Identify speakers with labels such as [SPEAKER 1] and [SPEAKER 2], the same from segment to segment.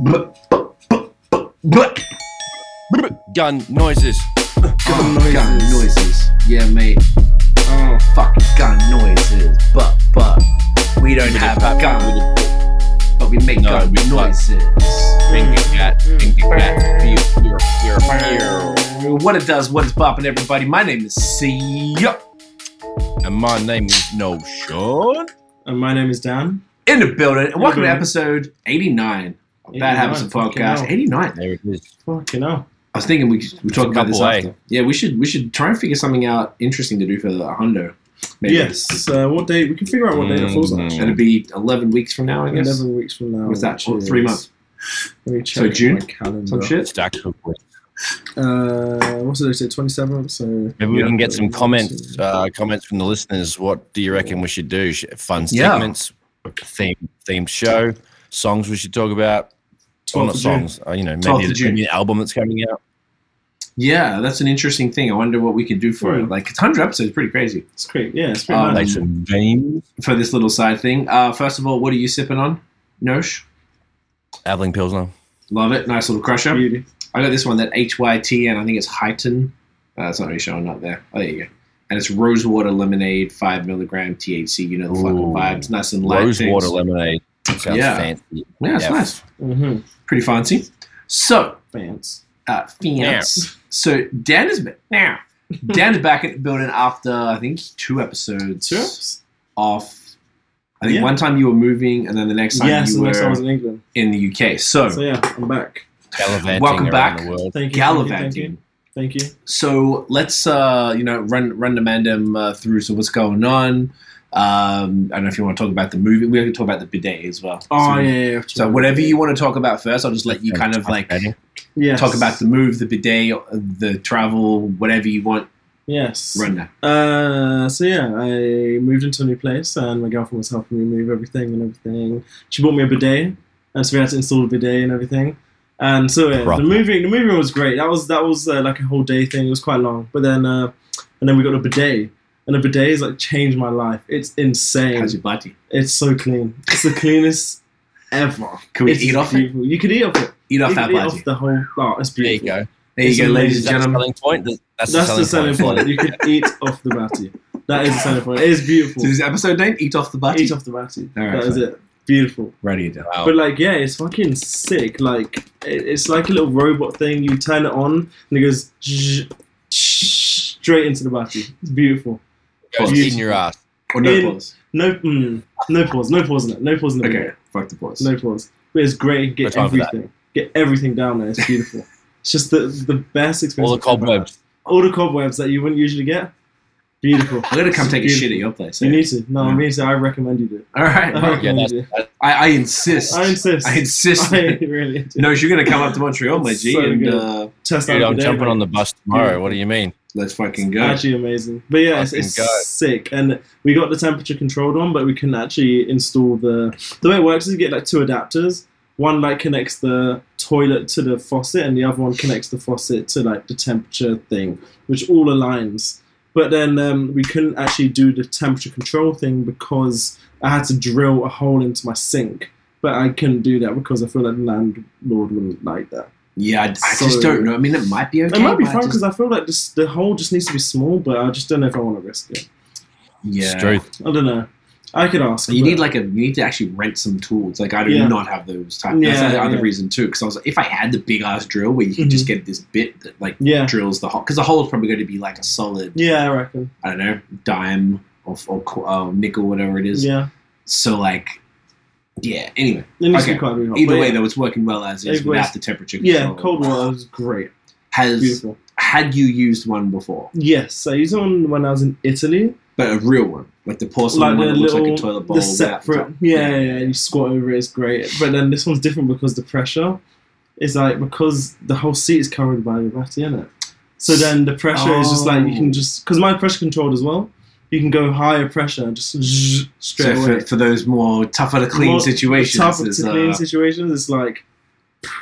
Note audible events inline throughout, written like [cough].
[SPEAKER 1] [laughs] Gun noises.
[SPEAKER 2] Gun
[SPEAKER 3] Oh, Gun
[SPEAKER 2] noises.
[SPEAKER 3] noises. Yeah, mate.
[SPEAKER 2] Oh,
[SPEAKER 3] Fuck gun noises. But, but, we don't have
[SPEAKER 1] Pop-
[SPEAKER 3] guns,
[SPEAKER 1] with a
[SPEAKER 3] but we make
[SPEAKER 1] No,
[SPEAKER 3] gun
[SPEAKER 1] we fuck.
[SPEAKER 3] noises.
[SPEAKER 1] Finger cat. Finger cat. Pew, pew, pew, pew.
[SPEAKER 3] What it does, what it's bopping, everybody. My name is C.
[SPEAKER 1] And my name is No Sean.
[SPEAKER 2] and my name is Dan.
[SPEAKER 3] In the building. And welcome to
[SPEAKER 2] Mhm.
[SPEAKER 3] episode 89 of Bad Habits of
[SPEAKER 2] 89, fucking hell.
[SPEAKER 3] Podcast. 89.
[SPEAKER 1] There it is.
[SPEAKER 2] Fucking hell.
[SPEAKER 3] I was thinking we could- we talk
[SPEAKER 1] a
[SPEAKER 3] about this
[SPEAKER 1] couple, eh?
[SPEAKER 3] after. Yeah, we should we should try and figure something out interesting to do for the hundo.
[SPEAKER 2] Yes. Uh, what day? We can figure out what day it falls on.
[SPEAKER 1] Mm.
[SPEAKER 3] It'll be eleven weeks from now, I guess.
[SPEAKER 2] Eleven weeks from now.
[SPEAKER 3] What's that?
[SPEAKER 2] Jeez.
[SPEAKER 3] Three months.
[SPEAKER 2] Let me check
[SPEAKER 3] So June?
[SPEAKER 2] my calendar.
[SPEAKER 3] Some shit.
[SPEAKER 1] Stack of words.
[SPEAKER 2] Uh, what's the date? Twenty seventh. So
[SPEAKER 1] Maybe we
[SPEAKER 3] Yeah.
[SPEAKER 1] can get some comments, uh, comments from the listeners. What do you reckon we should do? Sh- Fun
[SPEAKER 3] Yeah.
[SPEAKER 1] segments, theme, themed show, songs we should talk about. Well, not
[SPEAKER 2] 12th of June.
[SPEAKER 1] songs. Uh, you know,
[SPEAKER 3] 12th of
[SPEAKER 1] maybe,
[SPEAKER 3] June.
[SPEAKER 1] maybe an album that's coming out.
[SPEAKER 3] Yeah, that's an interesting thing. I wonder what we could do for
[SPEAKER 1] Hmm.
[SPEAKER 3] it.
[SPEAKER 2] Mm.
[SPEAKER 3] Like it's hundred episodes, pretty crazy
[SPEAKER 2] It's great. Yeah, it's pretty
[SPEAKER 3] Um,
[SPEAKER 2] nice.
[SPEAKER 1] Like some games.
[SPEAKER 3] for this little side thing. Uh, first of all, what are you sipping on? Nosh,
[SPEAKER 1] Aveling Pilsner.
[SPEAKER 3] love it. Nice little crusher.
[SPEAKER 2] Beauty.
[SPEAKER 3] I got this one that HYT, and I think it's Hyten. Uh, it's not really showing up there. Oh, there you go. And it's rosewater lemonade, five milligram THC. You know the fucking
[SPEAKER 1] Ooh.
[SPEAKER 3] vibes. Nice and light.
[SPEAKER 1] Rose
[SPEAKER 3] things.
[SPEAKER 1] water lemonade. Sounds
[SPEAKER 3] Yeah.
[SPEAKER 1] fancy.
[SPEAKER 3] Yeah, it's
[SPEAKER 1] Yeah.
[SPEAKER 3] nice.
[SPEAKER 2] Mm-hmm.
[SPEAKER 3] Pretty fancy. So,
[SPEAKER 2] Fans.
[SPEAKER 3] uh, fiance. So Dan is now. Dan is back in the building after I think two episodes
[SPEAKER 2] Sure.
[SPEAKER 3] off. I think
[SPEAKER 2] Yeah.
[SPEAKER 3] one time you were moving, and then the next time
[SPEAKER 2] Yes,
[SPEAKER 3] you
[SPEAKER 2] the next time I
[SPEAKER 3] were
[SPEAKER 2] was in England.
[SPEAKER 3] in the UK. So,
[SPEAKER 2] So yeah, I'm back.
[SPEAKER 1] Gallivanting
[SPEAKER 3] Welcome
[SPEAKER 1] around
[SPEAKER 3] back.
[SPEAKER 1] the world.
[SPEAKER 2] Thank you. Thank
[SPEAKER 3] gallivanting.
[SPEAKER 2] you. Thank you. Thank you.
[SPEAKER 3] So let's uh, you know run run the mandem uh, through. So what's going on? Um, I don't know if you want to talk about the movie. We can talk about the bidet as well.
[SPEAKER 2] Oh
[SPEAKER 3] so,
[SPEAKER 2] yeah. yeah, yeah.
[SPEAKER 3] So whatever you want to talk about first, I'll just let you kind of like
[SPEAKER 2] Yes.
[SPEAKER 3] talk about the move, the bidet, the travel, whatever you want.
[SPEAKER 2] Yes.
[SPEAKER 3] Run now.
[SPEAKER 2] Uh, so yeah, I moved into a new place, and my girlfriend was helping me move everything and everything. She bought me a bidet, and so we had to install a bidet and everything. And so yeah, the
[SPEAKER 1] Proper.
[SPEAKER 2] moving, the moving was great. That was that was uh, like a whole day thing. It was quite long, but then uh, and then we got a bidet, and the bidet has like changed my life. It's insane.
[SPEAKER 3] How's your body?
[SPEAKER 2] It's so clean. It's the cleanest ever.
[SPEAKER 3] Can we
[SPEAKER 2] It's
[SPEAKER 3] eat off it?
[SPEAKER 2] beautiful. You could eat off it.
[SPEAKER 3] Eat off
[SPEAKER 2] You
[SPEAKER 3] that
[SPEAKER 2] could eat off
[SPEAKER 3] body.
[SPEAKER 2] the whole. Oh, it's
[SPEAKER 1] There you
[SPEAKER 2] beautiful.
[SPEAKER 1] go.
[SPEAKER 3] There you go,
[SPEAKER 2] It's
[SPEAKER 3] ladies and
[SPEAKER 1] Is that the
[SPEAKER 3] gentlemen.
[SPEAKER 1] selling point? That- That's,
[SPEAKER 2] That's the selling point.
[SPEAKER 1] That's
[SPEAKER 2] You could eat off the batty. That is the selling point. It is beautiful.
[SPEAKER 3] So [laughs] this is episode name, eat off the body.
[SPEAKER 2] Eat off the batty.
[SPEAKER 3] All right,
[SPEAKER 2] that was
[SPEAKER 3] fine.
[SPEAKER 2] it. Beautiful.
[SPEAKER 3] Ready it down.
[SPEAKER 1] the- wow.
[SPEAKER 2] But like, yeah, it's fucking sick. Like, it- it's like a little robot thing. You turn it on, and it goes zzz, straight into the battery. It's beautiful.
[SPEAKER 1] Goes
[SPEAKER 2] you-
[SPEAKER 1] in your ass.
[SPEAKER 3] Or no
[SPEAKER 2] In-
[SPEAKER 3] pause.
[SPEAKER 2] No, mm, no pause. No pause in it. No pause in the
[SPEAKER 3] Okay,
[SPEAKER 2] video.
[SPEAKER 3] fuck the pause.
[SPEAKER 2] No pause. But it's great. You
[SPEAKER 1] That's
[SPEAKER 2] Get
[SPEAKER 1] fine for that.
[SPEAKER 2] everything. Get everything down there. It's beautiful. it's just the the best experience.
[SPEAKER 1] All the cobwebs.
[SPEAKER 2] All the cobwebs that you wouldn't usually get. Beautiful.
[SPEAKER 3] I'm gonna come
[SPEAKER 2] It's
[SPEAKER 3] take a
[SPEAKER 2] beautiful.
[SPEAKER 3] shit at your place.
[SPEAKER 2] You
[SPEAKER 3] eh?
[SPEAKER 2] need to. No,
[SPEAKER 3] Yeah.
[SPEAKER 2] I mean, so I recommend you do.
[SPEAKER 3] All right.
[SPEAKER 2] I
[SPEAKER 3] I,
[SPEAKER 1] Yeah,
[SPEAKER 2] recommend you do.
[SPEAKER 3] I insist.
[SPEAKER 2] I insist.
[SPEAKER 3] [laughs] I insist.
[SPEAKER 2] [laughs] I really
[SPEAKER 3] [laughs]
[SPEAKER 2] do.
[SPEAKER 3] No, you're gonna come up to Montreal, my
[SPEAKER 2] It's
[SPEAKER 3] G,
[SPEAKER 2] so
[SPEAKER 3] and
[SPEAKER 2] good.
[SPEAKER 3] uh,
[SPEAKER 2] Test
[SPEAKER 1] Dude,
[SPEAKER 2] out
[SPEAKER 1] I'm
[SPEAKER 2] the day,
[SPEAKER 1] jumping
[SPEAKER 2] mate.
[SPEAKER 1] on the bus tomorrow. What do you mean?
[SPEAKER 3] let's fucking go.
[SPEAKER 2] Actually, amazing. But yeah, it's, it's
[SPEAKER 1] Fucking go.
[SPEAKER 2] sick. And we got the temperature controlled on, but we can actually install the. The way it works is you get like two adapters. One like connects the toilet to the faucet, and the other one connects the faucet to like the temperature thing, which all aligns. But then um, we couldn't actually do the temperature control thing because I had to drill a hole into my sink. But I couldn't do that because I feel like the landlord wouldn't like that.
[SPEAKER 3] Yeah, I, I just
[SPEAKER 2] So-
[SPEAKER 3] don't know. I mean, it might be okay.
[SPEAKER 2] It might be
[SPEAKER 3] but I
[SPEAKER 2] fun
[SPEAKER 3] just-
[SPEAKER 2] because I feel like this, the hole just needs to be small, but I just don't know if I want to risk it.
[SPEAKER 3] yeah,
[SPEAKER 1] It's true.
[SPEAKER 2] I don't know. I could ask.
[SPEAKER 3] You
[SPEAKER 2] but-
[SPEAKER 3] need like a you need to actually rent some tools. Like I do
[SPEAKER 2] Yeah.
[SPEAKER 3] not have those type.
[SPEAKER 2] Yeah,
[SPEAKER 3] That's the other
[SPEAKER 2] yeah. Mhm.
[SPEAKER 3] reason too. Because I was like, if I had the big ass drill where you could just get this bit that like
[SPEAKER 2] yeah,
[SPEAKER 3] drills the hole, because the hole is probably going to be like a solid,
[SPEAKER 2] yeah, I reckon.
[SPEAKER 3] I don't know, dime or, or, qu- uh nickel, whatever it is.
[SPEAKER 2] Yeah,
[SPEAKER 3] So like, yeah. Anyway,
[SPEAKER 2] it needs to
[SPEAKER 3] Okay.
[SPEAKER 2] be quite big.
[SPEAKER 3] either
[SPEAKER 2] Oh, but
[SPEAKER 3] way
[SPEAKER 2] yeah.
[SPEAKER 3] though, it's working well as is
[SPEAKER 2] Either way,
[SPEAKER 3] without the temperature.
[SPEAKER 2] Yeah,
[SPEAKER 3] control.
[SPEAKER 2] cold water is great.
[SPEAKER 3] Has
[SPEAKER 2] Beautiful.
[SPEAKER 3] had you used one before,
[SPEAKER 2] Yes, I used one when I was in Italy.
[SPEAKER 3] but a real one, like the porcelain
[SPEAKER 2] Like
[SPEAKER 3] one
[SPEAKER 2] the
[SPEAKER 3] that looks like a
[SPEAKER 2] little,
[SPEAKER 3] toilet bowl.
[SPEAKER 2] the
[SPEAKER 3] without the
[SPEAKER 2] separate.
[SPEAKER 3] top.
[SPEAKER 2] Yeah, yeah, yeah, you squat over it, it's great. But then this one's different because the pressure is like because the whole seat is covered by the batty in it. So then the pressure is just like you
[SPEAKER 3] Oh.
[SPEAKER 2] can just because mine pressure controlled as well. You can go higher pressure and just zzz, straight
[SPEAKER 3] So
[SPEAKER 2] away.
[SPEAKER 3] for, for those more tougher to clean
[SPEAKER 2] More
[SPEAKER 3] situations,
[SPEAKER 2] Tough
[SPEAKER 3] is,
[SPEAKER 2] to
[SPEAKER 3] uh,
[SPEAKER 2] clean situations,
[SPEAKER 3] [laughs]
[SPEAKER 2] it's like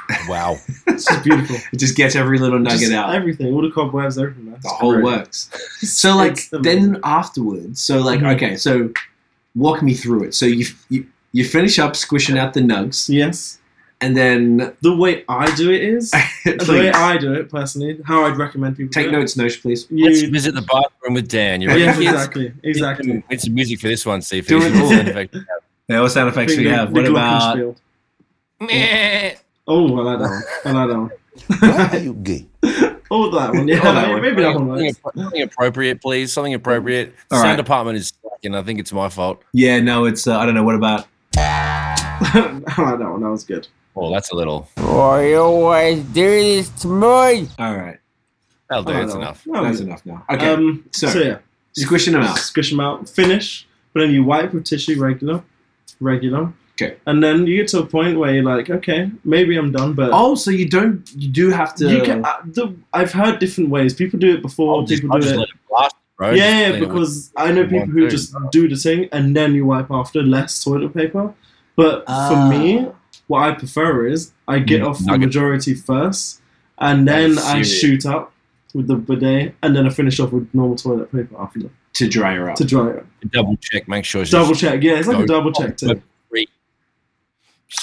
[SPEAKER 2] [laughs]
[SPEAKER 1] Wow.
[SPEAKER 2] it's just beautiful.
[SPEAKER 3] it just gets every little nugget
[SPEAKER 2] Just
[SPEAKER 3] out.
[SPEAKER 2] Everything, all the cobwebs, everything. Man.
[SPEAKER 3] the whole works. So like then afterwards, so like
[SPEAKER 2] Mhm.
[SPEAKER 3] okay, so walk me through it. So you you you finish up squishing out the nugs,
[SPEAKER 2] Yes.
[SPEAKER 3] And then [laughs]
[SPEAKER 2] The way I do it is the way
[SPEAKER 3] please,
[SPEAKER 2] I do it personally. How I'd recommend people
[SPEAKER 3] take
[SPEAKER 2] do it,
[SPEAKER 3] notes, Nosh, please.
[SPEAKER 2] You,
[SPEAKER 1] Let's visit the bathroom with Dan. You ready?
[SPEAKER 2] yes,
[SPEAKER 3] Yes.
[SPEAKER 2] exactly, exactly.
[SPEAKER 1] Need some music for this one, see if
[SPEAKER 3] Do it all.
[SPEAKER 2] [laughs]
[SPEAKER 3] Now, what sound
[SPEAKER 2] I think the- the Glockenspiel. Oh, I like that one. I like that one.
[SPEAKER 4] Why are
[SPEAKER 2] [laughs]
[SPEAKER 4] you gay?
[SPEAKER 2] Oh, that one. Yeah,
[SPEAKER 3] Oh, that one.
[SPEAKER 2] maybe that one
[SPEAKER 1] something,
[SPEAKER 2] works.
[SPEAKER 1] appro- something appropriate, please. Something appropriate.
[SPEAKER 3] All
[SPEAKER 1] Sound
[SPEAKER 3] right.
[SPEAKER 1] department is stuck, and I think it's my fault.
[SPEAKER 3] Yeah, no, it's uh, I don't know. What about?
[SPEAKER 2] [laughs] I like that one. That was good.
[SPEAKER 1] Oh, that's a little.
[SPEAKER 5] Why you always do this to me?
[SPEAKER 3] All right,
[SPEAKER 1] That'll do.
[SPEAKER 2] I like
[SPEAKER 1] It's
[SPEAKER 2] that one.
[SPEAKER 1] enough.
[SPEAKER 2] That was
[SPEAKER 3] that's
[SPEAKER 2] good.
[SPEAKER 3] enough now. Okay,
[SPEAKER 2] Oh, Um,
[SPEAKER 3] so,
[SPEAKER 2] so yeah,
[SPEAKER 3] squishing them out.
[SPEAKER 2] Squish them out. Finish, but then you wipe with tissue regular, regular.
[SPEAKER 3] Okay.
[SPEAKER 2] And then you get to a point where you're like, okay, maybe I'm done, but
[SPEAKER 3] Oh, so you don't? You do have to.
[SPEAKER 2] you can. Uh, the, I've heard different ways. People do it before.
[SPEAKER 1] I'll just,
[SPEAKER 2] people
[SPEAKER 1] I'll
[SPEAKER 2] do
[SPEAKER 1] just
[SPEAKER 2] it.
[SPEAKER 1] let it blast, bro. Just
[SPEAKER 2] yeah,
[SPEAKER 1] clean it with-
[SPEAKER 2] because I know
[SPEAKER 1] with
[SPEAKER 2] people
[SPEAKER 1] one
[SPEAKER 2] who
[SPEAKER 1] thing.
[SPEAKER 2] just do the thing and then you wipe after less toilet paper. But
[SPEAKER 3] Ah.
[SPEAKER 2] for me, what I prefer is I get off the
[SPEAKER 1] Mm, Nugget.
[SPEAKER 2] majority first, and then
[SPEAKER 1] That's
[SPEAKER 2] I
[SPEAKER 1] serious.
[SPEAKER 2] shoot up with the bidet, and then I finish off with normal toilet paper after that
[SPEAKER 3] to dry her up.
[SPEAKER 2] to dry it.
[SPEAKER 1] double check, make sure. It's
[SPEAKER 2] Double check, yeah, it's like a
[SPEAKER 1] Go.
[SPEAKER 2] double check tip.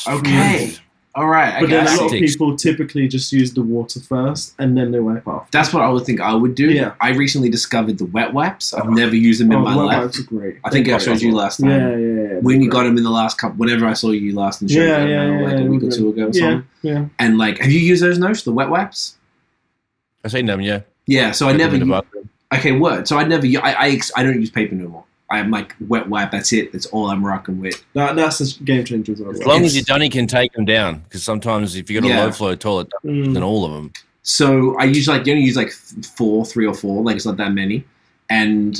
[SPEAKER 3] Okay. All right. I
[SPEAKER 2] But then a
[SPEAKER 3] guess.
[SPEAKER 2] lot of
[SPEAKER 1] Tactics.
[SPEAKER 2] people typically just use the water first and then they wipe off.
[SPEAKER 3] That's what I would think I would do.
[SPEAKER 2] Yeah.
[SPEAKER 3] I recently discovered the wet wipes. I've never used them in
[SPEAKER 2] Oh,
[SPEAKER 3] my
[SPEAKER 2] wet
[SPEAKER 3] life.
[SPEAKER 2] wipes are great.
[SPEAKER 3] I think I showed you last time.
[SPEAKER 2] Yeah, yeah, yeah.
[SPEAKER 3] When you got them in the last couple, whenever I saw you last and showed
[SPEAKER 2] Yeah,
[SPEAKER 3] them,
[SPEAKER 2] yeah,
[SPEAKER 3] uh,
[SPEAKER 2] yeah,
[SPEAKER 3] like
[SPEAKER 2] yeah,
[SPEAKER 3] a week or
[SPEAKER 2] yeah.
[SPEAKER 3] two ago or
[SPEAKER 2] Yeah,
[SPEAKER 3] something.
[SPEAKER 2] yeah.
[SPEAKER 3] And like, have you used those notes, the wet wipes?
[SPEAKER 1] I seen them. Yeah.
[SPEAKER 3] Yeah. So I
[SPEAKER 1] Put them
[SPEAKER 3] never.
[SPEAKER 1] in the
[SPEAKER 3] u-
[SPEAKER 1] bathroom.
[SPEAKER 3] Okay, word. So I never. u- I I, ex- I don't use paper no more. I'm like wet wipe. That's it. That's all I'm rocking with.
[SPEAKER 2] That, that's a game changer as well.
[SPEAKER 1] As long
[SPEAKER 3] It's-
[SPEAKER 1] as your dunny can take them down, because sometimes if you got a
[SPEAKER 3] Yeah.
[SPEAKER 1] low flow toilet,
[SPEAKER 2] Mm.
[SPEAKER 1] then all of them.
[SPEAKER 3] So I usually like you only use like th- four, three or four. Like it's not that many. And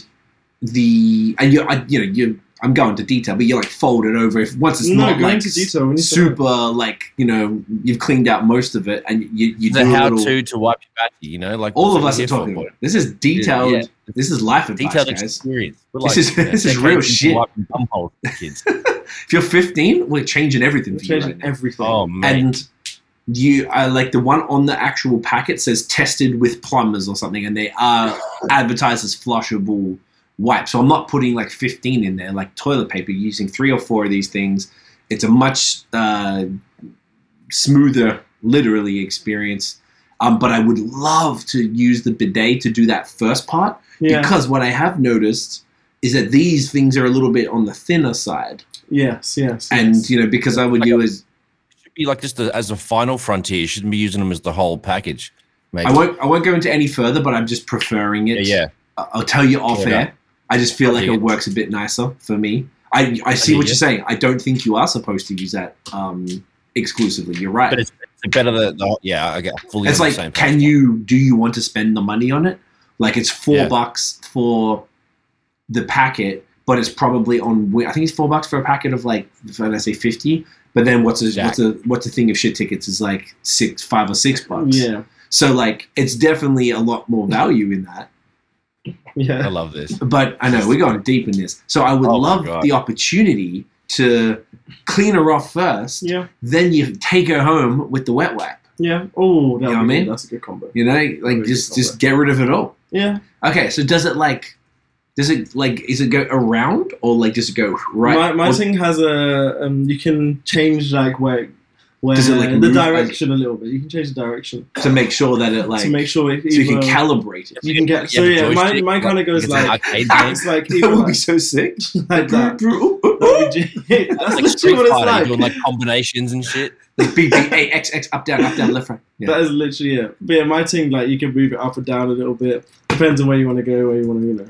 [SPEAKER 3] the and you I, you know you I'm going to detail, but you like fold it over. If once it's
[SPEAKER 2] no,
[SPEAKER 3] not
[SPEAKER 2] go
[SPEAKER 3] like
[SPEAKER 2] into detail. When you say
[SPEAKER 3] super like you know you've cleaned out most of it and you you
[SPEAKER 1] The
[SPEAKER 3] do a
[SPEAKER 1] how
[SPEAKER 3] little-
[SPEAKER 1] to to wipe your batty, you know, like
[SPEAKER 3] all of
[SPEAKER 1] that's
[SPEAKER 3] us are
[SPEAKER 1] what we're
[SPEAKER 3] talking
[SPEAKER 1] here for.
[SPEAKER 3] about it. this is detailed
[SPEAKER 1] Yeah.
[SPEAKER 3] this is life advice
[SPEAKER 1] detailed
[SPEAKER 3] guys
[SPEAKER 1] experience. We're
[SPEAKER 3] This is- this is
[SPEAKER 1] decades
[SPEAKER 3] real
[SPEAKER 1] into
[SPEAKER 3] shit.
[SPEAKER 1] wiping bum holes for
[SPEAKER 3] [laughs]
[SPEAKER 1] kids.
[SPEAKER 3] if you're 15 we're changing everything
[SPEAKER 2] We're
[SPEAKER 3] for you
[SPEAKER 2] changing
[SPEAKER 3] right now
[SPEAKER 2] everything.
[SPEAKER 1] oh man,
[SPEAKER 3] and you I like the one on the actual packet says tested with plumbers or something and they are advertised as flushable wipes so I'm not putting like 15 in there like toilet paper using three or four of these things it's a much uh, smoother literally experience um, but I would love to use the bidet to do that first part
[SPEAKER 2] yeah,
[SPEAKER 3] because what I have noticed is that these things are a little bit on the thinner side,
[SPEAKER 2] yes, yes,
[SPEAKER 3] and
[SPEAKER 2] yes.
[SPEAKER 3] you know because I would
[SPEAKER 1] Like a-
[SPEAKER 3] use
[SPEAKER 1] should be like just the, as a final frontier. You shouldn't be using them as the whole package. Maybe.
[SPEAKER 3] I won't I won't go into any further, but I'm just preferring
[SPEAKER 1] yeah,
[SPEAKER 3] it.
[SPEAKER 1] yeah.
[SPEAKER 3] I- I'll tell you off
[SPEAKER 1] Yeah.
[SPEAKER 3] air. I just feel like
[SPEAKER 1] dig
[SPEAKER 3] it
[SPEAKER 1] it.
[SPEAKER 3] works a bit nicer for me. I I see
[SPEAKER 1] hear
[SPEAKER 3] what
[SPEAKER 1] you.
[SPEAKER 3] you're saying. I don't think you are supposed to use that um, exclusively. You're right.
[SPEAKER 1] But it's, it's better that the, yeah. I get fully.
[SPEAKER 3] it's
[SPEAKER 1] on
[SPEAKER 3] like
[SPEAKER 1] the same
[SPEAKER 3] can you do you want to spend the money on it like it's four
[SPEAKER 1] Yeah.
[SPEAKER 3] bucks for the packet but it's probably on wi- i think it's four bucks for a packet of like when i say 50 but then what's a, what's a what's a thing of shit tickets is like six five or six bucks
[SPEAKER 2] yeah,
[SPEAKER 3] so like it's definitely a lot more
[SPEAKER 2] Hmm.
[SPEAKER 3] value in that
[SPEAKER 1] I
[SPEAKER 2] yeah.
[SPEAKER 1] love this.
[SPEAKER 3] but i know we're going deep in this so i would
[SPEAKER 1] Oh my
[SPEAKER 3] love
[SPEAKER 1] God.
[SPEAKER 3] the opportunity to clean her off first
[SPEAKER 2] Yeah,
[SPEAKER 3] then you take her home with the wet wipe
[SPEAKER 2] yeah. Oh, that
[SPEAKER 3] You know what I
[SPEAKER 2] would be
[SPEAKER 3] mean?
[SPEAKER 2] good. that's a good combo.
[SPEAKER 3] you know like
[SPEAKER 2] Really
[SPEAKER 3] just
[SPEAKER 2] good
[SPEAKER 3] just get rid of it all
[SPEAKER 2] Yeah,
[SPEAKER 3] Okay, so does it like, does it like, is it go around or like does it go right?
[SPEAKER 2] my, my
[SPEAKER 3] or-
[SPEAKER 2] thing has a um, you can change like where where
[SPEAKER 3] Does it, like,
[SPEAKER 2] the
[SPEAKER 3] move as-
[SPEAKER 2] direction a little bit. You can change the direction
[SPEAKER 3] to make sure that it like,
[SPEAKER 2] to make sure it
[SPEAKER 3] so you can
[SPEAKER 2] either-
[SPEAKER 3] calibrate it. [laughs]
[SPEAKER 2] You can get- so yeah, mine-
[SPEAKER 1] joystick,
[SPEAKER 2] mine kinda goes
[SPEAKER 1] it's
[SPEAKER 2] like-
[SPEAKER 1] an arcade game.
[SPEAKER 2] It's like
[SPEAKER 3] That
[SPEAKER 2] even
[SPEAKER 3] would be
[SPEAKER 2] like,
[SPEAKER 3] so sick.
[SPEAKER 2] like
[SPEAKER 3] Brr,
[SPEAKER 2] that.
[SPEAKER 3] brr, ooh, oow,
[SPEAKER 2] [laughs]
[SPEAKER 3] oow.
[SPEAKER 2] That would be-
[SPEAKER 1] like
[SPEAKER 2] That's literally
[SPEAKER 1] Street
[SPEAKER 2] what it's
[SPEAKER 1] Fighter,
[SPEAKER 2] like.
[SPEAKER 1] doing like combinations and shit.
[SPEAKER 3] Like big, big, A, X, X, up, down, up, down, left, right. Yeah.
[SPEAKER 2] That is literally it. But yeah, my thing, like you can move it up and down a little bit. Depends on where you want to go, where you want to, you know.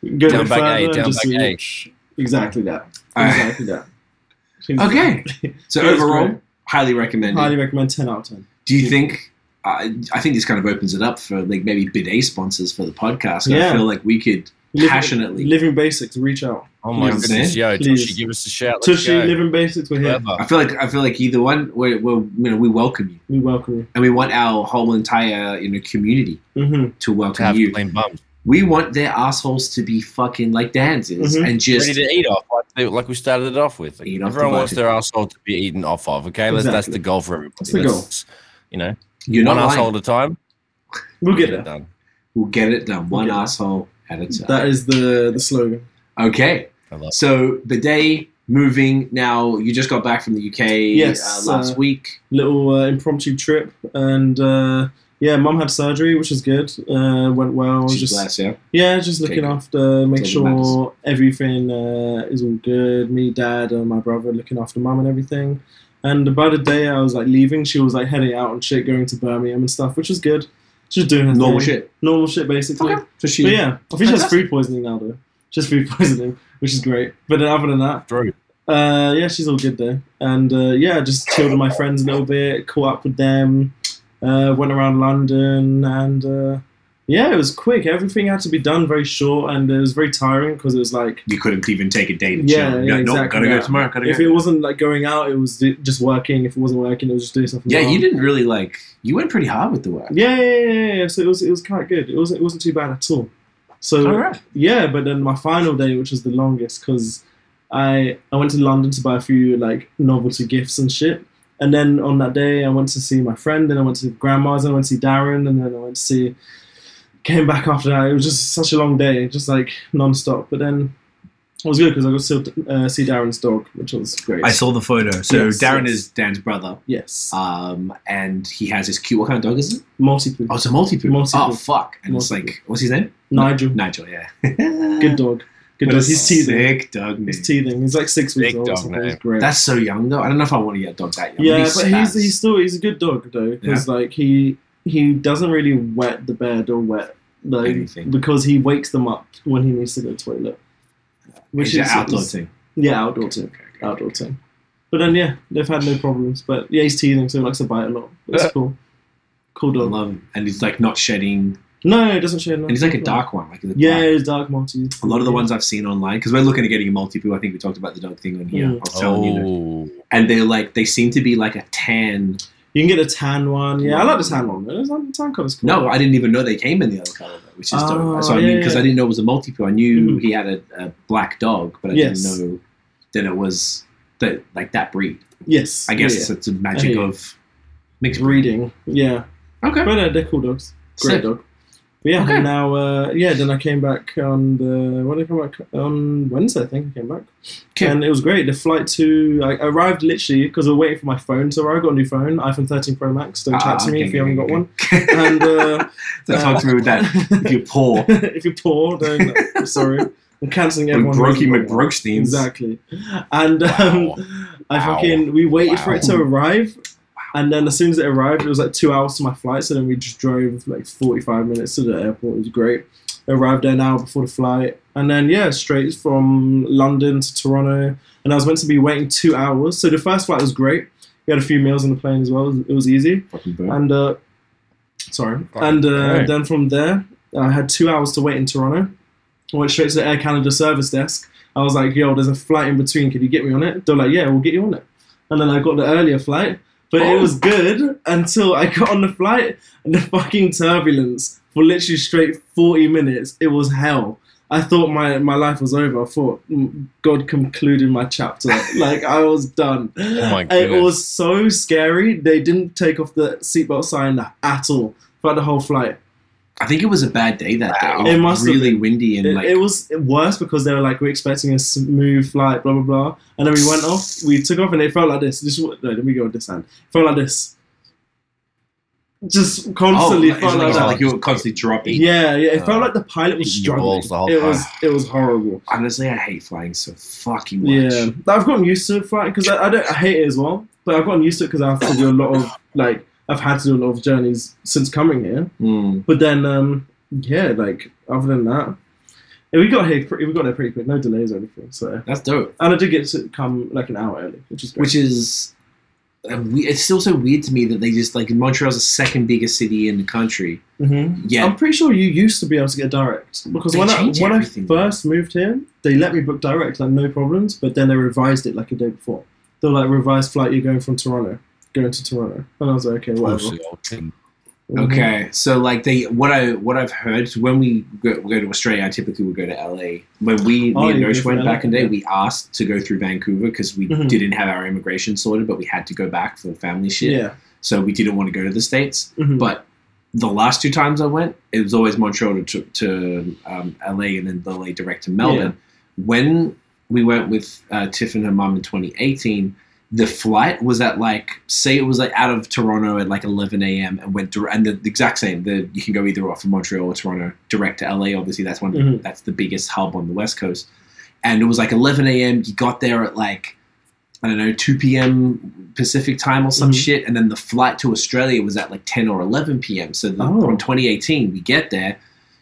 [SPEAKER 2] You can Go a
[SPEAKER 1] Down
[SPEAKER 2] bit
[SPEAKER 1] back A,
[SPEAKER 2] further and
[SPEAKER 1] down
[SPEAKER 2] just
[SPEAKER 1] back
[SPEAKER 2] see
[SPEAKER 1] A.
[SPEAKER 2] which- Exactly that.
[SPEAKER 3] All right.
[SPEAKER 2] Exactly that. [laughs]
[SPEAKER 3] Okay. So
[SPEAKER 2] That's
[SPEAKER 3] overall,
[SPEAKER 2] great.
[SPEAKER 3] highly recommended.
[SPEAKER 2] Highly recommend ten out of ten.
[SPEAKER 3] Do you think? I I think this kind of opens it up for like maybe bidet sponsors for the podcast. and I
[SPEAKER 2] Yeah.
[SPEAKER 3] feel like we could
[SPEAKER 2] Living-
[SPEAKER 3] passionately.
[SPEAKER 2] Living Basics, reach out.
[SPEAKER 1] Oh my
[SPEAKER 3] You know what I'm
[SPEAKER 1] goodness, yo,
[SPEAKER 2] Please.
[SPEAKER 1] Tushy, give us a shout. Let's
[SPEAKER 2] Tushy,
[SPEAKER 1] go.
[SPEAKER 2] Living Basics, we're here.
[SPEAKER 1] Whatever.
[SPEAKER 3] I feel like I feel like either one. We're, we're you know we welcome
[SPEAKER 2] We welcome
[SPEAKER 3] you, and we want our whole entire you know community
[SPEAKER 2] you. Mm-hmm.
[SPEAKER 3] to
[SPEAKER 1] To
[SPEAKER 3] welcome
[SPEAKER 1] have
[SPEAKER 3] you.
[SPEAKER 1] clean bums,
[SPEAKER 3] We want their assholes to be fucking like Dan's is
[SPEAKER 2] Mhm.
[SPEAKER 3] and
[SPEAKER 1] ready
[SPEAKER 3] just
[SPEAKER 1] to eat off, like, they- like we started it off with. Like,
[SPEAKER 3] Eat off the
[SPEAKER 1] everyone wants
[SPEAKER 3] budget.
[SPEAKER 1] their asshole to be eaten off of. Okay, Let's, that's
[SPEAKER 2] Exactly.
[SPEAKER 1] the goal for everybody. That's
[SPEAKER 2] the goal.
[SPEAKER 1] You know,
[SPEAKER 3] you're
[SPEAKER 1] one
[SPEAKER 3] not
[SPEAKER 1] asshole
[SPEAKER 3] lying.
[SPEAKER 1] at a time.
[SPEAKER 2] We'll get
[SPEAKER 1] it
[SPEAKER 2] there.
[SPEAKER 1] done.
[SPEAKER 3] We'll get it done. One
[SPEAKER 2] We'll get it.
[SPEAKER 3] asshole at a time.
[SPEAKER 2] That is the the slogan.
[SPEAKER 3] okay.
[SPEAKER 1] I love.
[SPEAKER 3] So bidet, moving. Now you just got back from the UK
[SPEAKER 2] Yes,
[SPEAKER 3] uh, last
[SPEAKER 2] uh,
[SPEAKER 3] week.
[SPEAKER 2] little uh, impromptu trip, and uh, yeah, mum had surgery, which is good. Uh, went well.
[SPEAKER 3] She's
[SPEAKER 2] just
[SPEAKER 3] blessed, yeah.
[SPEAKER 2] yeah, just
[SPEAKER 3] Okay,
[SPEAKER 2] looking
[SPEAKER 3] good.
[SPEAKER 2] after, make
[SPEAKER 3] That's all
[SPEAKER 2] sure
[SPEAKER 3] that matters.
[SPEAKER 2] everything uh, is all good. Me, dad, and my brother looking after mum and everything. And about a day I was like leaving, she was like heading out and shit, going to Birmingham and stuff, which was good. She was doing her
[SPEAKER 3] Normal
[SPEAKER 2] thing.
[SPEAKER 3] shit.
[SPEAKER 2] normal shit, basically.
[SPEAKER 3] Okay. So she,
[SPEAKER 2] But yeah, I think she has
[SPEAKER 3] Fantastic.
[SPEAKER 2] food poisoning now though. She has food [laughs] poisoning, which is great. But then other than that,
[SPEAKER 1] Through.
[SPEAKER 2] uh, yeah, she's all good though. And uh, yeah, just chilled with my friends a little bit, caught up with them, uh, went around London, and uh, yeah, it was quick. Everything had to be done very short, and it was very tiring because it was like
[SPEAKER 3] you couldn't even take a day to
[SPEAKER 2] Yeah,
[SPEAKER 3] chill.
[SPEAKER 2] yeah,
[SPEAKER 3] no,
[SPEAKER 2] exactly
[SPEAKER 3] gotta go
[SPEAKER 2] that.
[SPEAKER 3] tomorrow. Gotta
[SPEAKER 2] if
[SPEAKER 3] go.
[SPEAKER 2] it wasn't like going out, it was d- just working. If it wasn't working, it was just doing something.
[SPEAKER 3] yeah,
[SPEAKER 2] wrong.
[SPEAKER 3] you didn't really like. You went pretty hard with the work.
[SPEAKER 2] Yeah, yeah, yeah, yeah, yeah. So it was it was quite good. It wasn't it wasn't too bad at all. So
[SPEAKER 3] All right.
[SPEAKER 2] yeah, but then my final day, which was the longest, because I I went to London to buy a few like novelty gifts and shit. And then on that day, I went to see my friend, and I went to grandma's, and I went to see Darren, and then I went to see. Came back after that. It was just such a long day, just like non-stop. But then it was good because I got to see, uh, see Darren's dog, which was great.
[SPEAKER 3] I saw the photo. So
[SPEAKER 2] Yes,
[SPEAKER 3] Darren
[SPEAKER 2] yes.
[SPEAKER 3] is Dan's brother.
[SPEAKER 2] yes,
[SPEAKER 3] Um, and he has his cute. What kind of dog is it?
[SPEAKER 2] multi
[SPEAKER 3] Oh, it's a multi poo.
[SPEAKER 2] Multi-poo.
[SPEAKER 3] Oh, fuck. And it's
[SPEAKER 2] Multi-poo.
[SPEAKER 3] like, what's his name?
[SPEAKER 2] Nigel,
[SPEAKER 3] Nigel, yeah.
[SPEAKER 2] good dog,
[SPEAKER 3] [laughs]
[SPEAKER 2] good
[SPEAKER 3] What
[SPEAKER 2] dog.
[SPEAKER 3] a
[SPEAKER 2] He's teething.
[SPEAKER 3] Sick dog name.
[SPEAKER 2] He's teething. He's like six weeks
[SPEAKER 1] Big
[SPEAKER 2] old. Or
[SPEAKER 1] dog,
[SPEAKER 2] something. He's
[SPEAKER 1] man.
[SPEAKER 2] great.
[SPEAKER 3] That's so young though. I don't know if I want to get a dog that young.
[SPEAKER 2] yeah, but
[SPEAKER 3] sad.
[SPEAKER 2] he's, he's still he's a good dog though because like he he doesn't really wet the bed or wet like
[SPEAKER 3] Anything.
[SPEAKER 2] because he wakes them up when he needs to go to the toilet.
[SPEAKER 3] He's an outdoor thing.
[SPEAKER 2] Yeah, outdoor team. Outdoor team. But then yeah, they've had no problems. But yeah, he's teething, so he likes to bite a lot.
[SPEAKER 3] [laughs]
[SPEAKER 2] It's cool. Cool
[SPEAKER 3] I
[SPEAKER 2] dog.
[SPEAKER 3] love him, and he's like not shedding,
[SPEAKER 2] No, no, it doesn't share.
[SPEAKER 3] and he's like a dark one. Like he's a
[SPEAKER 2] Yeah,
[SPEAKER 3] dark-
[SPEAKER 2] it's dark multi.
[SPEAKER 3] A lot of the ones I've seen online, because we're looking at getting a multi poo. I think we talked about the dog thing on here.
[SPEAKER 2] Mm.
[SPEAKER 3] I was telling you, that.
[SPEAKER 1] Oh,
[SPEAKER 3] and they're like they seem to be like a tan.
[SPEAKER 2] You can get a tan one. Yeah, I like the tan one. though. The tan color's cool.
[SPEAKER 3] No, I didn't even know they came in the other color, though, which is
[SPEAKER 2] Oh,
[SPEAKER 3] dope. So I
[SPEAKER 2] yeah,
[SPEAKER 3] mean, because
[SPEAKER 2] yeah.
[SPEAKER 3] I didn't know it was a multi poo. I knew
[SPEAKER 2] Mhm.
[SPEAKER 3] he had a, a black dog, but I
[SPEAKER 2] Yes.
[SPEAKER 3] didn't know that it was that like that breed.
[SPEAKER 2] Yes.
[SPEAKER 3] I guess
[SPEAKER 2] yeah,
[SPEAKER 3] it's, it's a magic
[SPEAKER 2] yeah.
[SPEAKER 3] of mixed
[SPEAKER 2] yeah.
[SPEAKER 3] breed.
[SPEAKER 2] breeding. Yeah.
[SPEAKER 3] Okay.
[SPEAKER 2] But no, they're cool dogs. Great
[SPEAKER 3] Sick.
[SPEAKER 2] dog. But yeah,
[SPEAKER 3] Okay.
[SPEAKER 2] and now uh, yeah, then I came back on the when did I come back on Wednesday, I think I came back,
[SPEAKER 3] Okay.
[SPEAKER 2] and it was great. The flight to I arrived literally because I was waiting for my phone to arrive. I got a new phone, iPhone 13 Pro Max. Don't chat
[SPEAKER 3] Ah,
[SPEAKER 2] to me
[SPEAKER 3] okay,
[SPEAKER 2] if you haven't got
[SPEAKER 3] okay,
[SPEAKER 2] one.
[SPEAKER 3] okay.
[SPEAKER 2] And uh,
[SPEAKER 3] [laughs] Don't talk to me with that. If you're poor,
[SPEAKER 2] [laughs] if you're poor, then I'm sorry, I'm canceling
[SPEAKER 3] Like
[SPEAKER 2] everyone. who
[SPEAKER 3] Brokey
[SPEAKER 2] hasn't got one.
[SPEAKER 3] McBrokesteins.
[SPEAKER 2] Exactly. And um, I
[SPEAKER 1] Wow.
[SPEAKER 2] fucking we waited for it to
[SPEAKER 3] Wow.
[SPEAKER 2] arrive, and then as soon as it arrived, it was like two hours to my flight. So then we just drove like forty-five minutes to the airport. It was great. Arrived there an hour before the flight, and then yeah, straight from London to Toronto. And I was meant to be waiting two hours. So the first flight was great. We had a few meals on the plane as well. It was easy.
[SPEAKER 3] Fucking bird.
[SPEAKER 2] And uh, sorry,
[SPEAKER 1] Fucking
[SPEAKER 2] and uh,
[SPEAKER 1] great.
[SPEAKER 2] then from there, I had two hours to wait in Toronto. I went straight to the Air Canada service desk. I was like, "Yo, there's a flight in between. Can you get me on it?" They're like, "Yeah, we'll get you on it." And then I got the earlier flight, but it
[SPEAKER 3] Oh.
[SPEAKER 2] was good until I [laughs] got on the flight and the fucking turbulence for literally straight 40 minutes. It was hell. I thought my, my life was over. I thought mm, God concluded my chapter. [laughs] like I was done.
[SPEAKER 1] oh my
[SPEAKER 2] It
[SPEAKER 1] goodness.
[SPEAKER 2] was so scary. They didn't take off the seatbelt sign at all throughout the whole flight.
[SPEAKER 3] I think it was a bad day that
[SPEAKER 1] Wow.
[SPEAKER 3] day.
[SPEAKER 2] It must have
[SPEAKER 3] really windy and
[SPEAKER 2] It,
[SPEAKER 3] like
[SPEAKER 2] it was worse because they were like, we're expecting a smooth flight, blah, blah, blah. And then we went off, we took off, and it felt like this. this is what- no, let me go on this hand. It felt like this. Just constantly
[SPEAKER 3] oh, like, it's
[SPEAKER 2] felt
[SPEAKER 3] like,
[SPEAKER 2] like,
[SPEAKER 3] it's
[SPEAKER 2] that.
[SPEAKER 3] like you were constantly dropping.
[SPEAKER 2] yeah, yeah. It
[SPEAKER 1] Uh,
[SPEAKER 2] felt like the pilot was
[SPEAKER 1] eating your
[SPEAKER 2] struggling.
[SPEAKER 1] balls the whole
[SPEAKER 2] It
[SPEAKER 1] time.
[SPEAKER 2] was, it was horrible.
[SPEAKER 3] Honestly, I hate flying so fucking much.
[SPEAKER 2] Yeah, But I've gotten used to flying because I, I don't I hate it as well, but I've gotten used to it because I have to do a lot of like I've had to do a lot of journeys since coming here.
[SPEAKER 3] Mm.
[SPEAKER 2] But then, um, yeah, like other than that, and we got here pretty, we got there pretty quick, no delays or anything. So
[SPEAKER 3] That's dope.
[SPEAKER 2] and I did get to come like an hour early, which is great.
[SPEAKER 3] Which is uh, we- it's still so weird to me that they just like Montreal's the second biggest city in the country.
[SPEAKER 2] Mhm.
[SPEAKER 3] Yeah,
[SPEAKER 2] I'm pretty sure you used to be able to get direct because
[SPEAKER 3] They
[SPEAKER 2] when I
[SPEAKER 3] change
[SPEAKER 2] when I
[SPEAKER 3] everything.
[SPEAKER 2] first moved here, they let me book direct like no problems, but then they revised it like a day before. They're like revised flight, you're going from Toronto, going to Toronto, and I was like, okay, whatever.
[SPEAKER 1] Obviously, I'll take-
[SPEAKER 2] Mhm.
[SPEAKER 3] Okay, so like they what I what I've heard is when we go, we go to Australia, I typically would go to LA. When we
[SPEAKER 2] Oh,
[SPEAKER 3] me and
[SPEAKER 2] you
[SPEAKER 3] Nosh
[SPEAKER 2] go
[SPEAKER 3] went
[SPEAKER 2] to LA,
[SPEAKER 3] back in the day,
[SPEAKER 2] yeah.
[SPEAKER 3] we asked to go through Vancouver because we
[SPEAKER 2] Mhm.
[SPEAKER 3] didn't have our immigration sorted, but we had to go back for family shit.
[SPEAKER 2] Yeah.
[SPEAKER 3] So we didn't want to go to the states.
[SPEAKER 2] Mhm.
[SPEAKER 3] But the last two times I went, it was always Montreal to, to um, LA and then LA direct to Melbourne. When we went with uh, Tiff and her mum in 2018. The flight was at like, say it was like out of Toronto at like 11 a.m. and went direct, and the, the exact same. The you can go either off from Montreal or Toronto direct to LA. Obviously, that's one.
[SPEAKER 2] Mhm.
[SPEAKER 3] That's the biggest hub on the West Coast. And it was like 11 a.m. You got there at like, I don't know, 2 p.m. Pacific time or some
[SPEAKER 2] Mhm.
[SPEAKER 3] shit. And then the flight to Australia was at like 10 or 11 p.m. So the,
[SPEAKER 2] Oh.
[SPEAKER 3] on 2018, we get there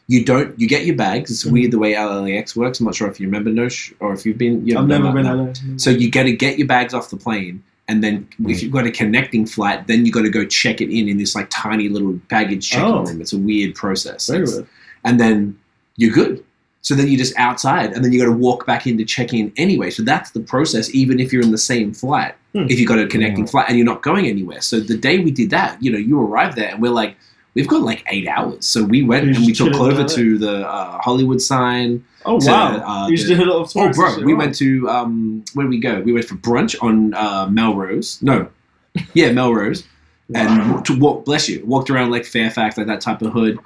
[SPEAKER 3] you don't you get your bags. It's
[SPEAKER 2] Mhm.
[SPEAKER 3] weird the way LAX works. I'm not sure if you remember Nosh or if you've been. You
[SPEAKER 2] I've
[SPEAKER 3] haven't
[SPEAKER 2] never
[SPEAKER 3] done
[SPEAKER 2] been
[SPEAKER 3] that.
[SPEAKER 2] LA.
[SPEAKER 3] So you got to get your bags off the plane, and then if
[SPEAKER 2] Mm.
[SPEAKER 1] Mhm.
[SPEAKER 3] you've got a connecting flight, then you got to go check it in in this like tiny little baggage checking
[SPEAKER 2] Oh.
[SPEAKER 3] room. It's a weird process.
[SPEAKER 2] Very
[SPEAKER 3] It's-
[SPEAKER 2] weird.
[SPEAKER 3] and then you're good. So then you're just outside, and then you got to walk back in to check in anyway. So that's the process, even if you're in the same flight.
[SPEAKER 2] Hmm.
[SPEAKER 3] If you got a connecting
[SPEAKER 1] Mm.
[SPEAKER 3] flight and you're not going anywhere. So the day we did that, you know, you arrived there, and we're like, we've got like eight hours. So we went
[SPEAKER 2] You
[SPEAKER 3] and we
[SPEAKER 2] just
[SPEAKER 3] took
[SPEAKER 2] chilling
[SPEAKER 3] Clover
[SPEAKER 2] out there.
[SPEAKER 3] to the uh, Hollywood sign.
[SPEAKER 2] Oh
[SPEAKER 3] to,
[SPEAKER 2] wow!
[SPEAKER 3] uh,
[SPEAKER 2] you just
[SPEAKER 3] the-
[SPEAKER 2] did a lot of
[SPEAKER 3] Oh,
[SPEAKER 2] tours.
[SPEAKER 3] bro, we went to um, where did we go? We went for brunch on uh, Melrose. No, yeah, Melrose and to walk, bless you, walked around like Fairfax, like that type of hood.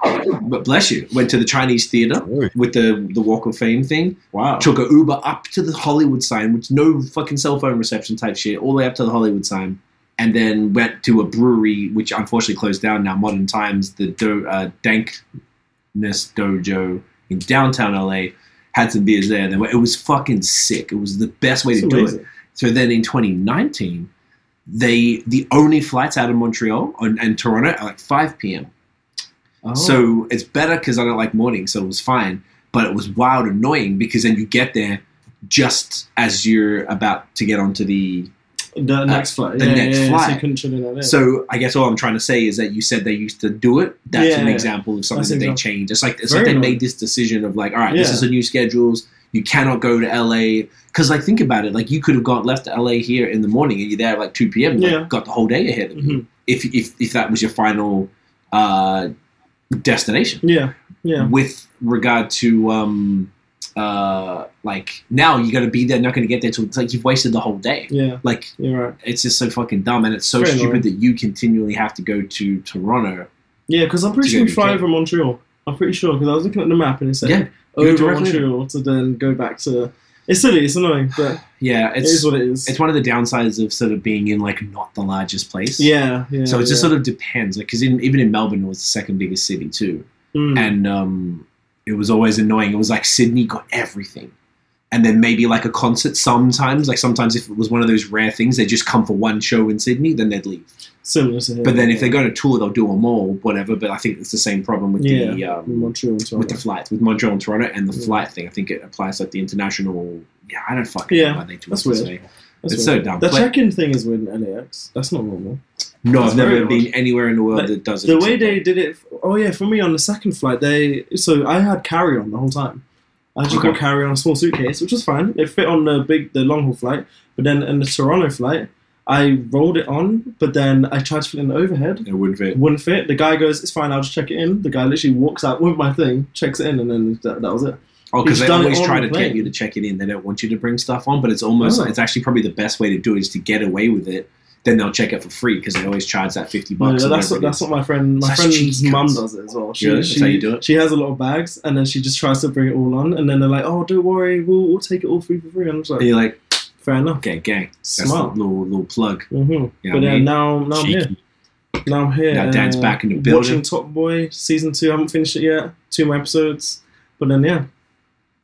[SPEAKER 3] But bless you, went to the Chinese theater
[SPEAKER 1] Ooh.
[SPEAKER 3] with the the Walk of Fame thing.
[SPEAKER 2] wow.
[SPEAKER 3] Took a Uber up to the Hollywood sign, which no fucking cell phone reception type shit, all the way up to the Hollywood sign, and then went to a brewery, which unfortunately closed down now. Modern Times, the do, uh, Dankness Dojo in downtown LA, had some beers there. Then it was fucking sick. It was the best way
[SPEAKER 2] That's
[SPEAKER 3] to do it.
[SPEAKER 2] amazing.
[SPEAKER 3] So then in 2019, they the only flights out of Montreal and, and Toronto are like 5 p.m.
[SPEAKER 2] Oh.
[SPEAKER 3] So it's better because I don't like mornings, so it was fine. But it was wild annoying because then you get there just as you're about to get onto the.
[SPEAKER 2] Oh, the next flight,
[SPEAKER 3] the
[SPEAKER 2] yeah,
[SPEAKER 3] next
[SPEAKER 2] yeah, yeah. So you
[SPEAKER 3] flight.
[SPEAKER 2] couldn't chill in LA.
[SPEAKER 3] So I guess all I'm trying to say is that you said they used to do it. That's an
[SPEAKER 2] Yeah.
[SPEAKER 3] example of something
[SPEAKER 2] That's
[SPEAKER 3] that
[SPEAKER 2] an
[SPEAKER 3] they
[SPEAKER 2] example.
[SPEAKER 3] changed. It's like it's
[SPEAKER 2] Very
[SPEAKER 3] like they
[SPEAKER 2] annoying.
[SPEAKER 3] made this decision of like, all right, this
[SPEAKER 2] Yeah.
[SPEAKER 3] is a new schedules. You cannot go to LA because like think about it, like you could have got left to LA here in the morning and you're there at like 2 p.m. like,
[SPEAKER 2] Yeah.
[SPEAKER 3] got the whole day ahead of you.
[SPEAKER 2] Mhm.
[SPEAKER 3] if if if that was your final uh, destination.
[SPEAKER 2] yeah, yeah,
[SPEAKER 3] With regard to um, uh, like now you got to be there, not going to get there till it's like you've wasted the whole day.
[SPEAKER 2] yeah.
[SPEAKER 3] Like
[SPEAKER 2] You're right.
[SPEAKER 3] it's just so fucking dumb, and it's so
[SPEAKER 2] Very
[SPEAKER 3] stupid
[SPEAKER 2] annoying.
[SPEAKER 3] that you continually have to go to Toronto.
[SPEAKER 2] Yeah, because I'm pretty
[SPEAKER 3] To
[SPEAKER 2] sure
[SPEAKER 3] go
[SPEAKER 2] we
[SPEAKER 3] to
[SPEAKER 2] fly
[SPEAKER 3] Japan.
[SPEAKER 2] over Montreal. I'm pretty sure because I was looking at the map and it said
[SPEAKER 3] Yeah, you're
[SPEAKER 2] over
[SPEAKER 3] directly-
[SPEAKER 2] Montreal to then go back to. It's silly. It's annoying,
[SPEAKER 3] [sighs]
[SPEAKER 2] but
[SPEAKER 3] Yeah,
[SPEAKER 2] it's,
[SPEAKER 3] it's it's,
[SPEAKER 2] what it is.
[SPEAKER 3] one of the downsides of sort of being in like not the largest place.
[SPEAKER 2] yeah, yeah.
[SPEAKER 3] So it just
[SPEAKER 2] yeah.
[SPEAKER 3] sort of depends, like because even in Melbourne it was the second biggest city too.
[SPEAKER 2] Mm.
[SPEAKER 3] and um, it was always annoying. It was like Sydney got everything, and then maybe like a concert sometimes. Like sometimes if it was one of those rare things, they just come for one show in Sydney, then they'd leave.
[SPEAKER 2] similar to here.
[SPEAKER 3] But then if they go to tour, they'll do them all, whatever. But I think it's the same problem with the
[SPEAKER 2] yeah, in
[SPEAKER 3] um,
[SPEAKER 2] Montreal, and
[SPEAKER 3] with the flights with Montreal and Toronto and the
[SPEAKER 2] Yeah.
[SPEAKER 3] flight thing. I think it applies like the international. Yeah, I don't fucking
[SPEAKER 2] Yeah,
[SPEAKER 3] know why they do
[SPEAKER 2] that's
[SPEAKER 3] it this
[SPEAKER 2] weird.
[SPEAKER 3] way. it's so dumb.
[SPEAKER 2] The
[SPEAKER 3] But-
[SPEAKER 2] check-in thing is with LAX. That's not normal.
[SPEAKER 3] No,
[SPEAKER 2] That's
[SPEAKER 3] I've never
[SPEAKER 2] very odd.
[SPEAKER 3] been anywhere in the world
[SPEAKER 2] Like,
[SPEAKER 3] that does it.
[SPEAKER 2] The way they did it. Oh yeah, for me on the second flight, they so I had carry on the whole time. I just
[SPEAKER 3] Okay.
[SPEAKER 2] got carry on a small suitcase, which was fine. It fit on the big, the long haul flight. But then in the Toronto flight, I rolled it on, but then I tried to fit it in the overhead.
[SPEAKER 3] it would
[SPEAKER 2] It
[SPEAKER 3] fit.
[SPEAKER 2] wouldn't fit. The guy goes, "It's fine. I'll just check it in." The guy literally walks out with my thing, checks it in, and then that, that was it.
[SPEAKER 3] Oh, because
[SPEAKER 2] He's
[SPEAKER 3] they
[SPEAKER 2] done it
[SPEAKER 3] always
[SPEAKER 2] on
[SPEAKER 3] try
[SPEAKER 2] the
[SPEAKER 3] to get
[SPEAKER 2] plane.
[SPEAKER 3] you to check it in. They don't want you to bring stuff on, but it's almost
[SPEAKER 2] Oh.
[SPEAKER 3] it's actually probably the best way to do it is to get away with it. Then they'll check it for free because they always charge that fifty
[SPEAKER 2] No,
[SPEAKER 3] bucks. or
[SPEAKER 2] that's what
[SPEAKER 3] whatever it
[SPEAKER 2] that's
[SPEAKER 3] is.
[SPEAKER 2] what my friend my
[SPEAKER 3] Such
[SPEAKER 2] friend's
[SPEAKER 3] cheap
[SPEAKER 2] mum
[SPEAKER 3] cunts.
[SPEAKER 2] does it as well. She,
[SPEAKER 3] Really? That's
[SPEAKER 2] she,
[SPEAKER 3] how you do it?
[SPEAKER 2] she has a lot of bags, and then she just tries to bring it all on, and then they're like, "Oh, don't worry, we'll, we'll take it all free for free." And I'm just
[SPEAKER 3] And
[SPEAKER 2] like,
[SPEAKER 3] you're like,
[SPEAKER 2] "Fair enough,
[SPEAKER 3] okay, gang, that's
[SPEAKER 2] smart."
[SPEAKER 3] the little little plug.
[SPEAKER 2] hmm
[SPEAKER 3] You know
[SPEAKER 2] but
[SPEAKER 3] what I
[SPEAKER 2] yeah,
[SPEAKER 3] mean?
[SPEAKER 2] now now I'm here.
[SPEAKER 1] Cheeky.
[SPEAKER 2] Now I'm here.
[SPEAKER 3] Now Dan's back in the building.
[SPEAKER 2] Watching Top Boy season two. I haven't finished it yet. Two more episodes, but then yeah,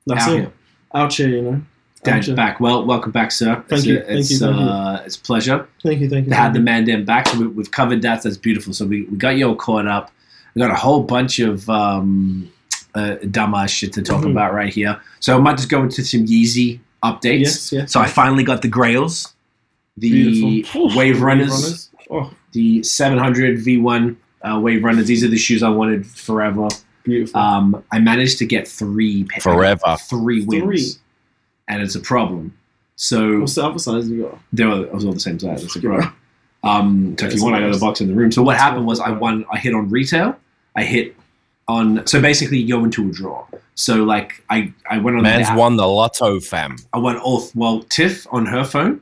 [SPEAKER 2] that's
[SPEAKER 3] Out
[SPEAKER 2] it.
[SPEAKER 3] here.
[SPEAKER 2] Out here, you know.
[SPEAKER 3] Dan's
[SPEAKER 2] Out here.
[SPEAKER 3] back. Well, welcome back, sir.
[SPEAKER 2] Thank
[SPEAKER 3] it's,
[SPEAKER 2] you,
[SPEAKER 3] a-
[SPEAKER 2] thank
[SPEAKER 3] it's,
[SPEAKER 2] you, thank you.
[SPEAKER 3] uh, it's a pleasure
[SPEAKER 2] Thank you, thank you.
[SPEAKER 3] to have
[SPEAKER 2] thank
[SPEAKER 3] the
[SPEAKER 2] you.
[SPEAKER 3] man Dan back. So we, we've covered that. So that's beautiful. So we, we got you all caught up. We got a whole bunch of um, uh, dumbass shit to talk
[SPEAKER 2] Mhm.
[SPEAKER 3] about right here. So I might just go into some Yeezy updates.
[SPEAKER 2] Yes, yes.
[SPEAKER 3] So I finally got the Grails, the
[SPEAKER 2] Beautiful.
[SPEAKER 3] Wave Runners,
[SPEAKER 2] Oh,
[SPEAKER 3] the 700 V1 uh, Wave Runners. These are the shoes I wanted forever.
[SPEAKER 2] beautiful.
[SPEAKER 3] Um, I managed to get three pa-
[SPEAKER 1] Forever.
[SPEAKER 3] three wins,
[SPEAKER 2] Three.
[SPEAKER 3] and it's a problem. So
[SPEAKER 2] What's the other size you got?
[SPEAKER 3] they were I was all the same size. It's a
[SPEAKER 2] Yeah.
[SPEAKER 3] problem. Um, so if
[SPEAKER 2] That's
[SPEAKER 3] you want, I got a
[SPEAKER 2] nice.
[SPEAKER 3] box in the room. So what
[SPEAKER 2] That's
[SPEAKER 3] happened
[SPEAKER 2] what
[SPEAKER 3] was I
[SPEAKER 2] I-
[SPEAKER 3] won. I hit on retail. I hit on. So basically, you go into a draw. So like I I went on the
[SPEAKER 1] Man's
[SPEAKER 3] app.
[SPEAKER 1] won the lotto, fam.
[SPEAKER 3] I went all well. Tiff on her phone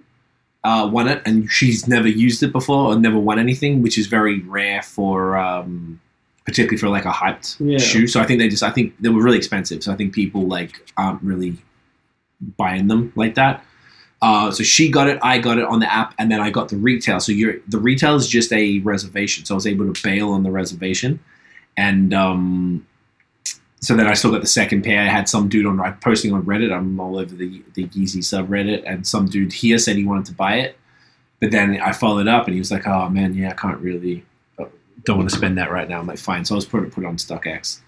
[SPEAKER 3] uh, won it, and she's never used it before or never won anything, which is very rare for, um, particularly for like a hyped
[SPEAKER 2] Yeah.
[SPEAKER 3] shoe. So I think they just, I think they were really expensive. So I think people like aren't really buying them like that. Uh, so she got it, I got it on the app, and then I got the retail. So you're, the retail is just a reservation. So I was able to bail on the reservation, and um, so then I still got the second pair. I had some dude on I'm posting on Reddit. I'm all over the the Yeezy subreddit, and some dude here said he wanted to buy it, but then I followed up, and he was like, "Oh man, yeah, I can't really, uh, don't want to spend that right now." I'm like, "Fine." So I was put put it on StockX.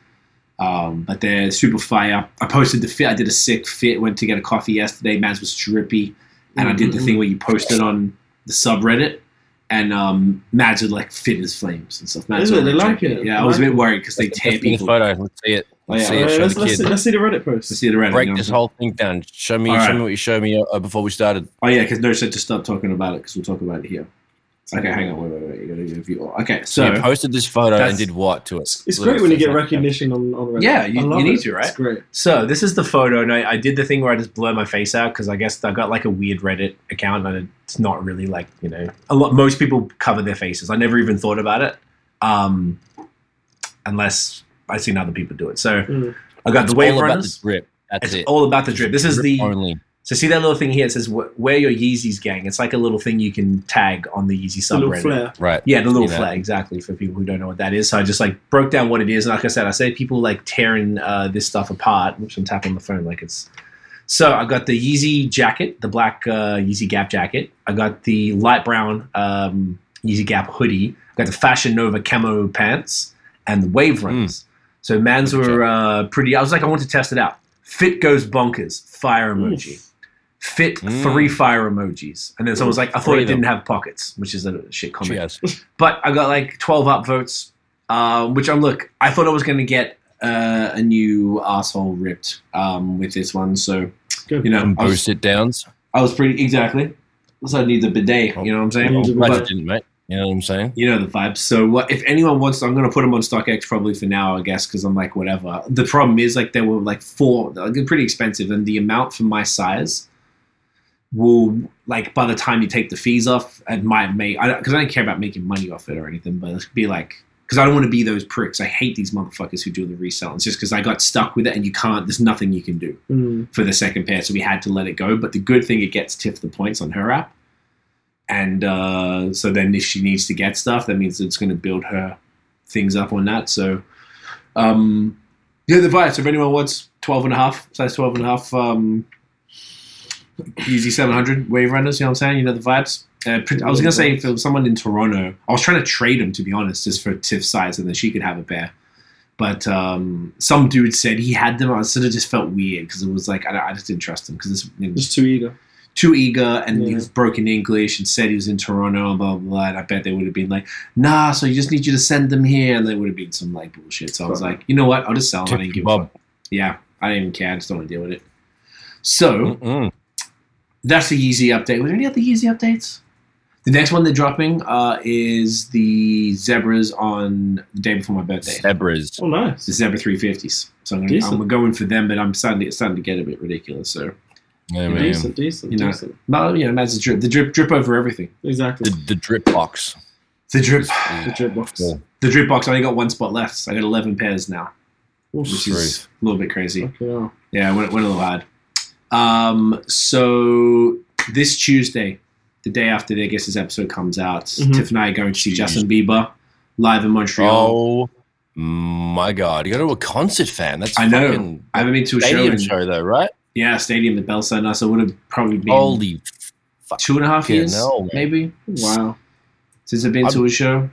[SPEAKER 3] Um, but they're super fire. I posted the fit. I did a sick fit. Went to get a coffee yesterday. Man's was drippy and I did the thing where you posted on the subreddit, and um, Mads would like fit his flames and stuff. Mads
[SPEAKER 2] Is it?
[SPEAKER 3] would,
[SPEAKER 2] They like
[SPEAKER 3] drink
[SPEAKER 2] it.
[SPEAKER 3] Yeah, I
[SPEAKER 2] They
[SPEAKER 3] was a
[SPEAKER 2] like
[SPEAKER 3] bit worried because they
[SPEAKER 1] Let's
[SPEAKER 3] tear
[SPEAKER 1] see the
[SPEAKER 3] people.
[SPEAKER 1] photo. Let's see it. Let's
[SPEAKER 3] Oh,
[SPEAKER 1] see
[SPEAKER 3] yeah.
[SPEAKER 1] it.
[SPEAKER 2] Uh,
[SPEAKER 1] Show
[SPEAKER 2] let's,
[SPEAKER 1] the
[SPEAKER 2] let's
[SPEAKER 1] kid.
[SPEAKER 2] see, let's see the Reddit
[SPEAKER 3] Let's
[SPEAKER 2] post.
[SPEAKER 3] see the Reddit. you
[SPEAKER 1] Break
[SPEAKER 3] know
[SPEAKER 1] this
[SPEAKER 3] what I'm
[SPEAKER 1] whole thing down. Show me,
[SPEAKER 3] All
[SPEAKER 1] show
[SPEAKER 3] right.
[SPEAKER 1] me what you showed me uh, before we started.
[SPEAKER 3] saying? Oh yeah, because no said to stop talking about it because we'll talk about it here. Okay, hang on, wait, wait, wait. You gotta give you all. Okay,
[SPEAKER 1] So
[SPEAKER 3] so
[SPEAKER 1] you posted this photo
[SPEAKER 3] That's-
[SPEAKER 1] and did what to it?
[SPEAKER 2] It's
[SPEAKER 1] Look,
[SPEAKER 2] great when you
[SPEAKER 1] that's
[SPEAKER 2] get
[SPEAKER 1] not-
[SPEAKER 2] recognition on, on Reddit.
[SPEAKER 3] Yeah,
[SPEAKER 2] I
[SPEAKER 3] you-
[SPEAKER 2] love
[SPEAKER 3] you need
[SPEAKER 2] it.
[SPEAKER 3] to, right?
[SPEAKER 2] It's great.
[SPEAKER 3] So this is the photo, and I, I did the thing where I just blur my face out because I guess I got like a weird Reddit account, and it's not really like you know a lot. Most people cover their faces. I never even thought about it, um, unless I've seen other people do it. So
[SPEAKER 2] Mm.
[SPEAKER 3] I got
[SPEAKER 1] It's
[SPEAKER 3] the wave
[SPEAKER 1] all about the
[SPEAKER 3] runners.
[SPEAKER 1] drip. That's
[SPEAKER 3] It's
[SPEAKER 1] it.
[SPEAKER 3] all about the drip. This is
[SPEAKER 1] Drip
[SPEAKER 3] the
[SPEAKER 1] only.
[SPEAKER 3] so see that little thing here. It says "Wh- wear your Yeezys, gang. It's like a little thing you can tag on the Yeezy
[SPEAKER 2] It's a little
[SPEAKER 3] subreddit.
[SPEAKER 2] flair.
[SPEAKER 1] Right.
[SPEAKER 3] Yeah, the little
[SPEAKER 1] See that?
[SPEAKER 3] flag, exactly, for people who don't know what that is. So I just like broke down what it is. And like I said, I say people like tearing uh, this stuff apart, which I'm tapping on the phone like it's. So I got the Yeezy jacket, the black uh, Yeezy Gap jacket. I got the light brown um, Yeezy Gap hoodie. I got the Fashion Nova camo pants and the wave runs. So mans
[SPEAKER 1] Good
[SPEAKER 3] were uh, pretty. I was like, I want to test it out. Fit goes bonkers. Fire emoji
[SPEAKER 2] Oof.
[SPEAKER 3] fit
[SPEAKER 1] Mm.
[SPEAKER 3] three fire emojis. And then someone's like, I thought
[SPEAKER 1] Three
[SPEAKER 3] it
[SPEAKER 1] of them.
[SPEAKER 3] didn't have pockets, which is a shit comment.
[SPEAKER 1] Cheers.
[SPEAKER 3] But I got like 12 upvotes, uh, which I'm look, I thought I was going to get uh, a new asshole ripped um, with this one. So,
[SPEAKER 2] Good.
[SPEAKER 3] you know, I was,
[SPEAKER 1] Boost it downs.
[SPEAKER 3] I was pretty, exactly. So I need the bidet, you know what I'm saying?
[SPEAKER 2] Oh.
[SPEAKER 1] I'm glad you
[SPEAKER 3] But-
[SPEAKER 1] didn't, mate. You know what I'm saying?
[SPEAKER 3] you know the vibes. So what if anyone wants? I'm gonna put them on StockX probably for now, I guess, because I'm like whatever. The problem is like they were like four, like, they're pretty expensive, and the amount for my size will like by the time you take the fees off, it might make because I, don't care about making money off it or anything, but it'd be like because I don't want to be those pricks. I hate these motherfuckers who do the resell. It's just because I got stuck with it, and you can't. There's nothing you can do
[SPEAKER 2] Mm.
[SPEAKER 3] for the second pair, so we had to let it go. But the good thing, it gets Tiff the points on her app, and uh, so then if she needs to get stuff, that means it's going to build her things up on that. So, um, yeah, the vibes. If anyone wants 12 and a half, size 12 and a half, um, Yeezy 700 wave runners, you know what I'm saying? You know the vibes. Uh, pr- I was gonna say for someone in Toronto, I was trying to trade them to be honest, just for Tiff's size, and then she could have a pair. But um, some dude said he had them. I sort of just felt weird because it was like I, I just didn't trust him because it's you know,
[SPEAKER 2] Just too eager.
[SPEAKER 3] too eager and he
[SPEAKER 2] Yeah.
[SPEAKER 3] was broken English and said he was in Toronto and blah blah blah. And I bet they would have been like, nah, so you just need you to send them here, and there would have been some like bullshit. So I was
[SPEAKER 2] Right.
[SPEAKER 3] like, you know what? I'll just sell them. I didn't
[SPEAKER 1] Tiff
[SPEAKER 3] give a
[SPEAKER 1] Bob.
[SPEAKER 3] fuck. Yeah, I didn't even care. I just don't want to deal with it. So
[SPEAKER 1] Mm-mm.
[SPEAKER 3] that's the Yeezy update. Were there any other Yeezy updates? The next one they're dropping uh, is the Zebras on the day before my birthday.
[SPEAKER 1] Zebras.
[SPEAKER 2] Oh, nice.
[SPEAKER 3] The Zebra 350s. So I'm, gonna,
[SPEAKER 2] Decent.
[SPEAKER 3] I'm going for them, but I'm starting to, it's starting to get a bit ridiculous. So,
[SPEAKER 1] Yeah, man.
[SPEAKER 2] Decent, decent,
[SPEAKER 3] You know.
[SPEAKER 2] decent.
[SPEAKER 3] but, you know, that's the drip. The drip, drip over everything.
[SPEAKER 1] The,
[SPEAKER 2] Exactly.
[SPEAKER 1] the drip box.
[SPEAKER 3] The drip.
[SPEAKER 2] The
[SPEAKER 1] Is,
[SPEAKER 2] drip box.
[SPEAKER 1] Cool.
[SPEAKER 3] The drip box, I only got one spot left. So I got 11 pairs now,
[SPEAKER 2] Oof.
[SPEAKER 3] which
[SPEAKER 1] Truth.
[SPEAKER 3] is a little bit crazy.
[SPEAKER 2] Fucking hell.
[SPEAKER 3] Yeah, it went, went a little hard. Um, so this Tuesday, the day after I guess this episode comes out,
[SPEAKER 2] Mhm.
[SPEAKER 3] Tiff and I are going to see
[SPEAKER 1] Jeez.
[SPEAKER 3] Justin Bieber live in Montreal.
[SPEAKER 1] oh my god! You go to a concert, fan. That's
[SPEAKER 3] I know.
[SPEAKER 1] fucking
[SPEAKER 3] I haven't been to a show.
[SPEAKER 1] stadium
[SPEAKER 3] In,
[SPEAKER 1] show though, right?
[SPEAKER 3] Yeah, stadium at Bell Center. So it would have probably been
[SPEAKER 1] Holy fuck!
[SPEAKER 3] two and a half
[SPEAKER 1] fucking
[SPEAKER 3] years,
[SPEAKER 1] hell, man.
[SPEAKER 3] maybe,
[SPEAKER 2] Wow.
[SPEAKER 3] since I've been
[SPEAKER 1] I'm-
[SPEAKER 3] to a show.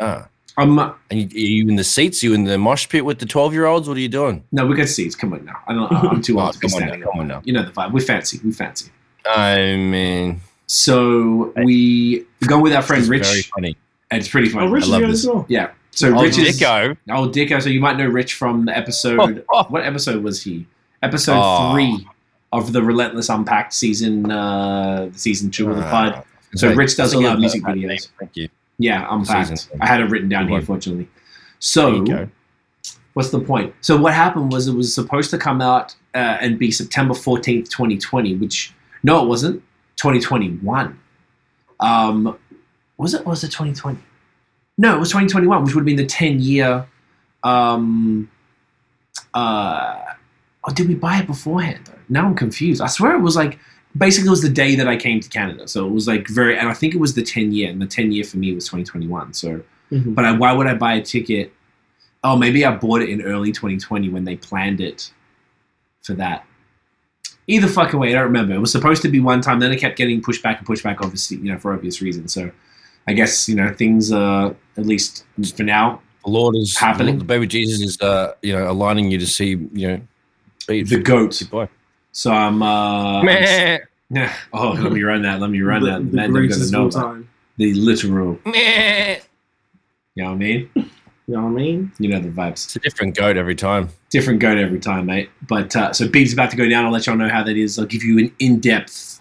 [SPEAKER 1] Yeah.
[SPEAKER 3] I'm
[SPEAKER 1] ah. And you, are you in the seats? you in the mosh pit with the twelve-year-olds? What are you doing?
[SPEAKER 3] no, we got seats. Come on now. I don't,
[SPEAKER 1] [laughs]
[SPEAKER 3] I'm too
[SPEAKER 1] Oh,
[SPEAKER 3] old to be
[SPEAKER 1] come on
[SPEAKER 3] standing.
[SPEAKER 1] now,
[SPEAKER 3] up.
[SPEAKER 1] come on now.
[SPEAKER 3] You know the vibe. We fancy. We fancy.
[SPEAKER 1] I mean,
[SPEAKER 3] So we go with our friend
[SPEAKER 1] it's
[SPEAKER 3] Rich.
[SPEAKER 1] Very funny.
[SPEAKER 3] and it's pretty
[SPEAKER 2] Oh,
[SPEAKER 3] funny.
[SPEAKER 2] Rich is
[SPEAKER 1] love
[SPEAKER 2] going
[SPEAKER 1] this.
[SPEAKER 2] as well.
[SPEAKER 3] Yeah. So
[SPEAKER 1] Oh,
[SPEAKER 3] Rich is
[SPEAKER 1] Dicko.
[SPEAKER 3] oh Dicko. So you might know Rich from the episode.
[SPEAKER 1] [laughs] Oh,
[SPEAKER 3] What episode was he? Episode
[SPEAKER 1] Oh.
[SPEAKER 3] three of the Relentless Unpacked season. Uh, season two of the
[SPEAKER 1] Uh,
[SPEAKER 3] pod. So
[SPEAKER 1] okay.
[SPEAKER 3] Rich does a lot of
[SPEAKER 1] Thinking
[SPEAKER 3] music
[SPEAKER 1] about that
[SPEAKER 3] videos.
[SPEAKER 1] name, Thank you.
[SPEAKER 3] Yeah,
[SPEAKER 1] Season
[SPEAKER 3] Unpacked.
[SPEAKER 1] three.
[SPEAKER 3] I had it written down
[SPEAKER 1] Good
[SPEAKER 3] here,
[SPEAKER 1] one.
[SPEAKER 3] fortunately.
[SPEAKER 1] There
[SPEAKER 3] So
[SPEAKER 1] you go.
[SPEAKER 3] what's the point? So what happened was it was supposed to come out uh, and be September 14th, 2020, which no, it wasn't. 2021. Um, was it? Was it 2020? No, it was 2021, which would have been the 10 year. Um, uh, Oh, did we buy it beforehand though? Now I'm confused. I swear it was like basically it was the day that I came to Canada. So it was like very and I think it was the ten year and the ten year for me was twenty twenty one. So
[SPEAKER 2] Mhm.
[SPEAKER 3] but I, why would I buy a ticket? Oh, maybe I bought it in early 2020 when they planned it for that. Either fucking way, I don't remember. It was supposed to be one time, then it kept getting pushed back and pushed back, obviously, you know, for obvious reasons. So I guess, you know, things are, at least for now,
[SPEAKER 1] The Lord is
[SPEAKER 3] Happening.
[SPEAKER 1] The baby Jesus is, uh, you know, aligning you to see, you know, be
[SPEAKER 3] the goat.
[SPEAKER 1] boy.
[SPEAKER 3] So I'm.
[SPEAKER 1] [laughs]
[SPEAKER 3] uh I'm-
[SPEAKER 1] Meh,
[SPEAKER 3] [laughs] Oh, let me run that. Let me run
[SPEAKER 2] the,
[SPEAKER 3] that.
[SPEAKER 2] the
[SPEAKER 3] The, man don't
[SPEAKER 2] greatest
[SPEAKER 3] gonna
[SPEAKER 2] of
[SPEAKER 3] know
[SPEAKER 2] all
[SPEAKER 3] that.
[SPEAKER 2] time.
[SPEAKER 3] the literal.
[SPEAKER 1] meh.
[SPEAKER 3] You know what I mean?
[SPEAKER 2] You know what I mean?
[SPEAKER 3] You know the vibes.
[SPEAKER 1] It's a different goat every time.
[SPEAKER 3] different goat every time, mate. But uh, so Beeb's about to go down. I'll let y'all know how that is. I'll give you an in-depth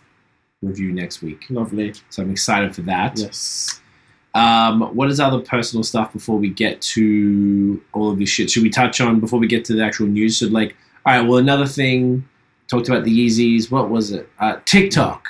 [SPEAKER 3] review next week.
[SPEAKER 2] Lovely.
[SPEAKER 3] So I'm excited for that.
[SPEAKER 2] Yes.
[SPEAKER 3] Um, what is other personal stuff before we get to all of this shit? Should we touch on before we get to the actual news? So like, all right. Well, another thing talked about the Yeezys. What was it? Uh, TikTok.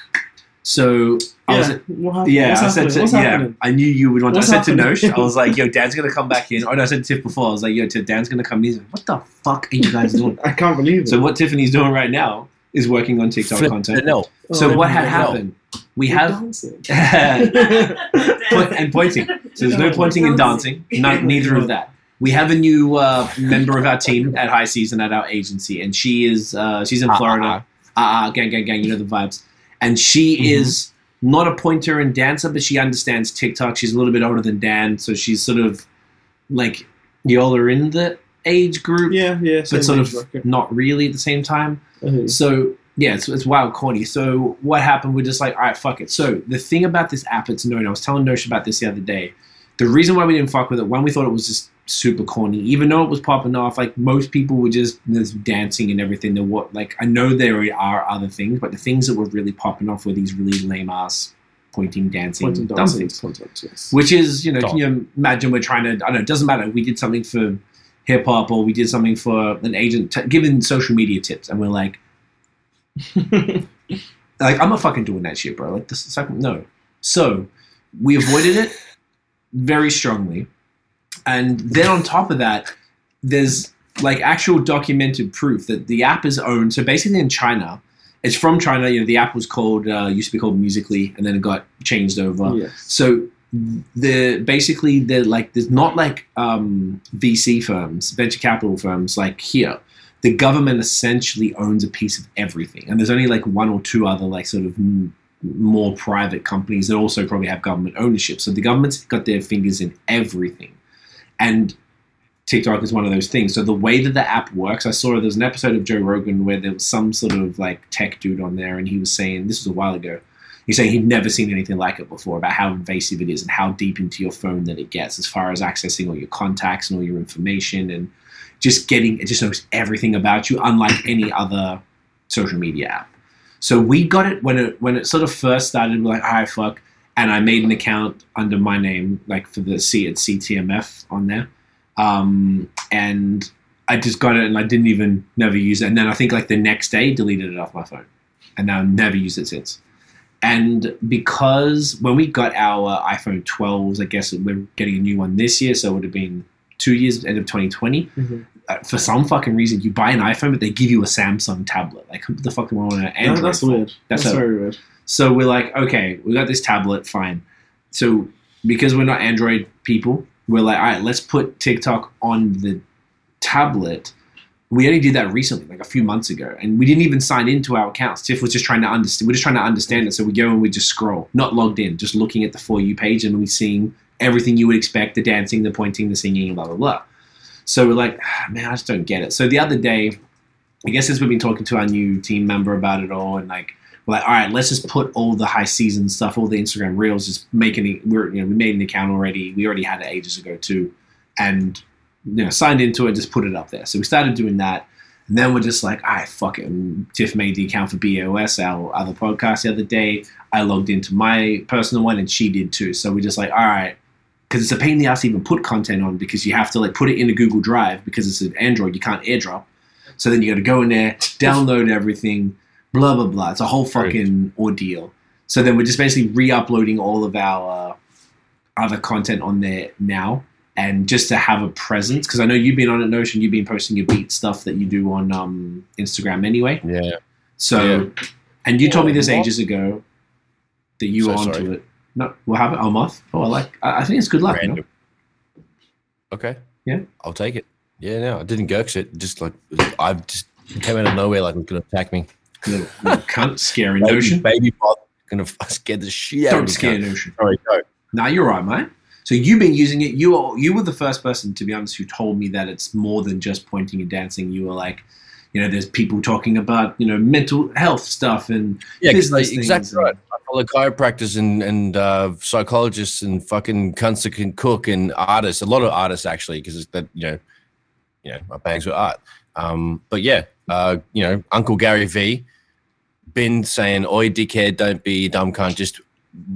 [SPEAKER 3] So I was
[SPEAKER 2] Yeah. What happened?
[SPEAKER 3] yeah,
[SPEAKER 2] What's
[SPEAKER 3] I
[SPEAKER 2] happening?
[SPEAKER 3] said to,
[SPEAKER 2] What's
[SPEAKER 3] yeah,
[SPEAKER 2] happening?
[SPEAKER 3] I knew you would want.
[SPEAKER 2] What's
[SPEAKER 3] I said
[SPEAKER 2] happening?
[SPEAKER 3] to Nosh, I was like,
[SPEAKER 2] [laughs]
[SPEAKER 3] "Yo, Dan's gonna come back in." Oh no, I said to Tiff before. I was like, "Yo, Tiff, Dan's gonna come." in." He's like, "What the fuck are you guys doing?"
[SPEAKER 2] I can't believe it.
[SPEAKER 3] so what Tiffany's doing right now is working on TikTok
[SPEAKER 1] Flip
[SPEAKER 3] content.
[SPEAKER 1] No,
[SPEAKER 3] So
[SPEAKER 2] Oh,
[SPEAKER 3] what had
[SPEAKER 2] no.
[SPEAKER 3] happened? We
[SPEAKER 2] We're
[SPEAKER 3] have [laughs]
[SPEAKER 2] dancing.
[SPEAKER 3] point
[SPEAKER 4] and
[SPEAKER 3] [laughs] and pointing. So there's no pointing and dancing. No, neither of that. We have a new uh, member of our team at High Season at our agency, and she is uh, she's in
[SPEAKER 1] Ah,
[SPEAKER 3] Florida.
[SPEAKER 1] ah,
[SPEAKER 3] Ah, ah, gang, gang, gang. You know the vibes. And she
[SPEAKER 1] Mhm.
[SPEAKER 3] is not a pointer and dancer, but she understands TikTok. She's a little bit older than Dan, so she's sort of like y'all are in the age group,
[SPEAKER 2] Yeah, yeah. same
[SPEAKER 3] but sort
[SPEAKER 2] age
[SPEAKER 3] of
[SPEAKER 2] bracket. Uh,
[SPEAKER 3] not really at the same time.
[SPEAKER 2] Okay.
[SPEAKER 3] So yeah, it's, it's wild corny. So what happened? We're just like, all right, fuck it. So the thing about this app, it's known. I was telling Nosh about this the other day. The reason why we didn't fuck with it, one, we thought it was just super corny. Even though it was popping off, like most people were just there's dancing and everything. There what like I know there are other things, but the things that were really popping off were these really lame ass pointing, dancing,
[SPEAKER 2] Pointing
[SPEAKER 3] dumb
[SPEAKER 2] dancing
[SPEAKER 3] things
[SPEAKER 2] content, yes.
[SPEAKER 3] which is you know
[SPEAKER 1] Dog.
[SPEAKER 3] can you imagine we're trying to I don't know it doesn't matter we did something for hip hop or we did something for an agent t- giving social media tips and we're like like I'm not fucking doing that shit bro like this is like no so we avoided it very strongly and then on top of that there's like actual documented proof that the app is owned so basically in China it's from China you know the app was called uh, used to be called Musically and then it got changed over
[SPEAKER 2] yes.
[SPEAKER 3] so the basically they're like there's not like um, VC firms, venture capital firms like here. The government essentially owns a piece of everything, and there's only like one or two other like sort of m- more private companies that also probably have government ownership. So the government's got their fingers in everything, and TikTok is one of those things. So the way that the app works, I saw there's an episode of Joe Rogan where there was some sort of like tech dude on there, and he was saying this was a while ago. He's saying he'd never seen anything like it before about how invasive it is and how deep into your phone that it gets as far as accessing all your contacts and all your information and just getting it just knows everything about you, unlike any other social media app. So we got it when it when it sort of first started, we're like, all right, fuck. And I made an account under my name, like for the C at CTMF on there. Um, and I just got it and I didn't even never use it. And then I think like the next day deleted it off my phone. And now I've never used it since. And because when we got our iPhone 12s, I guess we're getting a new one this year, so it would have been two years, end of 2020.
[SPEAKER 2] Mhm.
[SPEAKER 3] Uh, for some fucking reason, you buy an iPhone, but they give you a Samsung tablet. Like, who the fuck do I want an Android?
[SPEAKER 2] No, that's
[SPEAKER 3] for?
[SPEAKER 2] weird.
[SPEAKER 3] That's
[SPEAKER 2] That's,
[SPEAKER 3] a-
[SPEAKER 2] very weird.
[SPEAKER 3] So we're like, okay, we got this tablet, fine. So because we're not Android people, we're like, all right, let's put TikTok on the tablet. We only did that recently, like a few months ago, and we didn't even sign into our accounts. Tiff was just trying to understand. We're just trying to understand it, so we go and we just scroll, not logged in, just looking at the for you page, and we seeing everything you would expect: the dancing, the pointing, the singing, blah blah blah. So we're like, "Ah, man, I just don't get it. So the other day, I guess since we've been talking to our new team member about it all, and like we're like, all right, let's just put all the high season stuff, all the Instagram reels, just making it. We're you know we made an account already. We already had it ages ago too, and you know signed into it, just put it up there. So we started doing that, and then we're just like, all right, fuck it. And Tiff made the account for BOS, our other podcast, the other day. I logged into my personal one, and she did too. So we're just like, all right. Because it's a pain in the ass to even put content on because you have to like put it in a Google Drive because it's an Android, you can't airdrop. So then you got to go in there, download everything, blah blah blah. It's a whole
[SPEAKER 1] Right.
[SPEAKER 3] fucking ordeal. So then we're just basically re-uploading all of our uh, other content on there now, and just to have a presence because I know you've been on it, Notion. You've been posting your beat stuff that you do on um, Instagram anyway.
[SPEAKER 1] Yeah.
[SPEAKER 3] So, and you told me this ages ago that you
[SPEAKER 1] So
[SPEAKER 3] were onto
[SPEAKER 1] sorry.
[SPEAKER 3] it. No, what happened? Oh, moth. Oh, I like. I, I think it's good luck. you know?
[SPEAKER 1] Random. Okay.
[SPEAKER 3] Yeah.
[SPEAKER 1] I'll take it. Yeah, no, I didn't gurks it. Just like I just it came out of nowhere, like it was gonna attack me.
[SPEAKER 3] [laughs] Little, little cunt, scary
[SPEAKER 1] Baby-
[SPEAKER 3] notion.
[SPEAKER 1] baby, bot, gonna [laughs] f- scare the shit out
[SPEAKER 3] Don't
[SPEAKER 1] of me.
[SPEAKER 3] scare
[SPEAKER 1] cunt.
[SPEAKER 3] notion.
[SPEAKER 1] Sorry, no.
[SPEAKER 3] No, you're right, mate. So you've been using it. You are, you were the first person, to be honest, who told me that it's more than just pointing and dancing. You were like, you know, there's people talking about you know mental health stuff and
[SPEAKER 1] Yeah, 'cause
[SPEAKER 3] business
[SPEAKER 1] they-
[SPEAKER 3] things
[SPEAKER 1] exactly
[SPEAKER 3] and-
[SPEAKER 1] right. I follow chiropractors and and uh, psychologists and fucking cunts that can cook and artists. A lot of artists actually, because that you know, you know, my bags were art. Um, but yeah, uh, you know, Uncle Gary V. Been saying, "Oi, dickhead, don't be a dumb cunt. Just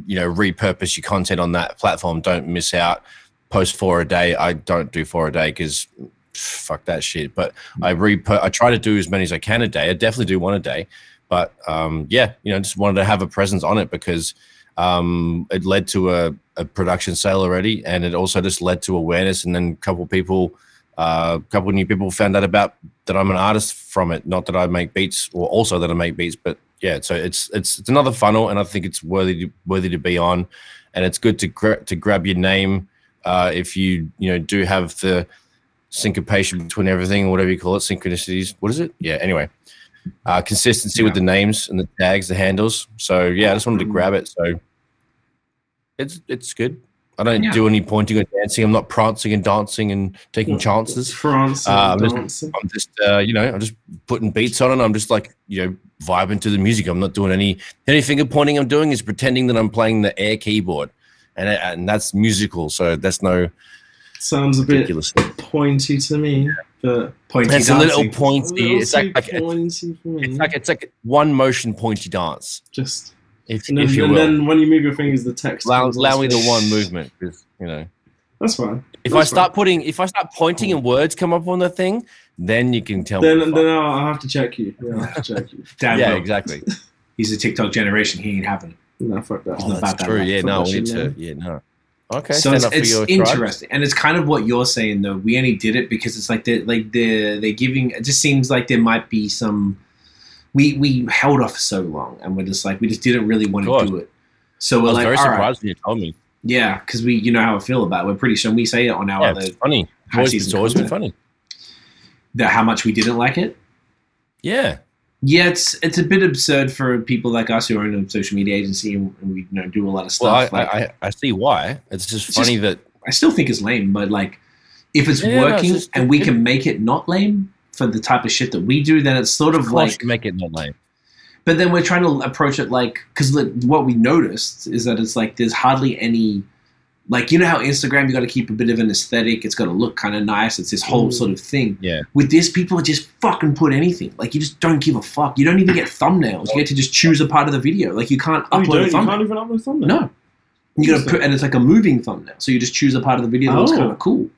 [SPEAKER 1] you know, repurpose your content on that platform. Don't miss out. Post four a day. I don't do four a day because." Fuck that shit. But I repo- I try to do as many as I can a day. I definitely do one a day but um, yeah, you know, just wanted to have a presence on it because um, it led to a, a production sale already, and it also just led to awareness. And then a couple people, uh, a couple new people found out about that I'm an artist from it. Not that I make beats, or also that I make beats, but yeah. So it's it's it's another funnel, and I think it's worthy to, worthy to be on, and it's good to gra- to grab your name uh, if you you know do have the syncopation between everything or whatever you call it synchronicities what is it yeah anyway uh, consistency with the names and the tags, the handles. So yeah, I just wanted to grab it. So it's it's good. I don't
[SPEAKER 3] Yeah.
[SPEAKER 1] do any pointing or dancing. I'm not prancing and dancing and taking chances.
[SPEAKER 2] France
[SPEAKER 1] Uh,
[SPEAKER 2] and
[SPEAKER 1] listen-
[SPEAKER 2] dance.
[SPEAKER 1] I'm just, uh, you know, I'm just putting beats on, and I'm just like, you know, vibing to the music. I'm not doing any any finger pointing. I'm doing is pretending that I'm playing the air keyboard, and uh, and that's musical. So that's no
[SPEAKER 2] Sounds a bit
[SPEAKER 1] ridiculous.
[SPEAKER 2] pointy to me, but
[SPEAKER 3] Pointy
[SPEAKER 1] It's a little
[SPEAKER 3] dancing.
[SPEAKER 1] pointy. It's
[SPEAKER 2] also
[SPEAKER 1] like, like it's
[SPEAKER 2] pointy for me.
[SPEAKER 1] like it's like one motion pointy dance,
[SPEAKER 2] just
[SPEAKER 1] if,
[SPEAKER 2] and, then,
[SPEAKER 1] if you
[SPEAKER 2] and
[SPEAKER 1] will.
[SPEAKER 2] then when you move your fingers, the text.
[SPEAKER 1] allow,
[SPEAKER 2] comes on
[SPEAKER 1] allow me the
[SPEAKER 2] screen.
[SPEAKER 1] one movement because you know
[SPEAKER 2] That's fine.
[SPEAKER 1] if i
[SPEAKER 2] That's
[SPEAKER 1] start putting if i start pointing and words come up on the thing then you can tell me
[SPEAKER 2] Then
[SPEAKER 1] to
[SPEAKER 2] then
[SPEAKER 1] fuck.
[SPEAKER 2] I'll, I'll have to check you. Yeah, I'll have to
[SPEAKER 1] [laughs]
[SPEAKER 2] check you.
[SPEAKER 3] Damn
[SPEAKER 1] yeah
[SPEAKER 3] right. [laughs]
[SPEAKER 1] exactly
[SPEAKER 3] He's a TikTok generation. He ain't having it.
[SPEAKER 2] No, fuck that.
[SPEAKER 3] Oh,
[SPEAKER 1] that's
[SPEAKER 3] that
[SPEAKER 1] true
[SPEAKER 3] much
[SPEAKER 1] yeah
[SPEAKER 2] for
[SPEAKER 1] no we
[SPEAKER 2] watching
[SPEAKER 1] need to
[SPEAKER 2] them.
[SPEAKER 1] yeah no okay
[SPEAKER 3] so
[SPEAKER 1] stand
[SPEAKER 3] it's,
[SPEAKER 1] up for
[SPEAKER 3] it's
[SPEAKER 1] your tribe.
[SPEAKER 3] interesting, and it's kind of what you're saying though. We only did it because it's like they're like they're they're giving. It just seems like there might be some. We we held off so long, and we're just like we just didn't really want to
[SPEAKER 1] God.
[SPEAKER 3] do it. So
[SPEAKER 1] i
[SPEAKER 3] we're
[SPEAKER 1] was
[SPEAKER 3] like,
[SPEAKER 1] very
[SPEAKER 3] all right,
[SPEAKER 1] surprised when you told me
[SPEAKER 3] yeah, because we you know how I feel about. it. We're pretty sure we say it on our
[SPEAKER 1] yeah
[SPEAKER 3] other
[SPEAKER 1] it's funny It's
[SPEAKER 3] high
[SPEAKER 1] always,
[SPEAKER 3] season
[SPEAKER 1] it's always been
[SPEAKER 3] content,
[SPEAKER 1] funny
[SPEAKER 3] that how much we didn't like it.
[SPEAKER 1] yeah
[SPEAKER 3] Yeah, it's it's a bit absurd for people like us who own a social media agency and we you know do a lot of
[SPEAKER 1] well I,
[SPEAKER 3] stuff.
[SPEAKER 1] I
[SPEAKER 3] like, I,
[SPEAKER 1] I- i see why it's just
[SPEAKER 3] It's
[SPEAKER 1] funny that
[SPEAKER 3] still think it's lame, but like if it's
[SPEAKER 1] Yeah, no, it's
[SPEAKER 3] working
[SPEAKER 1] just-
[SPEAKER 3] and we can make it not lame for the type of shit that we do, then it's sort of,
[SPEAKER 1] of course
[SPEAKER 3] like.
[SPEAKER 1] you make it not lame
[SPEAKER 3] But then we're trying to approach it like because what we noticed is that it's like there's hardly any. Like you know how Instagram, you got to keep a bit of an aesthetic. It's got to look kind of nice. It's this whole
[SPEAKER 2] Mm.
[SPEAKER 3] sort of thing.
[SPEAKER 1] yeah
[SPEAKER 3] with this, people just fucking put anything. Like you just don't give a fuck. You don't even get thumbnails. You get to just choose a part of the video. Like you can't
[SPEAKER 2] Oh, you
[SPEAKER 3] upload
[SPEAKER 2] don't.
[SPEAKER 3] a
[SPEAKER 2] You can't
[SPEAKER 3] thumbnail.
[SPEAKER 2] even upload thumbnail.
[SPEAKER 3] No, you got to put, and it's like a moving thumbnail. So you just choose a part of the video that was
[SPEAKER 2] Oh.
[SPEAKER 3] kind of cool.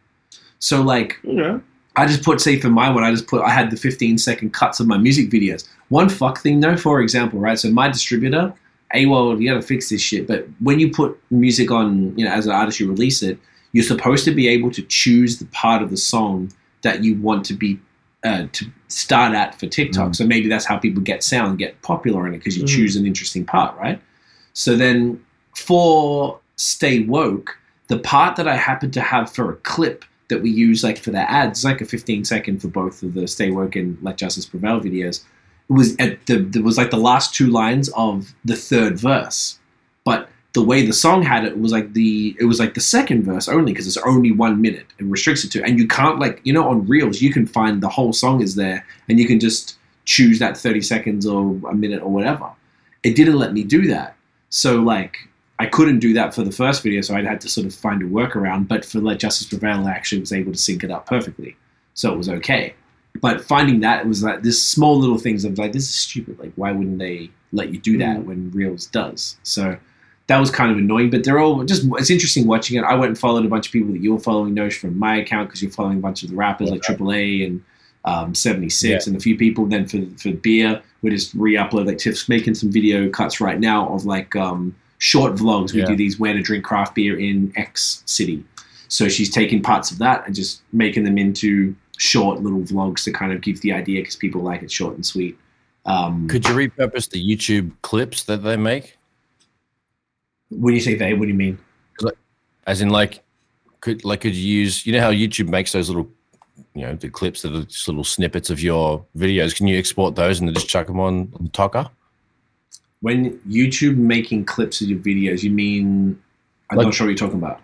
[SPEAKER 3] So like,
[SPEAKER 2] Yeah.
[SPEAKER 3] I just put say for my one, I just put I had the 15 second cuts of my music videos. One fuck thing though, for example, right? So my distributor, AWOL, you gotta fix this shit. But when you put music on, you know, as an artist, you release it, you're supposed to be able to choose the part of the song that you want to be uh, to start at for TikTok. So maybe that's how people get sound, get popular in it because you
[SPEAKER 2] Mm.
[SPEAKER 3] choose an interesting part, right? So then for Stay Woke, the part that I happen to have for a clip that we use like for the ads, it's like a 15 second for both of the Stay Woke and Let Justice Prevail videos, it was at the it was like the last two lines of the third verse. But the way the song had it was like the it was like the second verse only because it's only one minute. It restricts it to and you can't like you know on reels you can find the whole song is there and you can just choose that 30 seconds or a minute or whatever. It didn't let me do that. So like I couldn't do that for the first video, so I'd had to sort of find a workaround. But for Let Justice Prevail, I actually was able to sync it up perfectly, so it was okay. But finding that it was like this small little things. I was like, this is stupid. Like, why wouldn't they let you do that when Reels does? So that was kind of annoying. But they're all just. It's interesting watching it. I went and followed a bunch of people that you were following, Nosh, from my account because you're following a bunch of the rappers like AAA and um, 76 and a few people. Then for for beer, we just re-upload. Like Tiff's making some video cuts right now of like. um short vlogs. We
[SPEAKER 1] Yeah.
[SPEAKER 3] do these where to drink craft beer in X city. So she's taking parts of that and just making them into short little vlogs to kind of give the idea because people like it short and sweet. Um,
[SPEAKER 1] Could you repurpose the YouTube clips that they make?
[SPEAKER 3] when you say they, what do you mean?
[SPEAKER 1] As in, like, could like could you use? You know how YouTube makes those little, you know, the clips that are just little snippets of your videos. Can you export those and then just chuck them on, on Tucker?
[SPEAKER 3] When YouTube making clips of your videos, you mean? I'm
[SPEAKER 1] Like-
[SPEAKER 3] not sure what you're talking about.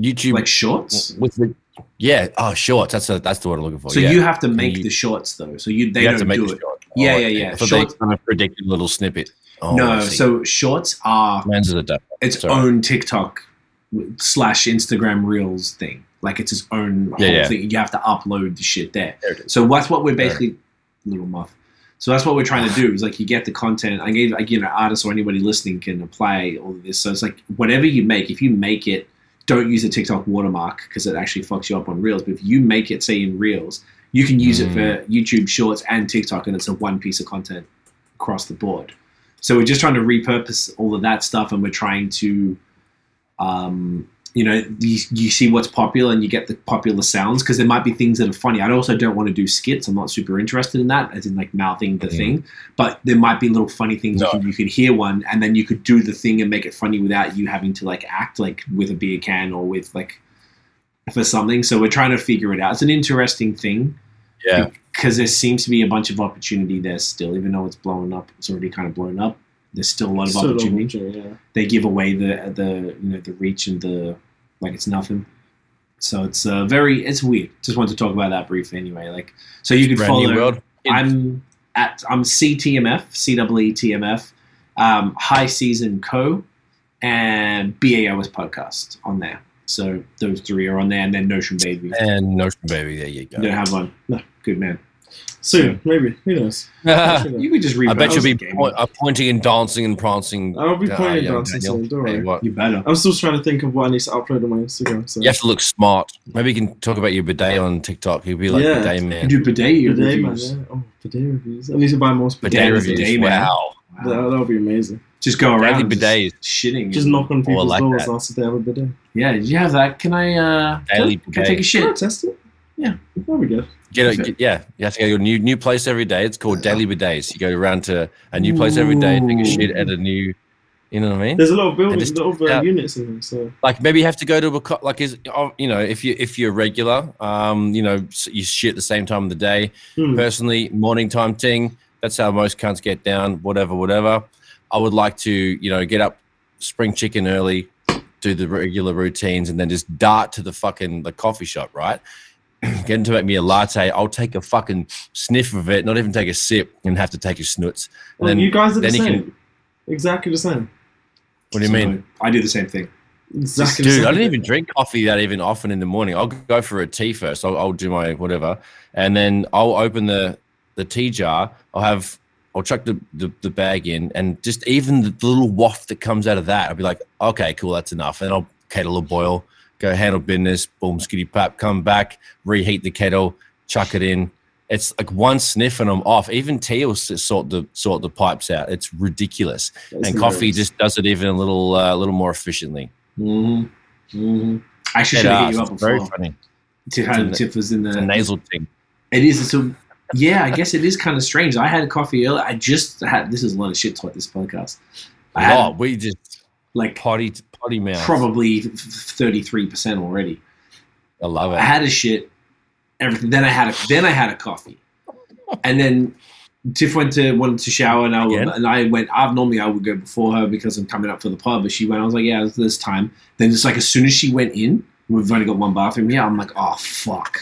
[SPEAKER 1] YouTube
[SPEAKER 3] Like shorts.
[SPEAKER 1] with the yeah. Oh, shorts. That's a, that's the word I'm looking for.
[SPEAKER 3] So
[SPEAKER 1] yeah.
[SPEAKER 3] you have to make
[SPEAKER 1] you-
[SPEAKER 3] the shorts though. So you they
[SPEAKER 1] You
[SPEAKER 3] don't
[SPEAKER 1] have to make
[SPEAKER 3] do
[SPEAKER 1] the
[SPEAKER 3] it.
[SPEAKER 1] short.
[SPEAKER 3] Yeah,
[SPEAKER 1] Oh,
[SPEAKER 3] yeah,
[SPEAKER 1] okay.
[SPEAKER 3] yeah.
[SPEAKER 1] I thought
[SPEAKER 3] Shorts-
[SPEAKER 1] they kind of predicted a little snippet. Oh,
[SPEAKER 3] no,
[SPEAKER 1] I see.
[SPEAKER 3] so shorts are
[SPEAKER 1] Mine's is a duck.
[SPEAKER 3] its
[SPEAKER 1] Sorry.
[SPEAKER 3] own TikTok slash Instagram Reels thing. Like it's its own whole
[SPEAKER 1] Yeah, yeah.
[SPEAKER 3] thing. You have to upload the shit there.
[SPEAKER 1] There it is.
[SPEAKER 3] So that's what we're basically little muff. So that's what we're trying to do is like you get the content. I gave like you know artists or anybody listening can apply all of this. So it's like whatever you make, if you make it, don't use the TikTok watermark because it actually fucks you up on Reels. But if you make it, say in Reels, you can use it
[SPEAKER 1] Mm.
[SPEAKER 3] for YouTube Shorts and TikTok, and it's a one piece of content across the board. So we're just trying to repurpose all of that stuff, and we're trying to, um, you know, you, you see what's popular and you get the popular sounds because there might be things that are funny. I also don't want to do skits. I'm not super interested in that, as in like mouthing the
[SPEAKER 1] Mhm.
[SPEAKER 3] thing. But there might be little funny things
[SPEAKER 1] No.
[SPEAKER 3] you, can, you can hear one, and then you could do the thing and make it funny without you having to like act like with a beer can or with like for something. So we're trying to figure it out. It's an interesting thing
[SPEAKER 1] Yeah.
[SPEAKER 3] because there seems to be a bunch of opportunity there still, even though it's blown up. It's already kind of blown up. There's still a lot of
[SPEAKER 2] Sort of
[SPEAKER 3] opportunity.
[SPEAKER 2] opportunity, yeah.
[SPEAKER 3] They give away the the you know the reach and the like it's nothing. So it's uh, very it's weird. Just wanted to talk about that briefly anyway. Like so you could
[SPEAKER 1] Brand new
[SPEAKER 3] follow.
[SPEAKER 1] world.
[SPEAKER 3] I'm at I'm CTMF E CWETMF um, High Season Co and BAOS podcast on there. So those three are on there, and then Notion Baby.
[SPEAKER 1] and Notion Baby. There you go.
[SPEAKER 3] You
[SPEAKER 1] [laughs]
[SPEAKER 3] don't have one.
[SPEAKER 2] No.
[SPEAKER 3] Good man.
[SPEAKER 2] Soon, maybe.
[SPEAKER 1] [laughs]
[SPEAKER 2] Who knows?
[SPEAKER 3] You could just read.
[SPEAKER 1] I bet you'll be po- uh, pointing and dancing and prancing.
[SPEAKER 2] I'll be
[SPEAKER 1] Uh,
[SPEAKER 2] pointing
[SPEAKER 1] young
[SPEAKER 2] dancing
[SPEAKER 1] Daniel.
[SPEAKER 2] soon, don't
[SPEAKER 1] Hey,
[SPEAKER 2] worry.
[SPEAKER 1] what?
[SPEAKER 3] You better.
[SPEAKER 2] I'm still trying to think of what I need to upload on my Instagram. So.
[SPEAKER 1] You have to look smart. Maybe you can talk about your bidet on TikTok. You'll be like
[SPEAKER 2] Yeah.
[SPEAKER 1] bidet
[SPEAKER 3] You
[SPEAKER 1] man.
[SPEAKER 3] do bidet
[SPEAKER 2] bidet
[SPEAKER 3] reviews.
[SPEAKER 2] man. Yeah. Oh, bidet reviews. I need to buy more
[SPEAKER 1] bidet
[SPEAKER 2] bidet.
[SPEAKER 1] reviews.
[SPEAKER 3] bidet man.
[SPEAKER 1] wow.
[SPEAKER 3] Wow.
[SPEAKER 2] That, that'll be amazing.
[SPEAKER 3] Just go
[SPEAKER 1] Daily
[SPEAKER 3] around just
[SPEAKER 1] bidets.
[SPEAKER 3] shitting.
[SPEAKER 2] Just knock on people's
[SPEAKER 1] like
[SPEAKER 2] doors,
[SPEAKER 1] that.
[SPEAKER 2] ask if they have a bidet.
[SPEAKER 3] Yeah, did you have that? Can I? uh
[SPEAKER 1] Daily
[SPEAKER 3] Can I take a
[SPEAKER 1] bidet.
[SPEAKER 2] Can I
[SPEAKER 3] shit?
[SPEAKER 2] test it?
[SPEAKER 3] Yeah.
[SPEAKER 2] There we go.
[SPEAKER 1] Get a,
[SPEAKER 3] Okay.
[SPEAKER 1] get- yeah, you have to go to a new new place every day. It's called daily bidets. You go around to a new place every day, take
[SPEAKER 3] Ooh.
[SPEAKER 1] a shit at a new. You know what I mean?
[SPEAKER 2] There's a lot of buildings,
[SPEAKER 1] just-
[SPEAKER 2] a lot of uh,
[SPEAKER 1] yeah.
[SPEAKER 2] units in here, so
[SPEAKER 1] like maybe you have to go to a co- like is oh, you know if you if you're regular um you know s- you shit at the same time of the day
[SPEAKER 2] hmm.
[SPEAKER 1] personally morning time ting that's how most cunts get down whatever whatever i would like to you know get up spring chicken early do the regular routines and then just dart to the fucking the coffee shop right [clears throat] get them to make me a latte i'll take a fucking sniff of it not even take a sip and have to take a snoots and
[SPEAKER 2] Well,
[SPEAKER 1] then
[SPEAKER 2] you guys are the
[SPEAKER 1] then you
[SPEAKER 2] same.
[SPEAKER 1] can-
[SPEAKER 2] Exactly the same.
[SPEAKER 1] what do you mean
[SPEAKER 3] I do the same thing.
[SPEAKER 2] Exactly the
[SPEAKER 1] Dude,
[SPEAKER 2] same.
[SPEAKER 1] I don't even drink coffee that even often in the morning. I'll go for a tea first. I'll, I'll do my whatever, and then I'll open the the tea jar. I'll have I'll chuck the, the, the bag in, and just even the little waft that comes out of that, I'll be like, okay, cool, that's enough. And I'll kettle a boil, go handle business, boom, skitty pap, come back, reheat the kettle, chuck it in. It's like one sniff and I'm off. Even tea will s- sort the sort the pipes out. It's ridiculous,
[SPEAKER 2] That's
[SPEAKER 1] and coffee
[SPEAKER 2] hilarious.
[SPEAKER 1] just does it even a little uh, a little more efficiently.
[SPEAKER 3] Mm-hmm. Mm-hmm. I actually
[SPEAKER 1] It
[SPEAKER 3] should have hit
[SPEAKER 1] is.
[SPEAKER 3] you up
[SPEAKER 1] It's very
[SPEAKER 3] before.
[SPEAKER 1] funny.
[SPEAKER 3] Tip, had-
[SPEAKER 1] It's a-
[SPEAKER 3] tip was in
[SPEAKER 1] It's a
[SPEAKER 3] the.
[SPEAKER 1] nasal thing.
[SPEAKER 3] It is. It's a, yeah, I guess it is kind of strange. I had a coffee earlier. I just had. This is a lot of shit talk. This podcast. I had
[SPEAKER 1] Oh, we just
[SPEAKER 3] like
[SPEAKER 1] potty potty mouth.
[SPEAKER 3] probably thirty three percent already.
[SPEAKER 1] I love
[SPEAKER 3] I
[SPEAKER 1] it.
[SPEAKER 3] had a shit, everything. Then I had a then I had a coffee, and then Tiff went to wanted to shower, and I
[SPEAKER 1] Again?
[SPEAKER 3] and I went. I normally I would go before her because I'm coming up for the pub, but she went. I was like, yeah, this time. Then it's like as soon as she went in, we've only got one bathroom here. I'm like, oh fuck,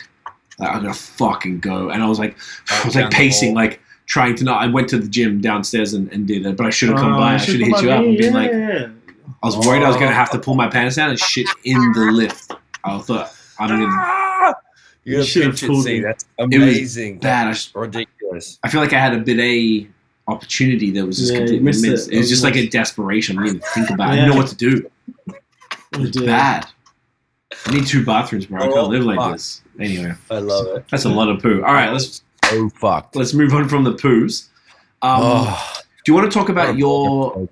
[SPEAKER 3] like, I'm gonna fucking go. And I was like, [laughs] I was
[SPEAKER 1] Down
[SPEAKER 3] like
[SPEAKER 1] the
[SPEAKER 3] pacing,
[SPEAKER 1] hall.
[SPEAKER 3] like trying to not. I went to the gym downstairs and, and did it, but I should have come
[SPEAKER 2] Oh,
[SPEAKER 3] by. I
[SPEAKER 2] you
[SPEAKER 3] should
[SPEAKER 2] should've
[SPEAKER 3] have hit you
[SPEAKER 2] come by
[SPEAKER 3] up
[SPEAKER 2] me,
[SPEAKER 3] and been like,
[SPEAKER 2] yeah.
[SPEAKER 3] I was worried I was gonna have to pull my pants down and shit in the lift. I thought I'm gonna
[SPEAKER 1] Ah!
[SPEAKER 2] You should have pulled me.
[SPEAKER 1] That's
[SPEAKER 3] was
[SPEAKER 1] amazing.
[SPEAKER 3] bad. I sh-
[SPEAKER 1] ridiculous.
[SPEAKER 3] I feel like I had a bidet opportunity that was just
[SPEAKER 2] Yeah, you
[SPEAKER 3] completely
[SPEAKER 2] missed
[SPEAKER 3] missed.
[SPEAKER 2] it.
[SPEAKER 3] It, was just like a desperation. I didn't even think about. it. I didn't
[SPEAKER 2] Yeah.
[SPEAKER 3] know what to do. It
[SPEAKER 2] You
[SPEAKER 3] was
[SPEAKER 2] did.
[SPEAKER 3] bad. I need two bathrooms, bro. I
[SPEAKER 1] Oh,
[SPEAKER 3] can't live like
[SPEAKER 1] fuck.
[SPEAKER 3] this. Anyway,
[SPEAKER 1] I love it.
[SPEAKER 3] that's a lot of poo. All right, let's
[SPEAKER 1] Oh fuck.
[SPEAKER 3] let's move on from the poos. Um,
[SPEAKER 1] oh,
[SPEAKER 3] Do you want to talk about
[SPEAKER 1] what a-
[SPEAKER 3] your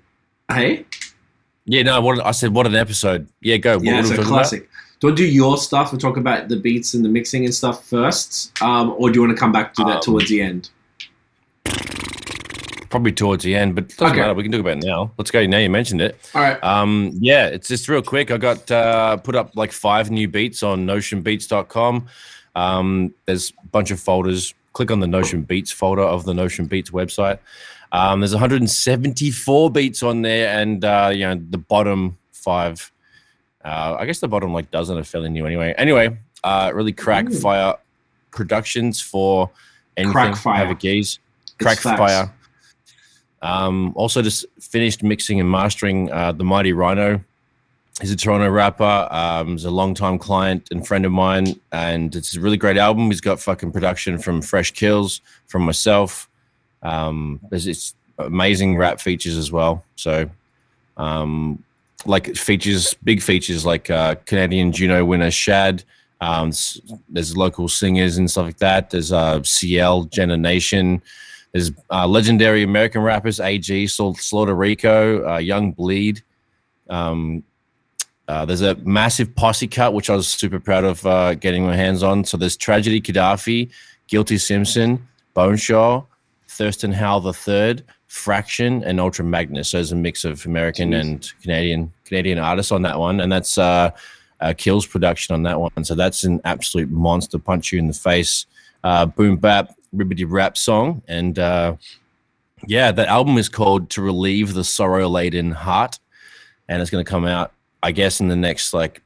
[SPEAKER 3] hey?
[SPEAKER 1] Yeah, no. What I said. What an episode. Yeah, go. What
[SPEAKER 3] Yeah,
[SPEAKER 1] were
[SPEAKER 3] it's
[SPEAKER 1] we
[SPEAKER 3] a
[SPEAKER 1] talking
[SPEAKER 3] classic. Do you want to do your stuff and talk about the beats and the mixing and stuff first, um, or do you want to come back to that
[SPEAKER 1] Um,
[SPEAKER 3] towards the end?
[SPEAKER 1] Probably towards the end, but it doesn't
[SPEAKER 3] Okay.
[SPEAKER 1] matter. We can talk about it now. Let's go. Now you mentioned it.
[SPEAKER 3] All right.
[SPEAKER 1] Um, yeah, it's just real quick. I got uh, put up like five new beats on notionbeats.com. Um, there's a bunch of folders. Click on the Notion Beats folder of the Notion Beats website. Um, there's 174 beats on there, and uh, you know the bottom five. Uh, I guess the bottom like dozen are fairly new anyway. Anyway, uh, really crack
[SPEAKER 3] Ooh.
[SPEAKER 1] fire productions for anything.
[SPEAKER 3] Crack fire.
[SPEAKER 1] Have a gaze. Crack
[SPEAKER 3] facts.
[SPEAKER 1] fire. Um, also, just finished mixing and mastering uh, the Mighty Rhino. He's a Toronto rapper. Um, he's a longtime client and friend of mine, and it's a really great album. He's got fucking production from Fresh Kills, from myself. Um, there's it's amazing rap features as well. So, um, like features, big features like uh, Canadian Juno winner Shad. Um, s- there's local singers and stuff like that. There's uh, CL, Jenna Nation. There's uh, legendary American rappers AG, Sl- Slaughter Rico, uh, Young Bleed. Um, uh, there's a massive posse cut, which I was super proud of uh, getting my hands on. So there's Tragedy Gaddafi, Guilty Simpson, Boneshaw, Thurston Howell III, Fraction, and Ultra Magnus. So there's a mix of American
[SPEAKER 3] Jeez.
[SPEAKER 1] and Canadian Canadian artists on that one, and that's uh, uh, Kills production on that one. So that's an absolute monster, punch you in the face, uh, boom bap, ribbity rap song, and uh, yeah, that album is called "To Relieve the Sorrow Laden Heart," and it's going to come out, I guess, in the next like,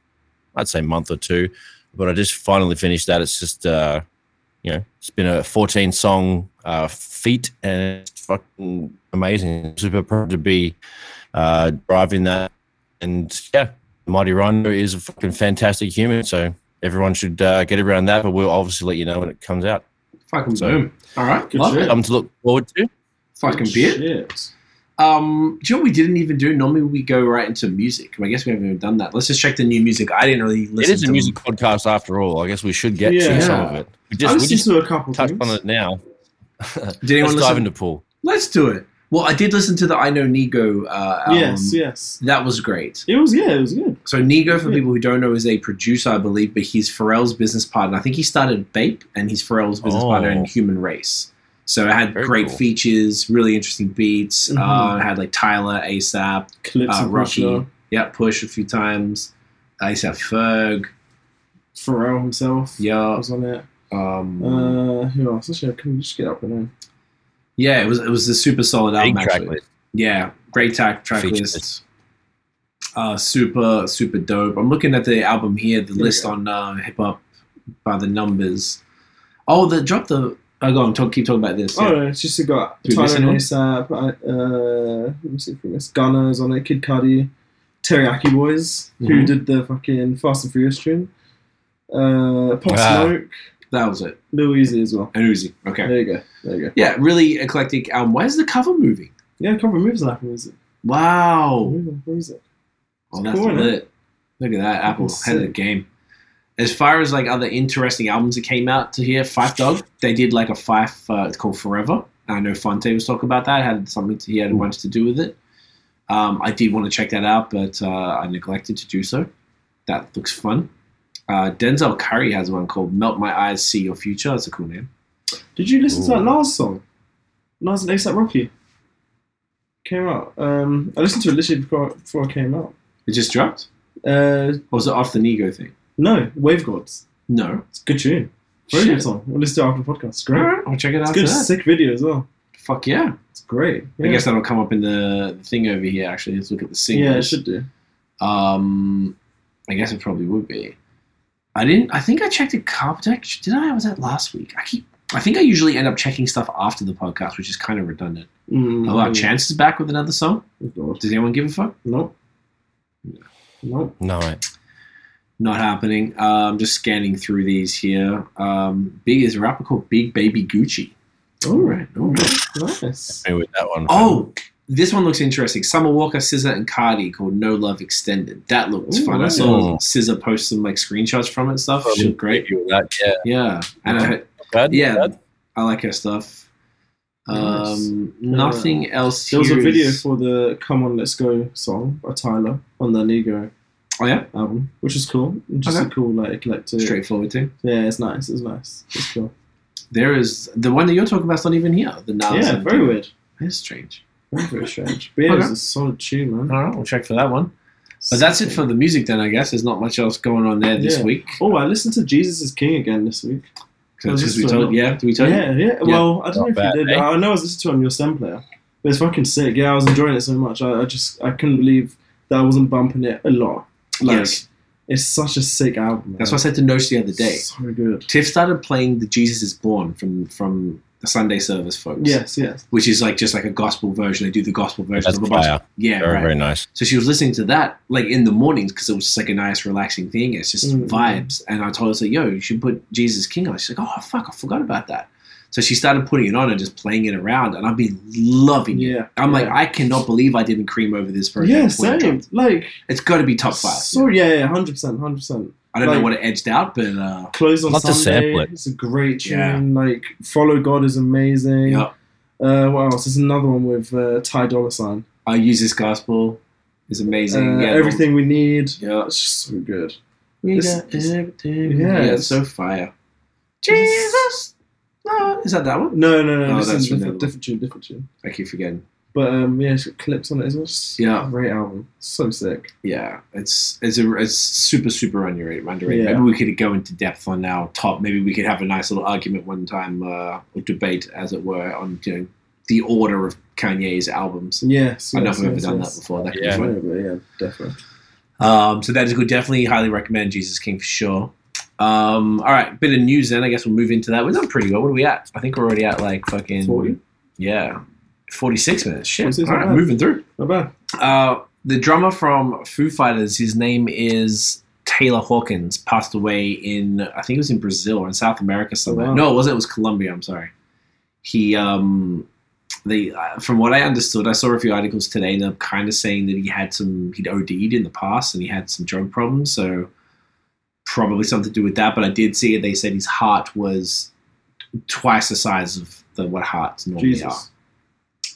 [SPEAKER 1] I'd say month or two. But I just finally finished that. It's just. Uh, you know, it's been a 14 song uh, feat and it's fucking amazing. Super proud to be uh, driving that. And yeah, Mighty Rondo is a fucking fantastic human. So everyone should uh, get around that. But we'll obviously let you know when it comes out.
[SPEAKER 3] Fucking
[SPEAKER 1] So-
[SPEAKER 3] boom. All right.
[SPEAKER 2] Good
[SPEAKER 3] Love
[SPEAKER 2] shit.
[SPEAKER 3] it.
[SPEAKER 1] Something to look forward to.
[SPEAKER 3] Fucking beer.
[SPEAKER 2] Shit.
[SPEAKER 3] Um, do you know what we didn't even do? Normally we go right into music. I guess we haven't even done that. Let's just check the new music. I didn't really listen
[SPEAKER 1] it is a
[SPEAKER 3] to
[SPEAKER 1] music podcast after all. I guess we should get
[SPEAKER 2] Yeah.
[SPEAKER 1] to some of it. We
[SPEAKER 2] I
[SPEAKER 1] just, we
[SPEAKER 2] listened
[SPEAKER 1] just
[SPEAKER 2] to a couple
[SPEAKER 1] touched
[SPEAKER 2] things.
[SPEAKER 1] on it now.
[SPEAKER 3] Did anyone
[SPEAKER 1] Let's dive
[SPEAKER 3] listen?
[SPEAKER 1] into Paul.
[SPEAKER 3] Let's do it. Well, I did listen to the I Know Nego uh, album.
[SPEAKER 2] Yes, yes.
[SPEAKER 3] That was great.
[SPEAKER 2] It was yeah, it was good.
[SPEAKER 3] So Nego, for
[SPEAKER 2] Yeah.
[SPEAKER 3] people who don't know, is a producer, I believe, but he's Pharrell's business partner. I think he started Bape, and he's Pharrell's business
[SPEAKER 1] Oh.
[SPEAKER 3] partner in Human Race. So it had
[SPEAKER 1] Very
[SPEAKER 3] great
[SPEAKER 1] cool.
[SPEAKER 3] features, really interesting beats. Uh,
[SPEAKER 2] Mhm.
[SPEAKER 3] it had like Tyler, ASAP,
[SPEAKER 2] Clips
[SPEAKER 3] uh,
[SPEAKER 2] of
[SPEAKER 3] Rocky,
[SPEAKER 2] Russia,
[SPEAKER 3] yeah, Push a few times, ASAP Ferg,
[SPEAKER 2] Pharrell himself
[SPEAKER 3] yeah,
[SPEAKER 2] was on it.
[SPEAKER 3] um,
[SPEAKER 2] Uh, who else? Actually, I can just get up and in.
[SPEAKER 3] yeah. It was it was a super solid album.
[SPEAKER 1] Big track
[SPEAKER 3] actually.
[SPEAKER 1] list.
[SPEAKER 3] Yeah, great track track
[SPEAKER 1] Feature
[SPEAKER 3] list. Uh, super super dope. I'm looking at the album here, the
[SPEAKER 2] we
[SPEAKER 3] list
[SPEAKER 2] go.
[SPEAKER 3] on uh, Hip Hop by the numbers. Oh, the drop the. Oh, go on. Talk, keep talking about this.
[SPEAKER 2] Oh,
[SPEAKER 3] yeah.
[SPEAKER 2] no, it's just got
[SPEAKER 3] Did we miss
[SPEAKER 2] Tyler and
[SPEAKER 3] anyone?
[SPEAKER 2] ASAP. I- Uh, let me see if we missed. Gunner's on it. Kid Cudi, Teriyaki Boys, who
[SPEAKER 3] Mhm.
[SPEAKER 2] did the fucking Fast and Furious tune. Uh, Pop
[SPEAKER 1] Ah.
[SPEAKER 2] Smoke,
[SPEAKER 3] That was it.
[SPEAKER 2] Lil Uzi as well.
[SPEAKER 3] And Uzi. Okay.
[SPEAKER 2] There you go. There you go.
[SPEAKER 3] Yeah, really eclectic album. Where's the cover moving?
[SPEAKER 2] Yeah, cover moves like music.
[SPEAKER 3] Wow.
[SPEAKER 2] Moves like music.
[SPEAKER 3] Oh, that's
[SPEAKER 2] cool, isn't it?
[SPEAKER 3] lit. Look at that. Apple
[SPEAKER 2] Fucking
[SPEAKER 3] head of the
[SPEAKER 2] sick.
[SPEAKER 3] game. As far as like other interesting albums that came out to here, Fife Dog, they did like a Fife uh, it's called Forever. I know Fonte was talking about that. Had something to, he had a bunch to do with it. Um, I did want to check that out, but uh, I neglected to do so. That looks fun. Uh, Denzel Curry has one called "Melt My Eyes, See Your Future." That's a cool name.
[SPEAKER 2] Did you listen to
[SPEAKER 1] Ooh.
[SPEAKER 2] that last song? Nas and ASAP Rocky came out. Um, I listened to it literally before, before it came out.
[SPEAKER 3] It just dropped.
[SPEAKER 2] Uh,
[SPEAKER 3] Or was it off the Nego thing?
[SPEAKER 2] no, Wave Gods.
[SPEAKER 3] No.
[SPEAKER 2] It's a good tune. Very good
[SPEAKER 3] Shit.
[SPEAKER 2] song. We'll listen to it after the podcast. It's
[SPEAKER 3] All
[SPEAKER 2] great.
[SPEAKER 3] right, I'll check it
[SPEAKER 2] It's
[SPEAKER 3] out.
[SPEAKER 2] good.
[SPEAKER 3] after that.
[SPEAKER 2] Sick video as well.
[SPEAKER 3] Fuck yeah.
[SPEAKER 2] It's great. Yeah.
[SPEAKER 3] I guess that'll come up in the thing over here. Actually, let's look at the singles.
[SPEAKER 2] Yeah, it should do.
[SPEAKER 3] Um, I guess it probably would be. I didn't. I think I checked the carb deck. Did I? Was that last week? I keep. I think I usually end up checking stuff after the podcast, which is kind of redundant.
[SPEAKER 2] Mm,
[SPEAKER 3] A lot of chances back with another song.
[SPEAKER 2] Oh, God.
[SPEAKER 3] Does anyone give a fuck?
[SPEAKER 2] Nope. Nope.
[SPEAKER 1] No, mate.
[SPEAKER 3] Not happening. I'm um, just scanning through these here. Um, big is a rapper called Big Baby Gucci.
[SPEAKER 2] All right.
[SPEAKER 3] all right.
[SPEAKER 2] Nice.
[SPEAKER 1] Hey, with that one.
[SPEAKER 3] Oh, this one looks interesting. Summer Walker, Scissor, and Cardi called No Love Extended. That looked
[SPEAKER 2] Ooh,
[SPEAKER 3] fun. I
[SPEAKER 2] right.
[SPEAKER 3] saw Scissor post some like screenshots from it and stuff. She looked great.
[SPEAKER 1] You with that, yeah.
[SPEAKER 3] Yeah, and I,
[SPEAKER 1] Good,
[SPEAKER 3] Yeah.
[SPEAKER 1] good.
[SPEAKER 3] I like her stuff. Um,
[SPEAKER 2] Nice.
[SPEAKER 3] Nothing else.
[SPEAKER 2] There was a
[SPEAKER 3] here
[SPEAKER 2] video
[SPEAKER 3] is-
[SPEAKER 2] for the Come On Let's Go song by Tyler on the Nego
[SPEAKER 3] Oh yeah,
[SPEAKER 2] album, which is cool. Just a
[SPEAKER 3] Okay.
[SPEAKER 2] cool like collector.
[SPEAKER 3] straightforward too.
[SPEAKER 2] Yeah, it's nice. It's nice. It's cool.
[SPEAKER 3] There is the one that you're talking about's not even here. The Nas.
[SPEAKER 2] yeah,
[SPEAKER 3] and-
[SPEAKER 2] very weird.
[SPEAKER 3] That's strange.
[SPEAKER 2] Very very strange. But yeah, it was
[SPEAKER 3] Okay.
[SPEAKER 2] a solid tune, man.
[SPEAKER 3] All right, we'll check for that one. But that's it for the music then. I guess there's not much else going on there this
[SPEAKER 2] Yeah.
[SPEAKER 3] week.
[SPEAKER 2] Oh, I listened to Jesus is King again this week. I was
[SPEAKER 3] Because we
[SPEAKER 2] just-
[SPEAKER 3] told, yeah, did we tell you?
[SPEAKER 2] Yeah, yeah. Well, I
[SPEAKER 1] Not
[SPEAKER 2] don't know if
[SPEAKER 1] bad,
[SPEAKER 2] you did.
[SPEAKER 1] eh?
[SPEAKER 2] I know I was listening to it on your stem player. But it's fucking sick. Yeah, I was enjoying it so much. I, I just I couldn't believe that I wasn't bumping it a lot. Like,
[SPEAKER 3] Yes.
[SPEAKER 2] It's such a sick album.
[SPEAKER 3] That's what I said to Nosh the other day.
[SPEAKER 2] So good.
[SPEAKER 3] Tiff started playing the Jesus is Born from from the Sunday service folks.
[SPEAKER 2] Yes, yes.
[SPEAKER 3] Which is like just like a gospel version. They do the gospel version
[SPEAKER 1] That's
[SPEAKER 3] of the gospel.
[SPEAKER 1] fire.
[SPEAKER 3] Yeah,
[SPEAKER 1] Very,
[SPEAKER 3] right.
[SPEAKER 1] very nice.
[SPEAKER 3] So she was listening to that like in the mornings because it was just like a nice relaxing thing. It's just
[SPEAKER 2] Mm.
[SPEAKER 3] vibes. And I told her, so, yo, you should put Jesus King on. She's like, oh, fuck, I forgot about that. So she started putting it on and just playing it around. And I've been loving it.
[SPEAKER 2] Yeah.
[SPEAKER 3] I'm like,
[SPEAKER 2] yeah.
[SPEAKER 3] I cannot believe I didn't cream over this project.
[SPEAKER 2] yeah,
[SPEAKER 3] when it
[SPEAKER 2] same.
[SPEAKER 3] dropped.
[SPEAKER 2] Like,
[SPEAKER 3] It's got to be top five.
[SPEAKER 2] so yeah, yeah, hundred percent, hundred percent.
[SPEAKER 3] I don't know
[SPEAKER 2] like-
[SPEAKER 3] what it edged out, but uh,
[SPEAKER 2] Close on
[SPEAKER 1] Love to
[SPEAKER 2] Sunday.
[SPEAKER 1] sample it.
[SPEAKER 2] It's a great tune.
[SPEAKER 3] Yeah.
[SPEAKER 2] Like, Follow God is amazing.
[SPEAKER 3] yeah.
[SPEAKER 2] Uh, what else? There's another one with uh, Ty Dolla Sign.
[SPEAKER 3] I use this gospel. It's
[SPEAKER 2] Uh,
[SPEAKER 3] amazing. yeah,
[SPEAKER 2] everything we need.
[SPEAKER 3] Yeah.
[SPEAKER 2] That's just so good.
[SPEAKER 3] We
[SPEAKER 2] This-
[SPEAKER 3] got everything.
[SPEAKER 2] Yeah,
[SPEAKER 3] Yeah,
[SPEAKER 2] it's-
[SPEAKER 3] it's so fire. Jesus. No, is that that one?
[SPEAKER 2] No, no, no.
[SPEAKER 3] Oh,
[SPEAKER 2] this
[SPEAKER 3] that's
[SPEAKER 2] is
[SPEAKER 3] from
[SPEAKER 2] different,
[SPEAKER 3] that one.
[SPEAKER 2] different tune, different tune.
[SPEAKER 3] I keep forgetting.
[SPEAKER 2] But um, yeah, it's got clips on it as well. It's
[SPEAKER 3] Yeah.
[SPEAKER 2] a great album. So sick.
[SPEAKER 3] Yeah, it's it's a, it's super super underrated. underrated.
[SPEAKER 2] Yeah.
[SPEAKER 3] Maybe we could go into depth on our top. Maybe we could have a nice little argument one time uh, or debate, as it were, on you know, the order of Kanye's albums.
[SPEAKER 2] Yes.
[SPEAKER 3] I don't know
[SPEAKER 2] yes,
[SPEAKER 3] if we've ever
[SPEAKER 2] yes,
[SPEAKER 3] done
[SPEAKER 2] yes.
[SPEAKER 3] that before. That could
[SPEAKER 1] Yeah.
[SPEAKER 3] be fun.
[SPEAKER 2] Definitely, yeah, definitely.
[SPEAKER 3] Um, so that is good. Definitely highly recommend Jesus King for sure. Um, all right, bit of news then. I guess we'll move into that. We're done pretty well. What are we at? I think we're already at like fucking
[SPEAKER 2] 40?
[SPEAKER 3] Yeah, forty six minutes. Shit.
[SPEAKER 2] 46,
[SPEAKER 3] All right,
[SPEAKER 2] not bad.
[SPEAKER 3] moving through.
[SPEAKER 2] Not bad.
[SPEAKER 3] Uh, the drummer from Foo Fighters, his name is Taylor Hawkins, passed away in I think it was in Brazil or in South America somewhere.
[SPEAKER 2] wow.
[SPEAKER 3] No, it wasn't. It was Colombia. I'm sorry. He, um, they, uh, from what I understood, I saw a few articles today, and they're kind of saying that he had some, he'd OD'd in the past, and he had some drug problems. So probably something to do with that. But I did see it. They said his heart was twice the size of the what hearts normally are.
[SPEAKER 2] Jesus.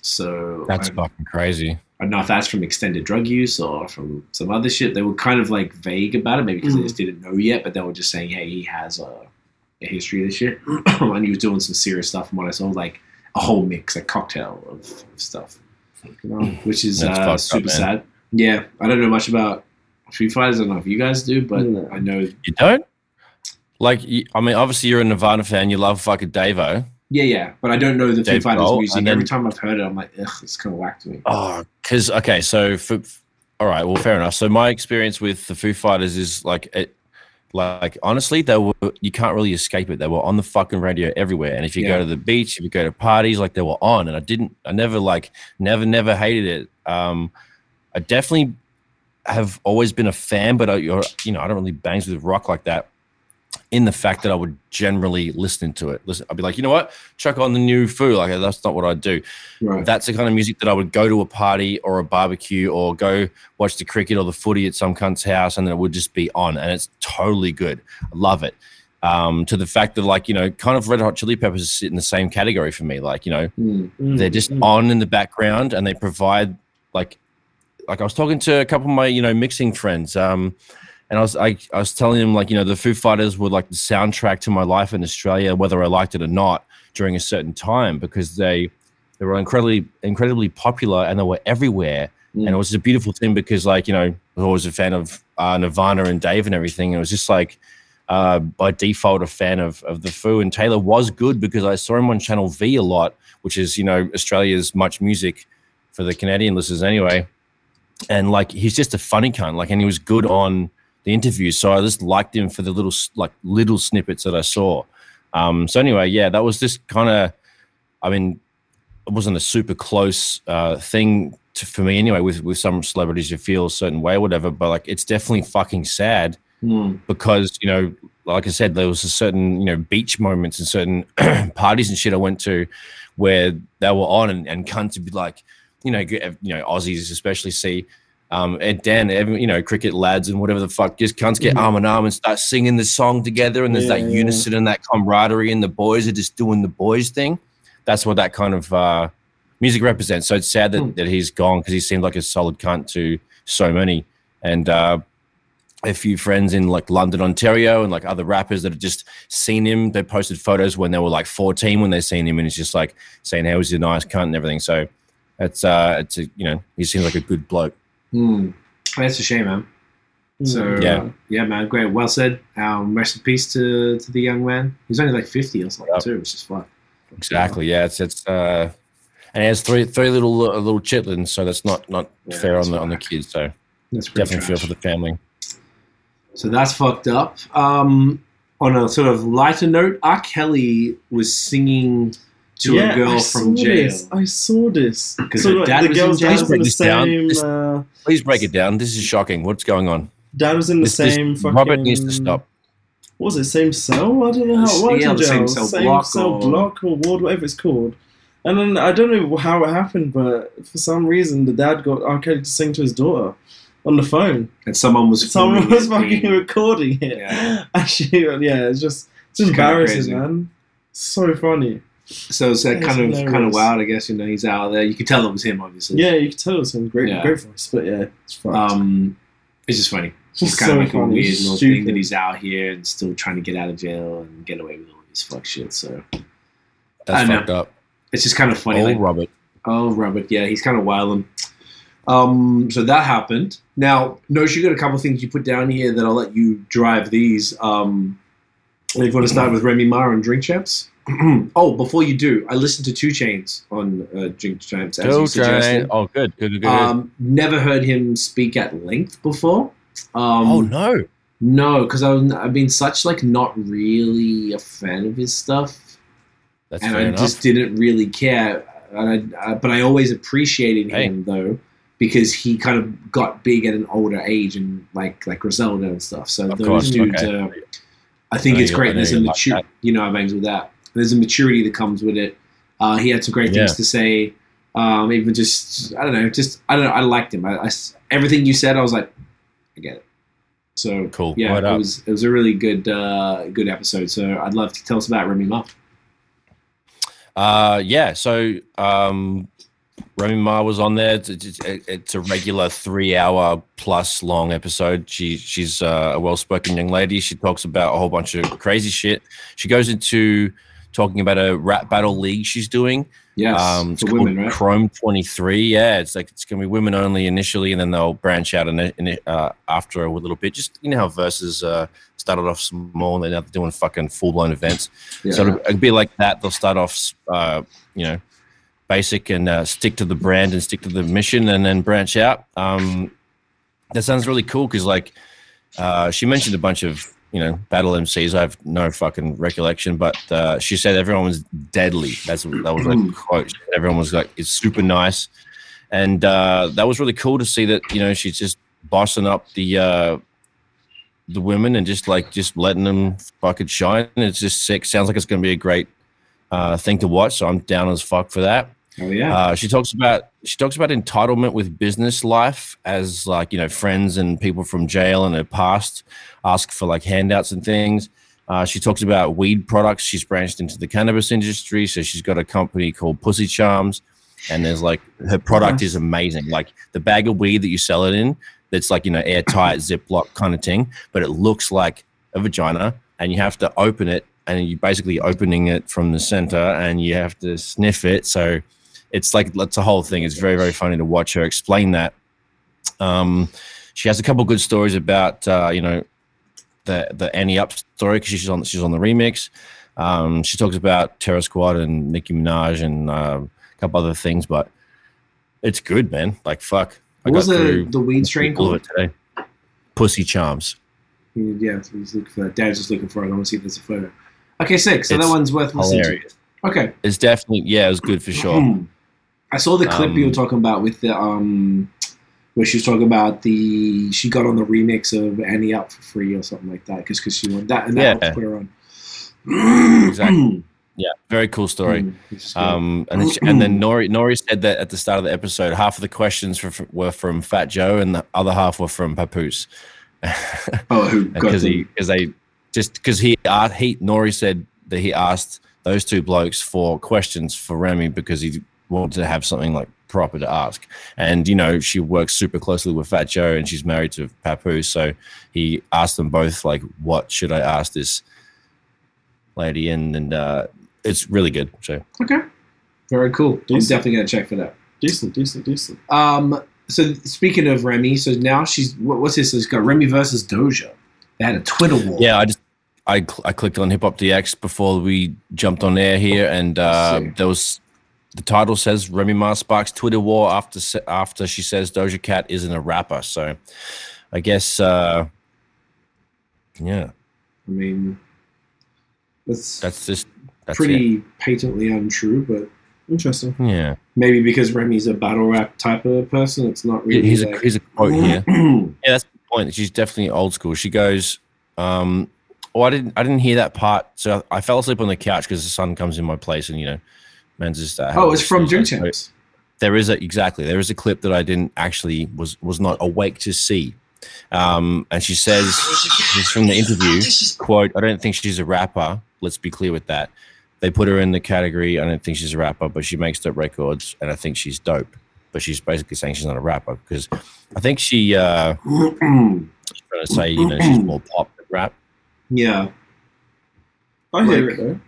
[SPEAKER 3] So
[SPEAKER 1] That's
[SPEAKER 3] I-
[SPEAKER 1] fucking crazy.
[SPEAKER 3] I don't know if that's from extended drug use or from some other shit. They were kind of like vague about it, maybe because
[SPEAKER 2] Mhm.
[SPEAKER 3] they
[SPEAKER 1] Mm.
[SPEAKER 3] just didn't know yet, but they were just saying, hey, he has a, a history of this shit. [clears throat] and he was doing some serious stuff from what I saw, like a whole mix, a cocktail of, of stuff,
[SPEAKER 2] Fucking hell.
[SPEAKER 3] which is
[SPEAKER 1] Mm. That's fucked
[SPEAKER 3] uh,
[SPEAKER 1] up,
[SPEAKER 3] super
[SPEAKER 1] man.
[SPEAKER 3] sad. Yeah, I don't know much about Free Fighters. I don't know if you guys do, but
[SPEAKER 2] No.
[SPEAKER 3] I know.
[SPEAKER 1] You don't? Like, you- I mean, obviously you're a Nirvana fan. You love fucking Davo.
[SPEAKER 3] Yeah, yeah, but I don't know the Free
[SPEAKER 1] Dave
[SPEAKER 3] Fighters
[SPEAKER 1] Grohl,
[SPEAKER 3] music.
[SPEAKER 1] and then-
[SPEAKER 3] Every time I've heard it, I'm like, ugh, it's kind of whack to me.
[SPEAKER 1] Oh, because okay, so for, all right, well, fair enough. So my experience with the Foo Fighters is like it. Like honestly, they were you can't really escape it. They were on the fucking radio everywhere, and if you
[SPEAKER 3] Yeah.
[SPEAKER 1] go to the beach, if you go to parties, like they were on. And I didn't, I never like, never, never hated it. Um, I definitely have always been a fan, but I, you're, you know, I don't really bangs with rock like that. In the fact that I would generally listen to it, listen, I'd be like, you know what, chuck on the new Foo. Like that's not what I do
[SPEAKER 3] Right.
[SPEAKER 1] that's the kind of music that I would go to a party or a barbecue or go watch the cricket or the footy at some cunt's house and then it would just be on and it's totally good. I love it. Um, to the fact that like, you know, kind of red hot chili peppers sit in the same category for me. Like, you know,
[SPEAKER 3] Hmm.
[SPEAKER 2] Mm,
[SPEAKER 1] they're just
[SPEAKER 2] mm.
[SPEAKER 1] on in the background and they provide like like I was talking to a couple of my, you know, mixing friends. Um and I was I, I was telling them like, you know, the Foo Fighters were like the soundtrack to my life in Australia, whether I liked it or not, during a certain time because they they were incredibly incredibly popular and they were everywhere.
[SPEAKER 3] Mm.
[SPEAKER 1] And it was a beautiful thing because like, you know, I was always a fan of uh, Nirvana and Dave and everything. It was just like uh, by default a fan of, of the Foo and Taylor was good because I saw him on Channel V a lot which is you know Australia's much music for the Canadian listeners anyway. And like he's just a funny cunt, like, and he was good on the interviews, so I just liked him for the little s- like little snippets that I saw. Um, so anyway, yeah, that was just kind of, I mean, it wasn't a super close uh, thing to, for me anyway. With with some celebrities, you feel a certain way, or whatever, but like it's definitely fucking sad
[SPEAKER 3] Hmm.
[SPEAKER 1] because you know like i said there was a certain you know beach moments and certain [clears throat] parties and shit i went to where they were on and, and cunts would be like you know get- you know aussies especially see um and dan every, you know cricket lads and whatever the fuck just cunts get
[SPEAKER 2] Mhm.
[SPEAKER 1] arm in arm and start singing the song together and there's
[SPEAKER 2] Yeah,
[SPEAKER 1] that
[SPEAKER 2] yeah.
[SPEAKER 1] unison and that camaraderie and the boys are just doing the boys thing that's what that kind of uh music represents so it's sad that,
[SPEAKER 3] Hmm.
[SPEAKER 1] that he's gone because he seemed like a solid cunt to so many and uh a few friends in like London, Ontario, and like other rappers that have just seen him. They posted photos when they were like 14 when they seen him, and it's just like saying, "Hey, was a nice cunt and everything." So it's uh, it's a, you know, he seems like a good bloke. Mm.
[SPEAKER 3] Hmm. That's a shame, man. So
[SPEAKER 2] Mm.
[SPEAKER 1] Yeah.
[SPEAKER 3] yeah, yeah, man, great, well said. Um, rest in peace to, to the young man. He's only like fifty or something
[SPEAKER 1] Yeah.
[SPEAKER 3] too, which is fun.
[SPEAKER 1] Exactly. Yeah. It's it's uh, and he has three three little uh, little chitlins, so that's not not
[SPEAKER 3] Yeah,
[SPEAKER 1] fair
[SPEAKER 3] that's
[SPEAKER 1] on the on the
[SPEAKER 3] whack.
[SPEAKER 1] kids. So
[SPEAKER 3] That's pretty
[SPEAKER 1] definitely feel
[SPEAKER 3] trash.
[SPEAKER 1] for the family.
[SPEAKER 3] So that's fucked up. Um, on a sort of lighter note, R. Kelly was singing to
[SPEAKER 2] yeah,
[SPEAKER 3] a girl
[SPEAKER 2] I
[SPEAKER 3] from
[SPEAKER 2] saw
[SPEAKER 3] jail.
[SPEAKER 2] This. I saw this.
[SPEAKER 3] 'Cause
[SPEAKER 2] So
[SPEAKER 3] her
[SPEAKER 2] like,
[SPEAKER 3] dad
[SPEAKER 2] the
[SPEAKER 3] was in
[SPEAKER 2] girl's
[SPEAKER 3] jail.
[SPEAKER 2] dad was in the
[SPEAKER 1] Please break
[SPEAKER 2] same.
[SPEAKER 1] this
[SPEAKER 2] Uh,
[SPEAKER 1] Please break it down. This is shocking. What's going on?
[SPEAKER 2] dad was in the
[SPEAKER 1] This- this-
[SPEAKER 2] same. fucking,
[SPEAKER 1] Robert needs to stop.
[SPEAKER 2] What was it same cell? I don't know how it works
[SPEAKER 3] Yeah,
[SPEAKER 2] in
[SPEAKER 3] the
[SPEAKER 2] jail.
[SPEAKER 3] same
[SPEAKER 2] Same
[SPEAKER 3] cell
[SPEAKER 2] cell,
[SPEAKER 3] block or-
[SPEAKER 2] or... block or ward, whatever it's called. And then I don't know how it happened, but for some reason the dad got R. Kelly to sing to his daughter on the phone.
[SPEAKER 3] And someone was
[SPEAKER 2] [laughs] Someone
[SPEAKER 3] filming
[SPEAKER 2] was
[SPEAKER 3] it
[SPEAKER 2] fucking
[SPEAKER 3] being-
[SPEAKER 2] recording it.
[SPEAKER 3] Yeah.
[SPEAKER 2] [laughs] Actually, yeah, it's just it's
[SPEAKER 3] It's kinda crazy.
[SPEAKER 2] embarrassing, man. So funny.
[SPEAKER 3] So it's like
[SPEAKER 2] That's
[SPEAKER 3] kind of kind of
[SPEAKER 2] hilarious.
[SPEAKER 3] wild, I guess. You know, he's out there. You could tell it was him, obviously.
[SPEAKER 2] Yeah, you can tell it's a great,
[SPEAKER 3] Yeah.
[SPEAKER 2] great voice, but yeah, it's fun.
[SPEAKER 3] Um, it's just funny. It's
[SPEAKER 2] Just
[SPEAKER 3] kind
[SPEAKER 2] so
[SPEAKER 3] of like a
[SPEAKER 2] funny,
[SPEAKER 3] weird little
[SPEAKER 2] stupid.
[SPEAKER 3] thing that he's out here and still trying to get out of jail and get away with all this fuck shit. So I
[SPEAKER 1] That's
[SPEAKER 3] know.
[SPEAKER 1] fucked up.
[SPEAKER 3] it's just kind of funny.
[SPEAKER 1] Oh,
[SPEAKER 3] like,
[SPEAKER 1] Robert.
[SPEAKER 3] Oh, Robert. Yeah, he's kind of wilding. Um, so that happened. Now, notice you got a couple of things you put down here that I'll let you drive these. Um, if you want to start with Remy Ma and Drink Champs. [clears throat] oh, before you do, I listened to Two Chains on uh, Drink Champs as
[SPEAKER 1] Go
[SPEAKER 3] you suggested.
[SPEAKER 1] Jane. Oh, good. Good. Good. good.
[SPEAKER 3] Um, never heard him speak at length before. Um,
[SPEAKER 1] oh no.
[SPEAKER 3] no, because I've been such like not really a fan of his stuff
[SPEAKER 1] That's
[SPEAKER 3] and
[SPEAKER 1] fair
[SPEAKER 3] I
[SPEAKER 1] enough.
[SPEAKER 3] just didn't really care. And I, uh, but I always appreciated
[SPEAKER 1] Hey.
[SPEAKER 3] him though, because he kind of got big at an older age, and like like Griselda and stuff. So
[SPEAKER 1] Of
[SPEAKER 3] those
[SPEAKER 1] course,
[SPEAKER 3] dudes,
[SPEAKER 1] okay.
[SPEAKER 3] uh, I think
[SPEAKER 1] I know
[SPEAKER 3] it's
[SPEAKER 1] you- I
[SPEAKER 3] great.
[SPEAKER 1] know
[SPEAKER 3] There's a
[SPEAKER 1] you like
[SPEAKER 3] mature,
[SPEAKER 1] that.
[SPEAKER 3] you know, I bangs with that. There's a maturity that comes with it. Uh, he had some great things
[SPEAKER 1] Yeah.
[SPEAKER 3] to say. Um, even just I don't know, just I don't know. I liked him. I, I s- everything you said, I was like, I get it. So
[SPEAKER 1] Cool.
[SPEAKER 3] yeah,
[SPEAKER 1] Word
[SPEAKER 3] it
[SPEAKER 1] up.
[SPEAKER 3] was it was a really good uh, good episode. So I'd love to tell us about Remy Ma.
[SPEAKER 1] Uh, yeah. So um, Remy Ma was on there. It's, it's, it's a regular three-hour plus long episode. She she's uh, a well-spoken young lady. She talks about a whole bunch of crazy shit. She goes into talking about a rap battle league she's doing.
[SPEAKER 3] Yes,
[SPEAKER 1] Um, it's
[SPEAKER 3] for
[SPEAKER 1] called
[SPEAKER 3] women, right?
[SPEAKER 1] Chrome 23. Yeah, it's like it's gonna be women only initially, and then they'll branch out in, it- in it, uh, after a little bit. Just you know how verses uh, started off small, and then now they're doing fucking full-blown events.
[SPEAKER 3] Yeah.
[SPEAKER 1] So it'll, it'll be like that. They'll start off, uh, you know, basic and uh, stick to the brand and stick to the mission, and then branch out. Um, that sounds really cool because, like, uh, she mentioned a bunch of you know battle MCs. I have no fucking recollection, but uh, she said everyone was deadly. That's that was like quote. She said Everyone was like, it's super nice, and uh, that was really cool to see that you know she's just bossing up the. Uh, the women and just like just letting them fucking shine. It's just sick. Sounds like it's going to be a great uh, thing to watch. So I'm down as fuck for that.
[SPEAKER 3] oh yeah.
[SPEAKER 1] Uh, she talks about she talks about entitlement with business life as like you know friends and people from jail and her past ask for like handouts and things. Uh, she talks about weed products. She's branched into the cannabis industry, so she's got a company called Pussy Charms, and there's like her product is amazing. Like the bag of weed that you sell it in, that's like you know airtight Ziploc kind of thing, but it looks like a vagina, and you have to open it, and you're basically opening it from the center, and you have to sniff it. So it's like that's a whole thing. It's very very funny to watch her explain that. Um, she has a couple good stories about uh, you know the the Annie Up story because she's on she's on the remix. Um, she talks about Terror Squad and Nicki Minaj and uh, a couple other things, but it's good, man. Like fuck,
[SPEAKER 3] what was the,
[SPEAKER 1] through
[SPEAKER 3] the weed strain
[SPEAKER 1] all of
[SPEAKER 3] called?
[SPEAKER 1] it today. Pussy Charms.
[SPEAKER 3] Yeah, he's looking for that. Dad's just looking for it. I want to see if there's a photo. Okay, sick. So that
[SPEAKER 1] It's
[SPEAKER 3] one's worth listening
[SPEAKER 1] Hilarious.
[SPEAKER 3] to. Okay. Hmm.
[SPEAKER 1] It's definitely yeah, it was good
[SPEAKER 3] [clears throat]
[SPEAKER 1] for sure.
[SPEAKER 3] I saw the clip you were talking about with the um, where she was talking about the she got on the remix of Annie Up for free or something like that because she wanted that and that
[SPEAKER 1] Yeah.
[SPEAKER 3] helped put her Hmm. on.
[SPEAKER 1] Exactly. Yeah, very cool story.
[SPEAKER 3] Mm, which is good.
[SPEAKER 1] Um, and, then she- and then Nori Nori said that at the start of the episode, half of the questions for, were from Fat Joe, and the other half were from Papoose, [laughs]
[SPEAKER 3] oh, who got
[SPEAKER 1] because
[SPEAKER 3] the,
[SPEAKER 1] he because they just because he uh, he Nori said that he asked those two blokes for questions for Remy because he wanted to have something like proper to ask. And you know, she works super closely with Fat Joe, and she's married to Papu, so he asked them both like, "What should I ask this lady?" And and uh, it's really good. So
[SPEAKER 3] Okay. Very cool. I'm
[SPEAKER 2] Decent.
[SPEAKER 3] definitely going to check for that.
[SPEAKER 2] Decent, decent, decent.
[SPEAKER 3] Um, so speaking of Remy, so now she's what, what's this? It's got Remy versus Doja. They had a Twitter war.
[SPEAKER 1] yeah, I just. I, cl- I clicked on Hip Hop DX before we jumped on air here, and uh,
[SPEAKER 3] see.
[SPEAKER 1] there was the title says Remy Ma sparks Twitter war after se- after she says Doja Cat isn't a rapper. So, I guess uh, yeah,
[SPEAKER 3] I mean, that's,
[SPEAKER 1] that's just that's it.
[SPEAKER 3] pretty patently untrue, but
[SPEAKER 2] Interesting.
[SPEAKER 1] Yeah,
[SPEAKER 3] maybe because Remy's a battle rap type of person, it's not really.
[SPEAKER 1] here's a Oh,
[SPEAKER 3] like, Mm-hmm.
[SPEAKER 1] here's a quote
[SPEAKER 3] [clears throat]
[SPEAKER 1] here. Yeah, that's the point. She's definitely old school. She goes, um, "Oh, I didn't, I didn't hear that part." So I fell asleep on the couch because the sun comes in my place, and you know, man's just. Uh, how
[SPEAKER 3] oh, it's from Drew
[SPEAKER 1] works. So
[SPEAKER 3] Champs.
[SPEAKER 1] There is a exactly. There is a clip that I didn't actually was was not awake to see, um, and she says it's from the interview. Quote: I don't think she's a rapper. Let's be clear with that. They put her in the category. I don't think she's a rapper, but she makes dope records, and I think she's dope. But she's basically saying she's not a rapper because I think she. Uh, trying to say, you know, she's more pop than rap.
[SPEAKER 3] [clears throat] yeah.
[SPEAKER 2] I hear
[SPEAKER 3] Like-
[SPEAKER 2] it though.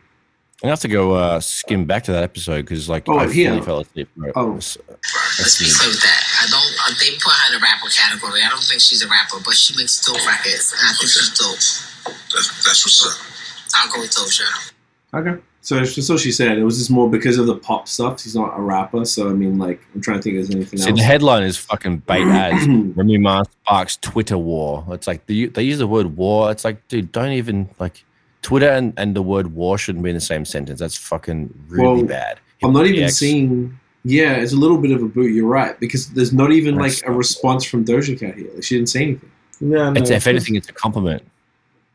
[SPEAKER 1] I have to go uh, skim back to that episode because, like,
[SPEAKER 3] Oh,
[SPEAKER 1] I fully
[SPEAKER 3] here.
[SPEAKER 1] fell asleep. for it.
[SPEAKER 3] Oh.
[SPEAKER 1] S-
[SPEAKER 4] Let's be clear with that. I don't. Uh, they put her in the rapper category. I don't think she's a rapper, but she makes dope records, and I think she's dope.
[SPEAKER 6] That's, that's what's up.
[SPEAKER 4] I'll go with Doja.
[SPEAKER 3] Okay. So it's just so she said it was just more because of the pop stuff. She's not a rapper, so I mean, like, I'm trying to think. If there's anything
[SPEAKER 1] See,
[SPEAKER 3] else?
[SPEAKER 1] the headline is fucking bait
[SPEAKER 3] [clears throat]
[SPEAKER 1] ass. Remy Ma sparks Twitter war. It's like they, they use the word war. It's like, dude, don't even like Twitter and, and the word war shouldn't be in the same sentence. That's fucking really
[SPEAKER 3] Well,
[SPEAKER 1] bad.
[SPEAKER 3] I'm not even
[SPEAKER 1] X.
[SPEAKER 3] seeing. Yeah, it's a little bit of a boot. You're right because there's not even like a response from Doja Cat here. Like, she didn't say anything.
[SPEAKER 2] Yeah, no.
[SPEAKER 1] It's, if anything, it's a compliment.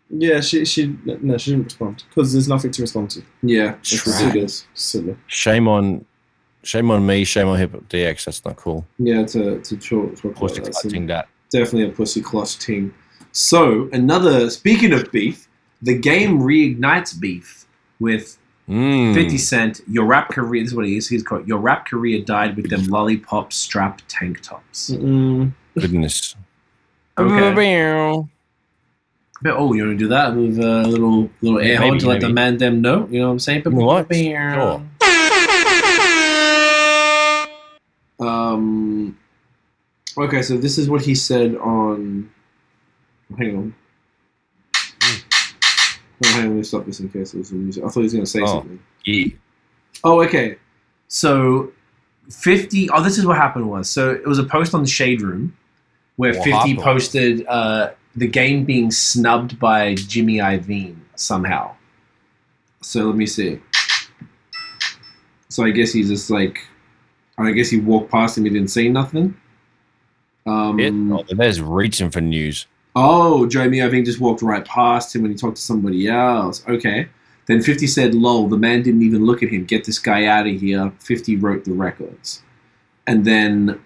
[SPEAKER 2] Yeah, she she no, she didn't respond because there's nothing to respond to.
[SPEAKER 3] Yeah, that's
[SPEAKER 1] Trash.
[SPEAKER 3] ridiculous.
[SPEAKER 2] Silly.
[SPEAKER 1] Shame on, shame on me. Shame on Hip Hop DX. That's not cool.
[SPEAKER 3] Yeah, to to talk, talk
[SPEAKER 1] Of course,
[SPEAKER 3] about that.
[SPEAKER 1] it's
[SPEAKER 3] Some-
[SPEAKER 1] that.
[SPEAKER 3] definitely a pussy cloth ting. So another. Speaking of beef, the game reignites beef with
[SPEAKER 1] Mm.
[SPEAKER 3] 50 Cent, your rap career, this is what he is, he's called, your rap career died with them lollipop strap tank tops.
[SPEAKER 1] Hmm.
[SPEAKER 2] Mm-mm.
[SPEAKER 1] Goodness.
[SPEAKER 3] Okay.
[SPEAKER 5] Meow.
[SPEAKER 3] But, oh, you want to do that with a little little air horn
[SPEAKER 1] Maybe,
[SPEAKER 3] to let the
[SPEAKER 1] maybe.
[SPEAKER 3] man them know? You know what I'm saying?
[SPEAKER 1] You know what?
[SPEAKER 3] Meow. Um, okay, so this is what he said on. Hang on. Oh, hang on, let me stop this in case it was music. I thought he was going to say
[SPEAKER 1] Oh.
[SPEAKER 3] something.
[SPEAKER 1] Yeah.
[SPEAKER 3] Oh, okay. So, 50. Oh, this is what happened was. So, it was a post on the Shade Room where
[SPEAKER 1] What
[SPEAKER 3] 50
[SPEAKER 1] happened?
[SPEAKER 3] posted uh, the game being snubbed by Jimmy Iovine somehow. So, let me see. So, I guess he's just like. I guess he walked past him, he didn't say nothing. Um,
[SPEAKER 1] It, oh, there's reaching for news.
[SPEAKER 3] Oh, Jamie Irving just walked right past him when he talked to somebody else. Okay. Then 50 said, lol, the man didn't even look at him. Get this guy out of here. 50 wrote the records. And then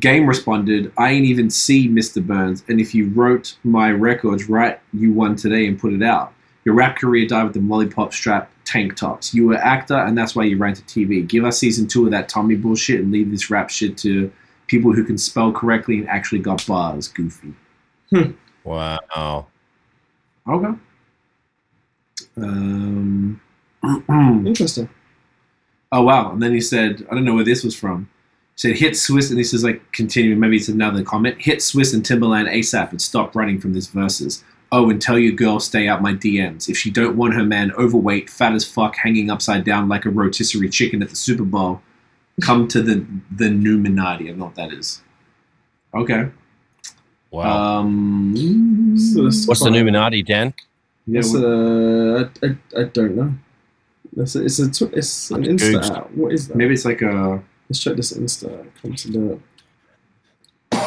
[SPEAKER 3] Game responded, I ain't even see Mr. Burns. And if you wrote my records, right, you won today and put it out. Your rap career died with the lollipop strap tank tops. You were actor, and that's why you ran to TV. Give us season two of that Tommy bullshit and leave this rap shit to people who can spell correctly and actually got bars, goofy.
[SPEAKER 1] Wow.
[SPEAKER 3] Okay. Um, [clears throat] oh
[SPEAKER 2] Interesting.
[SPEAKER 3] wow! And then he said, I don't know where this was from. He said hit Swiss, and this is like continuing. Maybe it's another comment. Hit Swiss and Timberland ASAP and stop running from this verses. Oh, and tell your girl stay out my DMs. If she don't want her man overweight, fat as fuck, hanging upside down like a rotisserie chicken at the Super Bowl, come to the the Numinati. I don't know what that is. Okay. Uh,
[SPEAKER 1] Wow.
[SPEAKER 3] Um,
[SPEAKER 2] So it's
[SPEAKER 1] What's the
[SPEAKER 2] quite-
[SPEAKER 1] Illuminati, Dan?
[SPEAKER 3] yeah,
[SPEAKER 2] it's
[SPEAKER 3] what-
[SPEAKER 2] a, I, I, I don't know. It's a, it's a tw- it's an
[SPEAKER 1] That's good.
[SPEAKER 2] Insta. app. What is that?
[SPEAKER 3] maybe it's like a.
[SPEAKER 2] Let's check this Insta. app. Come to the.